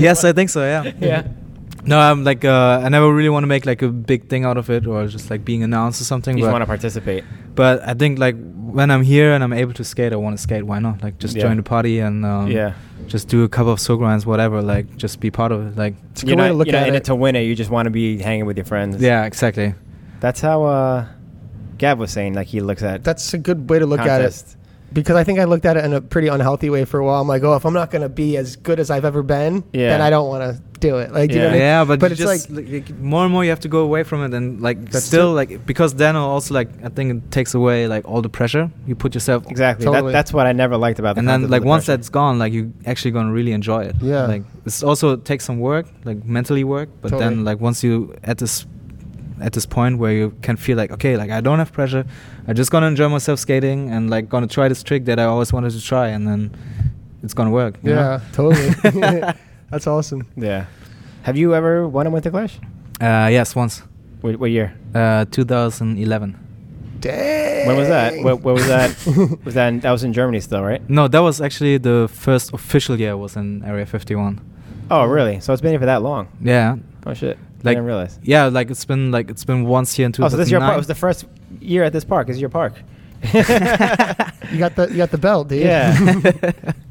Speaker 3: yes i think so yeah no i'm like uh, i never really want to make like a big thing out of it or just like being announced or something
Speaker 1: You just
Speaker 3: but
Speaker 1: want to participate.
Speaker 3: But I think like when I'm here and I'm able to skate, I want to skate. Why not? Like just
Speaker 1: Yeah.
Speaker 3: join the party and um,
Speaker 1: Yeah.
Speaker 3: just do a couple of soul grinds, whatever. Like just be part of it. Like
Speaker 2: It's a
Speaker 1: You're
Speaker 2: good way
Speaker 1: not,
Speaker 2: to look
Speaker 1: you're not
Speaker 2: at
Speaker 1: in it
Speaker 2: it.
Speaker 1: to win it. You just want to be hanging with your friends.
Speaker 3: yeah, exactly.
Speaker 1: That's how uh, Gav was saying. Like he looks at
Speaker 2: That's a good way to look at
Speaker 1: contests.
Speaker 2: it because I think I looked at it in a pretty unhealthy way for a while. I'm like, oh, if I'm not gonna be as good as I've ever been,
Speaker 1: Yeah.
Speaker 2: then I don't want to do it. Like, do you know
Speaker 1: Yeah.
Speaker 2: what I mean?
Speaker 3: Yeah, but,
Speaker 2: but
Speaker 3: you
Speaker 2: it's
Speaker 3: just,
Speaker 2: like
Speaker 3: like, like, more and more you have to go away from it and like
Speaker 2: That's
Speaker 3: still
Speaker 2: it.
Speaker 3: like because then also like I think it takes away like all the pressure you put yourself
Speaker 1: Exactly. That,
Speaker 2: Totally.
Speaker 1: that's what I never liked about the
Speaker 3: and then
Speaker 1: contest,
Speaker 3: like
Speaker 1: the
Speaker 3: once
Speaker 1: pressure.
Speaker 3: that's gone like you actually gonna really enjoy it
Speaker 2: Yeah.
Speaker 3: like it's also takes some work like mentally work but
Speaker 2: Totally.
Speaker 3: then like once you at this at this point where you can feel like okay like i don't have pressure i'm just gonna enjoy myself skating and like gonna try this trick that i always wanted to try and then it's gonna work you
Speaker 2: yeah, totally. That's awesome.
Speaker 1: Yeah. Have you ever won a Winter Clash?
Speaker 3: know? uh yes once
Speaker 1: What, what year?
Speaker 3: uh 2011
Speaker 2: Dang.
Speaker 1: When was that? What, what was that? was that in, that was in Germany still, right?
Speaker 3: no that was actually the first official year i was in area 51
Speaker 1: Oh, really? So it's been here for that long.
Speaker 3: yeah
Speaker 1: Oh shit! I
Speaker 3: Like-
Speaker 1: didn't realize.
Speaker 3: yeah like it's been like it's been once here in 2009
Speaker 1: Oh, so this is your park. It was the first year at this park. Is your park?
Speaker 2: you got the you got the belt, dude.
Speaker 1: Yeah.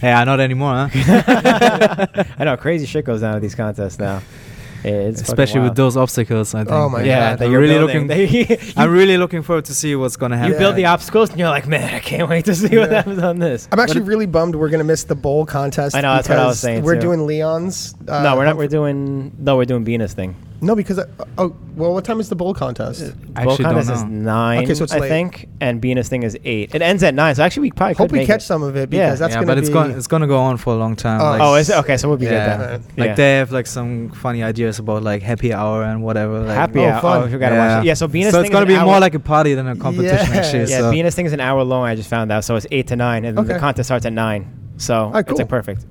Speaker 3: yeah not anymore huh?
Speaker 1: I know crazy shit goes down at these contests now. It's fucking
Speaker 3: especially with
Speaker 1: wild.
Speaker 3: those obstacles. I think.
Speaker 2: Oh my
Speaker 3: Like,
Speaker 1: Yeah,
Speaker 2: God.
Speaker 1: that
Speaker 3: I'm
Speaker 1: you're
Speaker 3: really
Speaker 1: building.
Speaker 3: looking.
Speaker 1: you
Speaker 3: I'm really looking forward to see what's gonna happen.
Speaker 2: Yeah.
Speaker 1: build the obstacles, and you're like, man, I can't wait to see what
Speaker 2: Yeah.
Speaker 1: happens on this.
Speaker 2: I'm actually really bummed we're gonna miss the bowl contest.
Speaker 1: I know, that's what I
Speaker 2: because
Speaker 1: was saying,
Speaker 2: We're
Speaker 1: too.
Speaker 2: doing Leon's. Uh,
Speaker 1: no, we're not. We're doing no, we're doing Venus thing.
Speaker 2: No, because uh, oh well, what time is the bowl contest?
Speaker 3: I
Speaker 1: Bowl
Speaker 3: actually don't
Speaker 1: contest is
Speaker 3: know.
Speaker 1: nine,
Speaker 2: Okay, so it's
Speaker 1: I
Speaker 2: late.
Speaker 1: think, and Venus thing is eight. It ends at nine, so actually we probably
Speaker 2: Hope
Speaker 1: could
Speaker 2: we
Speaker 1: make
Speaker 2: catch
Speaker 1: it.
Speaker 2: some of it
Speaker 1: Yeah.
Speaker 2: because that's
Speaker 3: yeah,
Speaker 2: gonna
Speaker 3: but
Speaker 2: be.
Speaker 3: it's going it's gonna go on for a long time.
Speaker 2: Oh.
Speaker 3: like,
Speaker 1: Oh, is it okay? So we'll be
Speaker 3: yeah.
Speaker 1: good then.
Speaker 3: Like
Speaker 1: Yeah.
Speaker 3: they have like some funny ideas about like happy hour and whatever. Like,
Speaker 1: Happy
Speaker 2: Oh,
Speaker 1: hour.
Speaker 2: fun.
Speaker 1: Oh, you gotta watch it. Yeah, so Venus.
Speaker 3: So
Speaker 1: thing
Speaker 3: it's gonna
Speaker 1: is an
Speaker 3: be more
Speaker 1: hour-
Speaker 3: like a party than a competition.
Speaker 2: Yeah.
Speaker 3: Actually,
Speaker 1: Yeah,
Speaker 3: so.
Speaker 1: Venus thing is an hour long. I just found out, so it's eight to nine, and then the
Speaker 2: Okay.
Speaker 1: contest starts at nine. So
Speaker 2: right,
Speaker 1: it's like
Speaker 2: cool.
Speaker 1: perfect.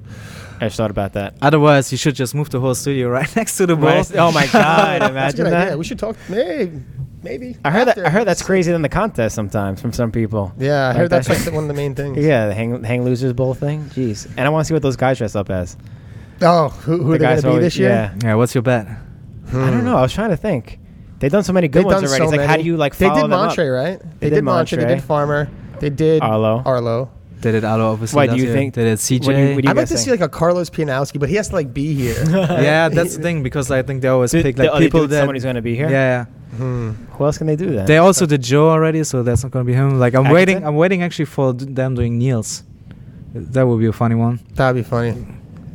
Speaker 1: I just thought about that.
Speaker 3: Otherwise, you should just move the whole studio right next to the
Speaker 1: Right,
Speaker 3: ball.
Speaker 1: it's- oh my god!
Speaker 2: That's a
Speaker 1: Imagine
Speaker 2: good idea.
Speaker 1: that.
Speaker 2: We should talk. Maybe, maybe.
Speaker 1: I heard that.
Speaker 2: after.
Speaker 1: I heard that's crazier than the contest sometimes from some people.
Speaker 2: Yeah, I
Speaker 1: Like
Speaker 2: heard that's
Speaker 1: that-
Speaker 2: like the- one of the main things.
Speaker 1: Yeah, the hang, hang losers bowl thing. Jeez, and I want to see what those guys dress up as.
Speaker 2: Oh, who,
Speaker 1: The
Speaker 2: who are they going
Speaker 1: guys
Speaker 2: to be
Speaker 1: always-
Speaker 2: this year?
Speaker 1: yeah.
Speaker 3: Yeah, what's your bet?
Speaker 1: I don't know. I was trying to think. They've done so many good
Speaker 2: Hmm. They've
Speaker 1: ones already.
Speaker 2: done so
Speaker 1: it's like,
Speaker 2: many.
Speaker 1: how do you like
Speaker 2: They
Speaker 1: follow
Speaker 2: did
Speaker 1: them up?
Speaker 2: Montre, right? They,
Speaker 1: did
Speaker 2: did Montre. They
Speaker 1: Montre.
Speaker 2: did Farmer. They did
Speaker 1: Arlo.
Speaker 2: Arlo.
Speaker 3: They did Allo, obviously.
Speaker 1: Why do
Speaker 3: last
Speaker 1: you
Speaker 3: year.
Speaker 1: think-
Speaker 3: They did CJ.
Speaker 1: what do you- what do
Speaker 2: I'd like to
Speaker 1: guys
Speaker 2: see like a Carlos Pianowski, but he has to like be here.
Speaker 3: yeah, that's the thing because I think they always
Speaker 1: Do-
Speaker 3: pick
Speaker 1: do-
Speaker 3: like
Speaker 1: oh, they do
Speaker 3: people
Speaker 1: it to
Speaker 3: that
Speaker 1: someone who's gonna be here.
Speaker 3: Yeah, yeah.
Speaker 2: Hmm.
Speaker 1: Who else can they do then?
Speaker 3: They also did Joe already, so that's not gonna be him. Like I'm
Speaker 1: Atkinson?
Speaker 3: waiting. I'm waiting actually for d- them doing Niels. That would be a funny one.
Speaker 2: That'd be funny.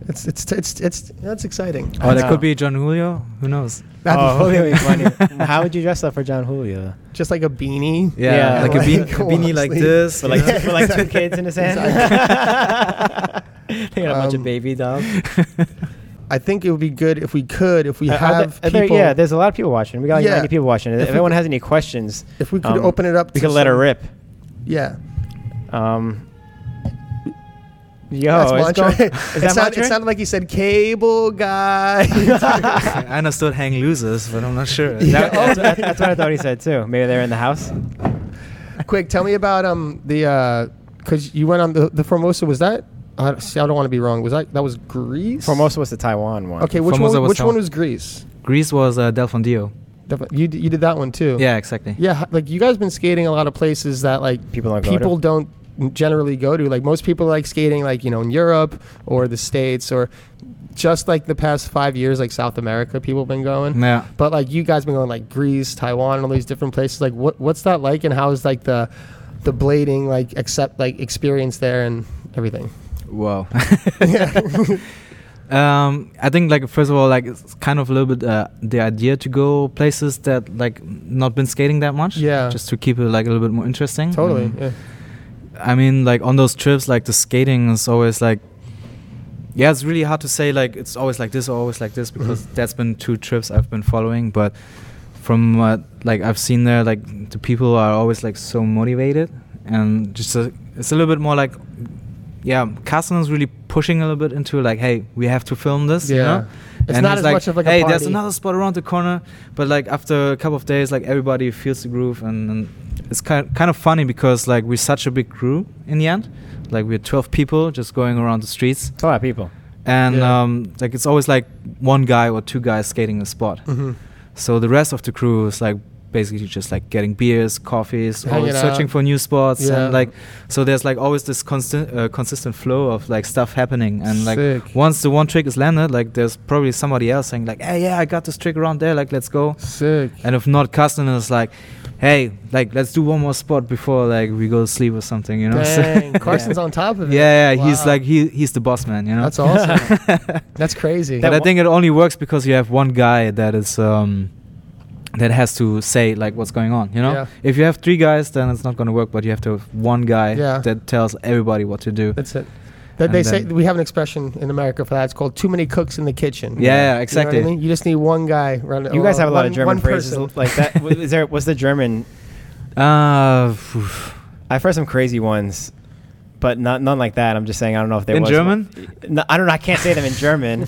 Speaker 2: It's it's it's it's that's exciting.
Speaker 1: I
Speaker 3: Or that
Speaker 1: know.
Speaker 3: could be John Julio. Who knows?
Speaker 2: That'd
Speaker 1: oh,
Speaker 2: be
Speaker 1: Julio
Speaker 2: funny.
Speaker 1: is funny. How would you dress up for John Julio?
Speaker 2: Just like a beanie.
Speaker 1: Yeah,
Speaker 3: like a, bean,
Speaker 2: like,
Speaker 3: a beanie like
Speaker 2: honestly.
Speaker 3: this.
Speaker 1: With like,
Speaker 3: you know?
Speaker 1: two, with like two kids in his hand. they got a bunch of
Speaker 2: Um,
Speaker 1: baby dolls.
Speaker 2: I think it would be good if we could if we
Speaker 1: Uh, are
Speaker 2: have
Speaker 1: there- are there-
Speaker 2: people.
Speaker 1: yeah, there's a lot of people watching. We got like
Speaker 2: Yeah.
Speaker 1: 90 people watching. If,
Speaker 2: If we
Speaker 1: anyone
Speaker 2: could-
Speaker 1: has any questions,
Speaker 2: if we could
Speaker 1: um,
Speaker 2: open it up,
Speaker 1: we
Speaker 2: to
Speaker 1: can let her
Speaker 2: some-
Speaker 1: rip.
Speaker 2: Yeah,
Speaker 1: Um, yo,
Speaker 2: that's
Speaker 1: it's
Speaker 2: mantra.
Speaker 1: going-
Speaker 2: it,
Speaker 1: is that
Speaker 2: sound-
Speaker 1: mantra?
Speaker 2: it sounded like you said cable guy.
Speaker 3: I understood hang losers, but I'm not sure.
Speaker 1: That-
Speaker 2: Yeah.
Speaker 1: that's, that's- oh, that's what I thought he said too. Maybe they're in the house.
Speaker 2: Quick, tell me about um the because you went on the the Formosa was that? I, see, I don't want to be wrong. Was that that was Greece?
Speaker 1: Formosa was the Taiwan one.
Speaker 2: Okay, which
Speaker 3: Formosa
Speaker 2: one?
Speaker 3: was
Speaker 2: which
Speaker 3: Taiwan.
Speaker 2: one was Greece?
Speaker 3: Greece was uh, Del Fondio.
Speaker 2: Defi- You d- you did that one too.
Speaker 3: Yeah, exactly.
Speaker 2: Yeah, h- like you guys been skating a lot of places that like
Speaker 1: People don't go
Speaker 2: people
Speaker 1: to.
Speaker 2: don't generally go to. Like most people like skating like, you know, in Europe or the States or just like the past 5 years like South America people been going.
Speaker 3: Yeah.
Speaker 2: But like you guys been going like Greece, Taiwan, and all these different places. Like what what's that like and how is like the the blading like accept like experience there and everything?
Speaker 3: Wow. um, I think like first of all, like it's kind of a little bit uh, the idea to go places that like not been skating that much.
Speaker 2: Yeah.
Speaker 3: Just to keep it like a little bit more
Speaker 1: Mm-hmm.
Speaker 3: interesting.
Speaker 2: Totally.
Speaker 3: Mm.
Speaker 2: Yeah.
Speaker 3: I mean, like on those trips, like the skating is always like. Yeah, it's really hard to say like it's always like this or always like this because
Speaker 2: Mm-hmm.
Speaker 3: that's been two trips I've been following. But from what like I've seen there, like the people are always like so motivated and just a, it's a little bit more like yeah, Carson is really pushing a little bit into like hey, we have to film this. You
Speaker 2: Yeah.
Speaker 3: know?
Speaker 2: It's not
Speaker 3: he's
Speaker 2: as much of, like, a
Speaker 3: hey, there's
Speaker 2: party."
Speaker 3: another spot around the corner, but like after a couple of days, like everybody feels the groove, and, and it's kind kind of funny because like we're such a big crew in the end, like we're 12 people just going around the streets,
Speaker 1: It's a lot of people.
Speaker 3: and
Speaker 2: Yeah.
Speaker 3: um, like it's always like one guy or two guys skating a spot.
Speaker 2: Mhm.
Speaker 3: So the rest of the crew is like basically just like getting beers, coffees,
Speaker 2: Hanging
Speaker 3: always searching
Speaker 2: out.
Speaker 3: for new spots,
Speaker 2: Yeah.
Speaker 3: and like so there's like always this constant uh, consistent flow of like stuff happening, and like
Speaker 2: Sick.
Speaker 3: once the one trick is landed, like there's probably somebody else saying like, hey yeah, I got this trick around there, like let's go,
Speaker 2: Sick.
Speaker 3: and if not, Carsten is like, hey, like let's do one more spot before like we go to sleep or something, you know? So-
Speaker 2: Dang, Carson's on top of it.
Speaker 3: yeah, yeah, he's
Speaker 2: Wow.
Speaker 3: like he he's the boss man, you know.
Speaker 2: That's awesome. That's crazy.
Speaker 3: But I think it only works because you have one guy that is um, that has to say like what's going on. You know,
Speaker 2: Yeah.
Speaker 3: if you have three guys, then it's not going to work. But you have to have one guy
Speaker 2: Yeah.
Speaker 3: that tells everybody what to do.
Speaker 2: That's it. That they
Speaker 3: And
Speaker 2: say
Speaker 3: then-
Speaker 2: we have an expression in America for that. It's called "too many cooks in the kitchen."
Speaker 3: Yeah, yeah,
Speaker 2: You know what I
Speaker 3: exactly.
Speaker 2: mean? You just need one guy running.
Speaker 1: You guys
Speaker 2: well,
Speaker 1: have a lot
Speaker 2: one-
Speaker 1: of German
Speaker 2: one
Speaker 1: phrases
Speaker 2: person.
Speaker 1: like that. W- Is there? What's the German?
Speaker 3: Uh, phew.
Speaker 1: I've heard some crazy ones, but not none like that. I'm just saying. I don't know if there
Speaker 3: in
Speaker 1: was one.
Speaker 3: German,
Speaker 1: No, I don't. know. I can't say them in German.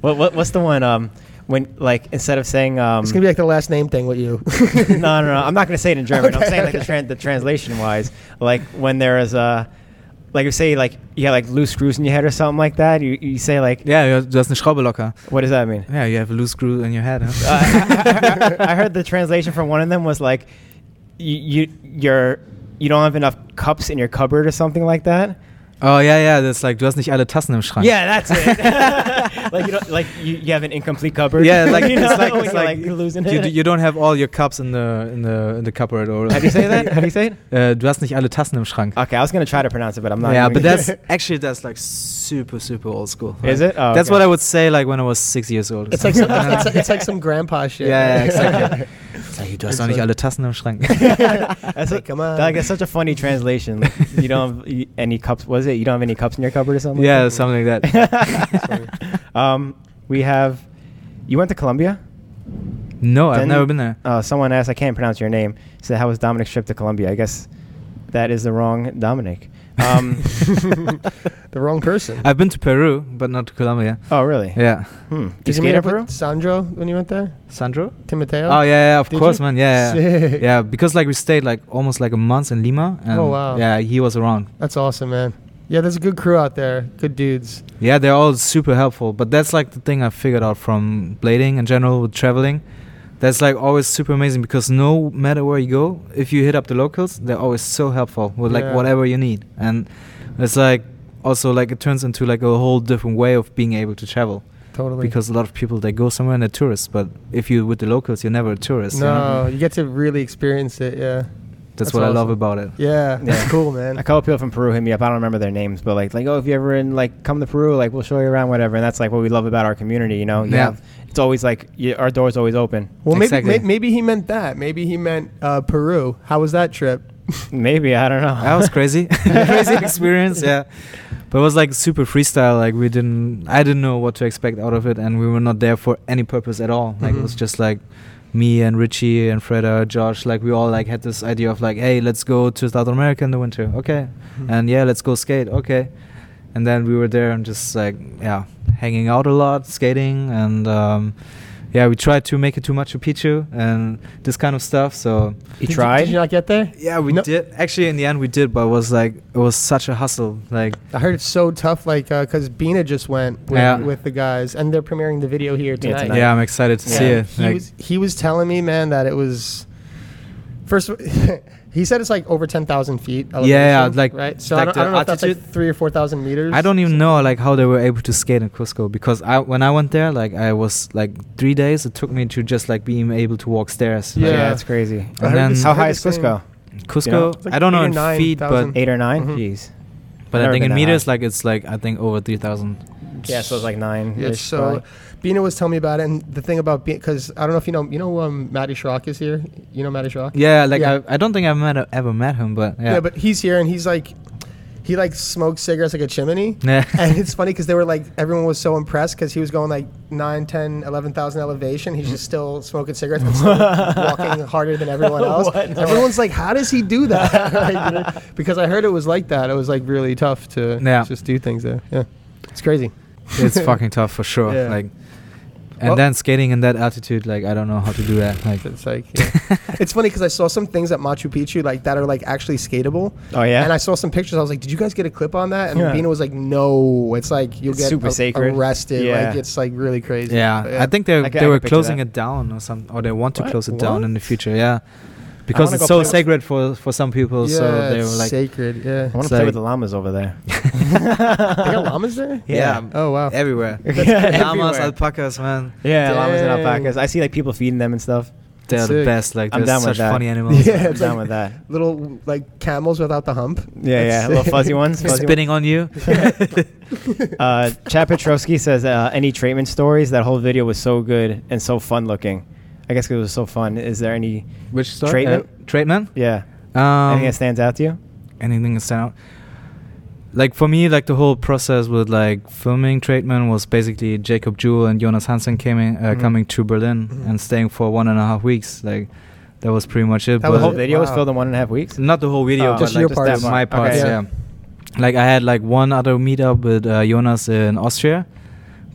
Speaker 1: what, what, what's the one? Um, when like instead of saying um,
Speaker 2: It's gonna be like the last name thing with you.
Speaker 1: no, no, no. I'm not going to say it in German. I'm
Speaker 2: Okay,
Speaker 1: saying like the, tran the translation wise, like when there is a, like you say like you have like loose screws in your head or something like that. You, you say like,
Speaker 3: yeah, you have- there's a Schraube locker.
Speaker 1: what does that mean?
Speaker 3: Yeah, you have a loose screw in your head. Huh?
Speaker 1: Uh, I, I heard the translation from one of them was like, you, you you're you don't have enough cups in your cupboard or something like that.
Speaker 3: oh yeah, yeah, that's like du hast nicht alle Tassen im Schrank.
Speaker 1: Yeah, that's it. like you don't, like you, you have an incomplete cupboard.
Speaker 3: Yeah, like
Speaker 1: You know,
Speaker 3: it's like
Speaker 1: when
Speaker 3: it's
Speaker 1: you're,
Speaker 3: like,
Speaker 1: you're losing
Speaker 3: you,
Speaker 1: it.
Speaker 3: d- you don't have all your cups in the in the in the cupboard or
Speaker 1: How do you say that? How do you say it? Ah,
Speaker 3: uh, du hast nicht alle Tassen im Schrank.
Speaker 1: Okay, I was gonna try to pronounce it, but I'm not.
Speaker 3: yeah,
Speaker 1: even
Speaker 3: but
Speaker 1: gonna-
Speaker 3: that's actually that's like super super old school.
Speaker 1: Is
Speaker 3: Like,
Speaker 1: it? Oh,
Speaker 3: That's
Speaker 1: okay.
Speaker 3: what I would say like when I was six years old. or
Speaker 2: it's like
Speaker 3: something.
Speaker 2: some, it's, like- it's like some grandpa shit.
Speaker 3: yeah, yeah, exactly. it's like, du hast
Speaker 2: It's
Speaker 3: doch nicht
Speaker 2: like-
Speaker 3: alle Tassen im Schrank.
Speaker 1: That's
Speaker 2: Like,
Speaker 1: a-
Speaker 2: come on.
Speaker 1: Like, it's such a funny translation. Like, you don't have y- any cups. Was it? You don't have any cups in your cupboard or something? like
Speaker 3: yeah, something like that.
Speaker 1: that? um, we have. You went to Colombia.
Speaker 3: No, Oh, I've
Speaker 1: Then-
Speaker 3: never been there.
Speaker 2: Oh.
Speaker 1: Uh, someone asked. I can't pronounce your name. Said, "How was Dominic's trip to Colombia?" I guess that is the wrong Dominic. Um,
Speaker 2: the wrong person.
Speaker 3: I've been to Peru, but not to Colombia.
Speaker 1: oh, really?
Speaker 3: Yeah,
Speaker 1: Hmm. Did you
Speaker 2: Did you
Speaker 1: skate
Speaker 2: meet
Speaker 1: in
Speaker 2: up
Speaker 1: Peru?
Speaker 2: with Sandro when you went there?
Speaker 3: Sandro.
Speaker 2: Timoteo.
Speaker 3: Oh yeah, yeah of
Speaker 2: Did
Speaker 3: course,
Speaker 2: you?
Speaker 3: man. Yeah, yeah,
Speaker 2: Sick.
Speaker 3: yeah. Because like we stayed like almost like a month in Lima. And
Speaker 2: Oh, wow.
Speaker 3: Yeah, he was around.
Speaker 2: That's awesome, man. Yeah, there's a good crew out there. Good dudes.
Speaker 3: Yeah, they're all super helpful. But that's like the thing I figured out from blading in general with traveling. That's like always super amazing because no matter where you go, if you hit up the locals, they're always so helpful with like
Speaker 2: Yeah.
Speaker 3: whatever you need. And it's like also like it turns into like a whole different way of being able to travel
Speaker 2: Totally.
Speaker 3: because a lot of people they go somewhere and they're tourists, but if you're with the locals, you're never a tourist. you know?
Speaker 2: no, you get to really experience it. Yeah.
Speaker 3: That's,
Speaker 2: that's
Speaker 3: what I love
Speaker 2: awesome.
Speaker 3: about it.
Speaker 2: Yeah. That's
Speaker 1: Yeah.
Speaker 2: cool, man.
Speaker 1: A couple people from Peru hit me up. I don't remember their names, but like, like, oh, if you ever in like come to Peru, like we'll show you around, whatever. And that's like what we love about our community, you know. You
Speaker 3: Yeah.
Speaker 1: have- it's always like you, our door's always open.
Speaker 2: Well, maybe
Speaker 3: Exactly.
Speaker 2: may- maybe he meant that. Maybe he meant uh, Peru. How was that trip?
Speaker 1: Maybe I don't know.
Speaker 3: that was crazy crazy experience yeah but it was like super freestyle like we didn't i didn't know what to expect out of it and we were not there for any purpose at all like it was
Speaker 2: Mhm.
Speaker 3: just like me and richie and freda josh like we all like had this idea of like hey let's go to south america in the winter okay
Speaker 2: Mm-hmm.
Speaker 3: and yeah let's go skate okay and then we were there and just like yeah hanging out a lot skating and um yeah, we tried to make it to Machu Picchu and this kind of stuff. So
Speaker 1: he
Speaker 2: Did you-
Speaker 1: tried.
Speaker 2: did you not get there?
Speaker 3: yeah, we
Speaker 2: No.
Speaker 3: did. Actually, in the end, we did, but it was like it was such a hustle. Like,
Speaker 2: I heard it's so tough, like, because Bina just went with,
Speaker 3: Yeah.
Speaker 2: with the guys, and they're premiering the video here
Speaker 1: Yeah,
Speaker 2: tonight.
Speaker 1: tonight.
Speaker 3: yeah, I'm excited to see
Speaker 1: Yeah.
Speaker 3: it.
Speaker 2: He
Speaker 3: Like,
Speaker 2: was he was telling me, man, that it was first. of- he said it's like over ten thousand feet. Elevation,
Speaker 3: Yeah, yeah, like-
Speaker 2: right. So I
Speaker 3: like
Speaker 2: don't, I
Speaker 3: the
Speaker 2: don't know if that's like
Speaker 3: altitude.
Speaker 2: three or four thousand meters.
Speaker 3: I don't even know like how they were able to skate in Cusco because I when I went there, like I was like three days. It took me to just like being able to walk stairs.
Speaker 1: yeah.
Speaker 3: Like,
Speaker 2: Yeah.
Speaker 1: that's crazy.
Speaker 2: I
Speaker 3: and
Speaker 2: heard
Speaker 3: then-
Speaker 2: the-
Speaker 1: How
Speaker 2: I heard
Speaker 1: high
Speaker 2: the
Speaker 1: is
Speaker 2: same-
Speaker 1: Cusco?
Speaker 3: Cusco,
Speaker 1: know,
Speaker 2: it's like
Speaker 3: I don't know
Speaker 2: eight or
Speaker 3: in
Speaker 2: nine
Speaker 3: feet, but
Speaker 2: thousand.
Speaker 1: Eight or 9
Speaker 2: Mhm.
Speaker 1: Jeez.
Speaker 3: but I
Speaker 1: Never
Speaker 3: think
Speaker 1: been that
Speaker 3: in meters,
Speaker 1: high.
Speaker 3: like it's like I think over three thousand.
Speaker 1: Yeah, so it's like nine.
Speaker 2: Yeah, it's uh, so Bina was telling me about it, and the thing about because I don't know if you know, you know, um, Matty Schrock is here. You know, Matty Schrock.
Speaker 3: Yeah, like
Speaker 2: Yeah.
Speaker 3: I, I don't think I've met ever met him, but yeah,
Speaker 2: yeah, but he's here, and he's like, he like smokes cigarettes like a chimney.
Speaker 3: yeah.
Speaker 2: and it's funny because they were like everyone was so impressed because he was going like 9 10 11,000 elevation he's just still smoking cigarettes but still walking harder than everyone else
Speaker 1: What?
Speaker 2: everyone's like how does he do that Like, you know, because i heard it was like that it was like really tough to
Speaker 3: Yeah.
Speaker 2: just do things there yeah it's crazy
Speaker 3: it's fucking tough for sure.
Speaker 2: Yeah.
Speaker 3: Like, and
Speaker 2: Well-
Speaker 3: then skating in that altitude, like I don't know how to do that. Like,
Speaker 2: it's like yeah. it's funny because i saw some things at machu picchu like that are like actually skatable
Speaker 1: Oh yeah.
Speaker 2: and i saw some pictures i was like did you guys get a clip on that and
Speaker 1: Yeah.
Speaker 2: Bina was like no it's like you'll
Speaker 1: It's
Speaker 2: get
Speaker 1: super
Speaker 2: a-
Speaker 1: sacred.
Speaker 2: arrested
Speaker 1: Yeah.
Speaker 2: like it's like really crazy
Speaker 3: Yeah,
Speaker 2: But
Speaker 3: I think they
Speaker 1: I ca- I
Speaker 3: they
Speaker 1: can
Speaker 3: were
Speaker 1: picture
Speaker 3: closing
Speaker 1: that.
Speaker 3: it down or some, or they want to
Speaker 1: What?
Speaker 3: close it down in the
Speaker 1: What?
Speaker 3: future. Yeah, because
Speaker 1: wanna
Speaker 3: it's
Speaker 1: go
Speaker 3: so
Speaker 1: play with-
Speaker 3: sacred for for some people. so they
Speaker 2: it's
Speaker 3: were like,
Speaker 2: sacred. Yeah,
Speaker 1: I want to
Speaker 3: it's
Speaker 1: play
Speaker 3: like-
Speaker 1: with the llamas over there.
Speaker 2: they got llamas there.
Speaker 3: yeah,
Speaker 2: Oh wow.
Speaker 3: everywhere.
Speaker 1: yeah,
Speaker 3: Llamas, alpacas, man,
Speaker 1: llamas and
Speaker 2: Dang.
Speaker 1: alpacas. I see like people feeding them and stuff.
Speaker 3: they're the
Speaker 2: Sick.
Speaker 3: best. Like
Speaker 1: I'm
Speaker 3: they're
Speaker 1: down with
Speaker 3: such
Speaker 1: that.
Speaker 3: funny animals.
Speaker 2: Yeah,
Speaker 1: I'm
Speaker 2: it's
Speaker 1: down
Speaker 2: like-
Speaker 1: with that.
Speaker 2: Little like camels without the hump.
Speaker 1: Yeah, yeah,
Speaker 2: That's
Speaker 1: little
Speaker 2: sick.
Speaker 1: fuzzy ones. Fuzzy ones.
Speaker 3: Spitting on you.
Speaker 1: Uh, Chad Petrovsky says, uh, "Any treatment stories? That whole video was so good and so fun looking. I guess 'cause it was so fun. Is there any?
Speaker 3: Which
Speaker 1: story? Treatment?
Speaker 3: treatment.
Speaker 1: Yeah,
Speaker 3: Uh, Um,
Speaker 1: anything that stands out to you?
Speaker 3: anything that stand out. Like for me, like the whole process with like filming treatment was basically Jacob Jewell and Jonas Hansen came in, uh,
Speaker 1: Mhm.
Speaker 3: coming to Berlin
Speaker 1: Mm-hmm.
Speaker 2: Mhm.
Speaker 3: and staying for one and a half weeks. Like that was pretty much it.
Speaker 2: That
Speaker 1: The
Speaker 2: was
Speaker 3: but-
Speaker 1: whole
Speaker 2: it?
Speaker 1: video was
Speaker 2: Wow.
Speaker 1: filled in one and a half weeks.
Speaker 3: Not the whole video,
Speaker 1: Oh,
Speaker 3: but
Speaker 2: Ah. Just
Speaker 3: like
Speaker 2: your
Speaker 3: just
Speaker 2: parts.
Speaker 3: that my
Speaker 1: Okay.
Speaker 3: parts.
Speaker 2: Yeah.
Speaker 3: Yeah. like I had like one other meetup with uh, Jonas in Austria,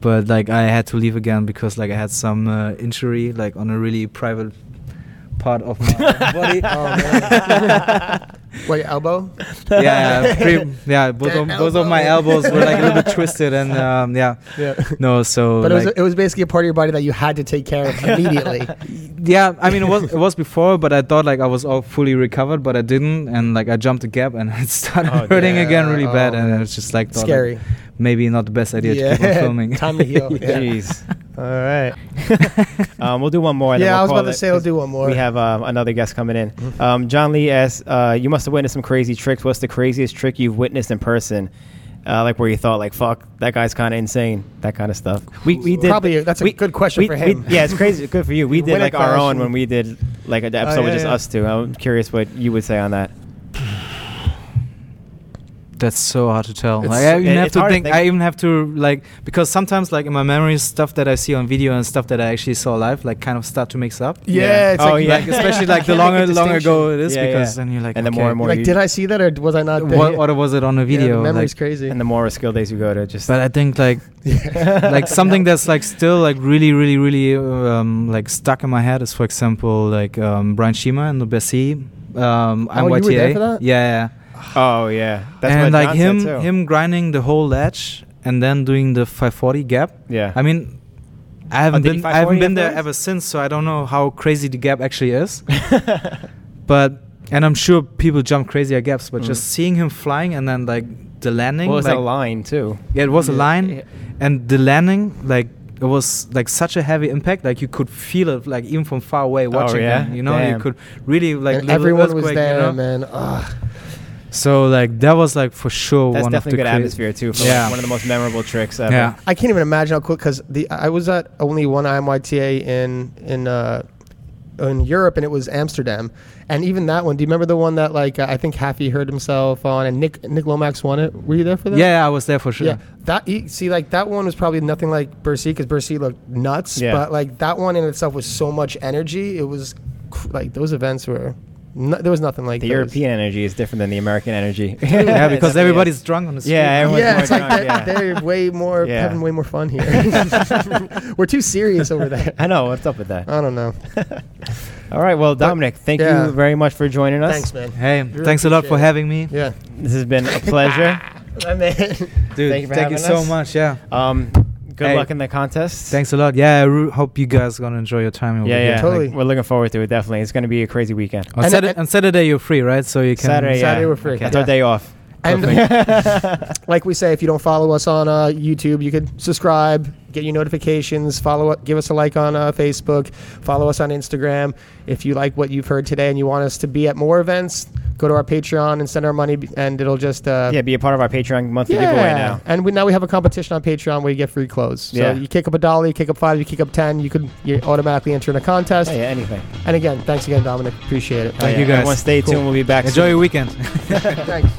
Speaker 3: but like I had to leave again because like I had some uh, injury like on a really private part of my body.
Speaker 2: Oh, man. Wait, elbow.
Speaker 3: yeah, pre- yeah. Both of,
Speaker 2: That
Speaker 3: both of my
Speaker 2: elbow.
Speaker 3: elbows were like a little bit twisted, and um, yeah,
Speaker 2: Yeah.
Speaker 3: no. So
Speaker 2: But it was
Speaker 3: like-
Speaker 2: it was basically a part of your body that you had to take care of immediately.
Speaker 3: yeah, I mean it was it was before, but I thought like I was all fully recovered, but I didn't, and like I jumped a gap and it started
Speaker 1: Oh,
Speaker 3: hurting
Speaker 2: yeah.
Speaker 3: again really bad,
Speaker 2: Oh,
Speaker 3: and it was just like thought, like,
Speaker 2: Scary.
Speaker 3: maybe not the best idea to keep on filming.
Speaker 2: Time to heal. Yeah.
Speaker 1: Jeez.
Speaker 2: All right.
Speaker 1: Um, we'll do one more. and then
Speaker 2: Yeah,
Speaker 1: we'll
Speaker 2: I was
Speaker 1: call
Speaker 2: about to
Speaker 1: it-
Speaker 2: say we'll do one more.
Speaker 1: We have um, another guest coming in.
Speaker 3: Mm-hmm.
Speaker 1: Um, John Lee asks, uh, "You must have witnessed some crazy tricks. What's the craziest trick you've witnessed in person? Uh, like where you thought, like, fuck, that guy's kind of insane. That kind of stuff." We, we did
Speaker 2: Probably
Speaker 3: uh,
Speaker 2: that's a
Speaker 1: we-
Speaker 2: good question
Speaker 1: we-
Speaker 2: for
Speaker 1: we-
Speaker 2: him.
Speaker 1: yeah, it's crazy. Good for you. We did
Speaker 2: Winner
Speaker 1: like our
Speaker 2: clash
Speaker 1: own
Speaker 2: and-
Speaker 1: when we did like
Speaker 3: Oh,
Speaker 1: an episode
Speaker 2: yeah,
Speaker 1: with just
Speaker 2: yeah.
Speaker 1: us two. I'm curious what you would say on that.
Speaker 3: That's so hard to tell.
Speaker 1: It's-
Speaker 3: Like, I even
Speaker 1: it-
Speaker 3: have
Speaker 1: it's
Speaker 3: to
Speaker 1: hard to
Speaker 3: think,
Speaker 1: think.
Speaker 3: I even have to like because sometimes like in my memories, stuff that I see on video and stuff that I actually saw live, like kind of start to mix up.
Speaker 2: Yeah,
Speaker 1: Yeah.
Speaker 2: it's
Speaker 1: Oh,
Speaker 2: like,
Speaker 1: yeah.
Speaker 3: Like especially like the
Speaker 2: You can't make a
Speaker 3: longer longer ago it is
Speaker 1: Yeah,
Speaker 3: because
Speaker 1: yeah.
Speaker 3: then you're like
Speaker 1: And the
Speaker 3: okay,
Speaker 1: more and more
Speaker 2: You're like, did I see that or was I not? there?
Speaker 3: what, what was it on a
Speaker 2: Yeah, the
Speaker 3: video?
Speaker 2: memory's
Speaker 3: like,
Speaker 2: crazy.
Speaker 1: And the more skill days you go to, just
Speaker 3: but I think like like something that's like still like really really really um, like stuck in my head is for example like um, Brian Shima and the Bessie. Um,
Speaker 2: Oh, you were there
Speaker 3: MYTA.
Speaker 2: for that?
Speaker 3: Yeah, yeah.
Speaker 1: Oh yeah, that's
Speaker 3: and
Speaker 1: what
Speaker 3: like
Speaker 1: John
Speaker 3: him,
Speaker 1: said too.
Speaker 3: him grinding the whole ledge and then doing the 540 gap.
Speaker 1: Yeah.
Speaker 3: I mean, I haven't
Speaker 1: did he
Speaker 3: been I
Speaker 1: 540
Speaker 3: haven't been there
Speaker 1: afterwards?
Speaker 3: ever since, so I don't know how crazy the gap actually is. but and I'm sure people jump crazier gaps, but
Speaker 1: Mm.
Speaker 3: just seeing him flying and then like the landing,
Speaker 1: well, it's
Speaker 3: like,
Speaker 1: a line too.
Speaker 3: Yeah, it was a
Speaker 2: Yeah.
Speaker 3: line,
Speaker 2: Yeah.
Speaker 3: and the landing like. It was like such a heavy impact, like you could feel it, like even from far away watching
Speaker 1: Oh, yeah?
Speaker 3: him. You know,
Speaker 1: Damn.
Speaker 3: you could really like
Speaker 2: and
Speaker 3: little
Speaker 2: E-, everyone was
Speaker 3: earthquake,
Speaker 2: there,
Speaker 3: you know?
Speaker 2: man. Ugh.
Speaker 3: So like that was like for sure
Speaker 1: That's
Speaker 3: one
Speaker 1: definitely
Speaker 3: of
Speaker 1: good
Speaker 3: the cra-
Speaker 1: atmosphere too. For
Speaker 3: Yeah.
Speaker 1: like one of the most memorable tricks ever.
Speaker 3: Yeah.
Speaker 2: I can't even imagine how quick because the I was at only one IMYTA in in uh, in Europe and it was Amsterdam, and even that one. Do you remember the one that like uh, I think Happy heard himself on and Nick Nick Lomax won it? Were you there for that?
Speaker 3: Yeah, I was there for sure.
Speaker 2: Yeah, that you see, like that one was probably nothing like Bercy because Bercy looked nuts.
Speaker 1: Yeah.
Speaker 2: But like that one in itself was so much energy. It was cr- like those events were, no, there was nothing like
Speaker 1: The
Speaker 2: those.
Speaker 1: European energy is different than the American energy.
Speaker 3: Yeah, because
Speaker 1: Definitely
Speaker 3: everybody's
Speaker 1: is.
Speaker 3: drunk on the street.
Speaker 1: Yeah, everyone's
Speaker 2: yeah,
Speaker 1: more
Speaker 2: it's like
Speaker 1: drunk,
Speaker 2: they're,
Speaker 1: yeah.
Speaker 2: they're way more
Speaker 1: Yeah.
Speaker 2: having way more fun here. we're too serious over there.
Speaker 1: I know what's up with that.
Speaker 2: I don't know.
Speaker 1: All right, well, Dominic, thank
Speaker 2: yeah.
Speaker 1: you very much for joining us.
Speaker 2: Thanks, man.
Speaker 3: Hey,
Speaker 2: Really
Speaker 3: thanks a lot for
Speaker 2: appreciate it.
Speaker 3: having me.
Speaker 2: Yeah,
Speaker 1: This has been a pleasure,
Speaker 2: I mean,
Speaker 3: Dude,
Speaker 1: Thank you for having
Speaker 3: so
Speaker 1: us.
Speaker 3: much. Yeah.
Speaker 1: um, good
Speaker 3: Hey.
Speaker 1: luck in the contest.
Speaker 3: Thanks a lot. Yeah, I re- hope you guys going to enjoy your time over
Speaker 1: Yeah,
Speaker 3: here.
Speaker 1: yeah,
Speaker 2: Totally.
Speaker 1: we're looking forward to it. Definitely, it's going to be a crazy weekend.
Speaker 3: On,
Speaker 2: And-
Speaker 3: Saturday,
Speaker 2: and-
Speaker 3: on Saturday you're free, right? So you can
Speaker 1: Saturday, yeah.
Speaker 2: Saturday we're free.
Speaker 1: That's
Speaker 2: Yeah.
Speaker 1: our day off.
Speaker 2: and like we say, if you don't follow us on uh, YouTube, you could subscribe, get your notifications, follow, up, give us a like on uh, Facebook, follow us on Instagram. If you like what you've heard today and you want us to be at more events, go to our Patreon and send our money, b- and it'll just uh,
Speaker 1: yeah, be a part of our Patreon monthly giveaway now.
Speaker 2: And we, now we have a competition on Patreon where you get free clothes. So
Speaker 1: Yeah.
Speaker 2: you kick up a dollar, you kick up five, you kick up ten, you could you automatically enter in a contest.
Speaker 1: Oh, yeah, anything.
Speaker 2: And again, thanks again, Dominic. Appreciate it.
Speaker 1: Oh,
Speaker 3: Thank
Speaker 1: yeah.
Speaker 3: you, guys.
Speaker 1: Everyone, stay
Speaker 2: Cool.
Speaker 1: tuned. We'll be back.
Speaker 3: Enjoy
Speaker 1: soon.
Speaker 3: your weekend.
Speaker 2: thanks.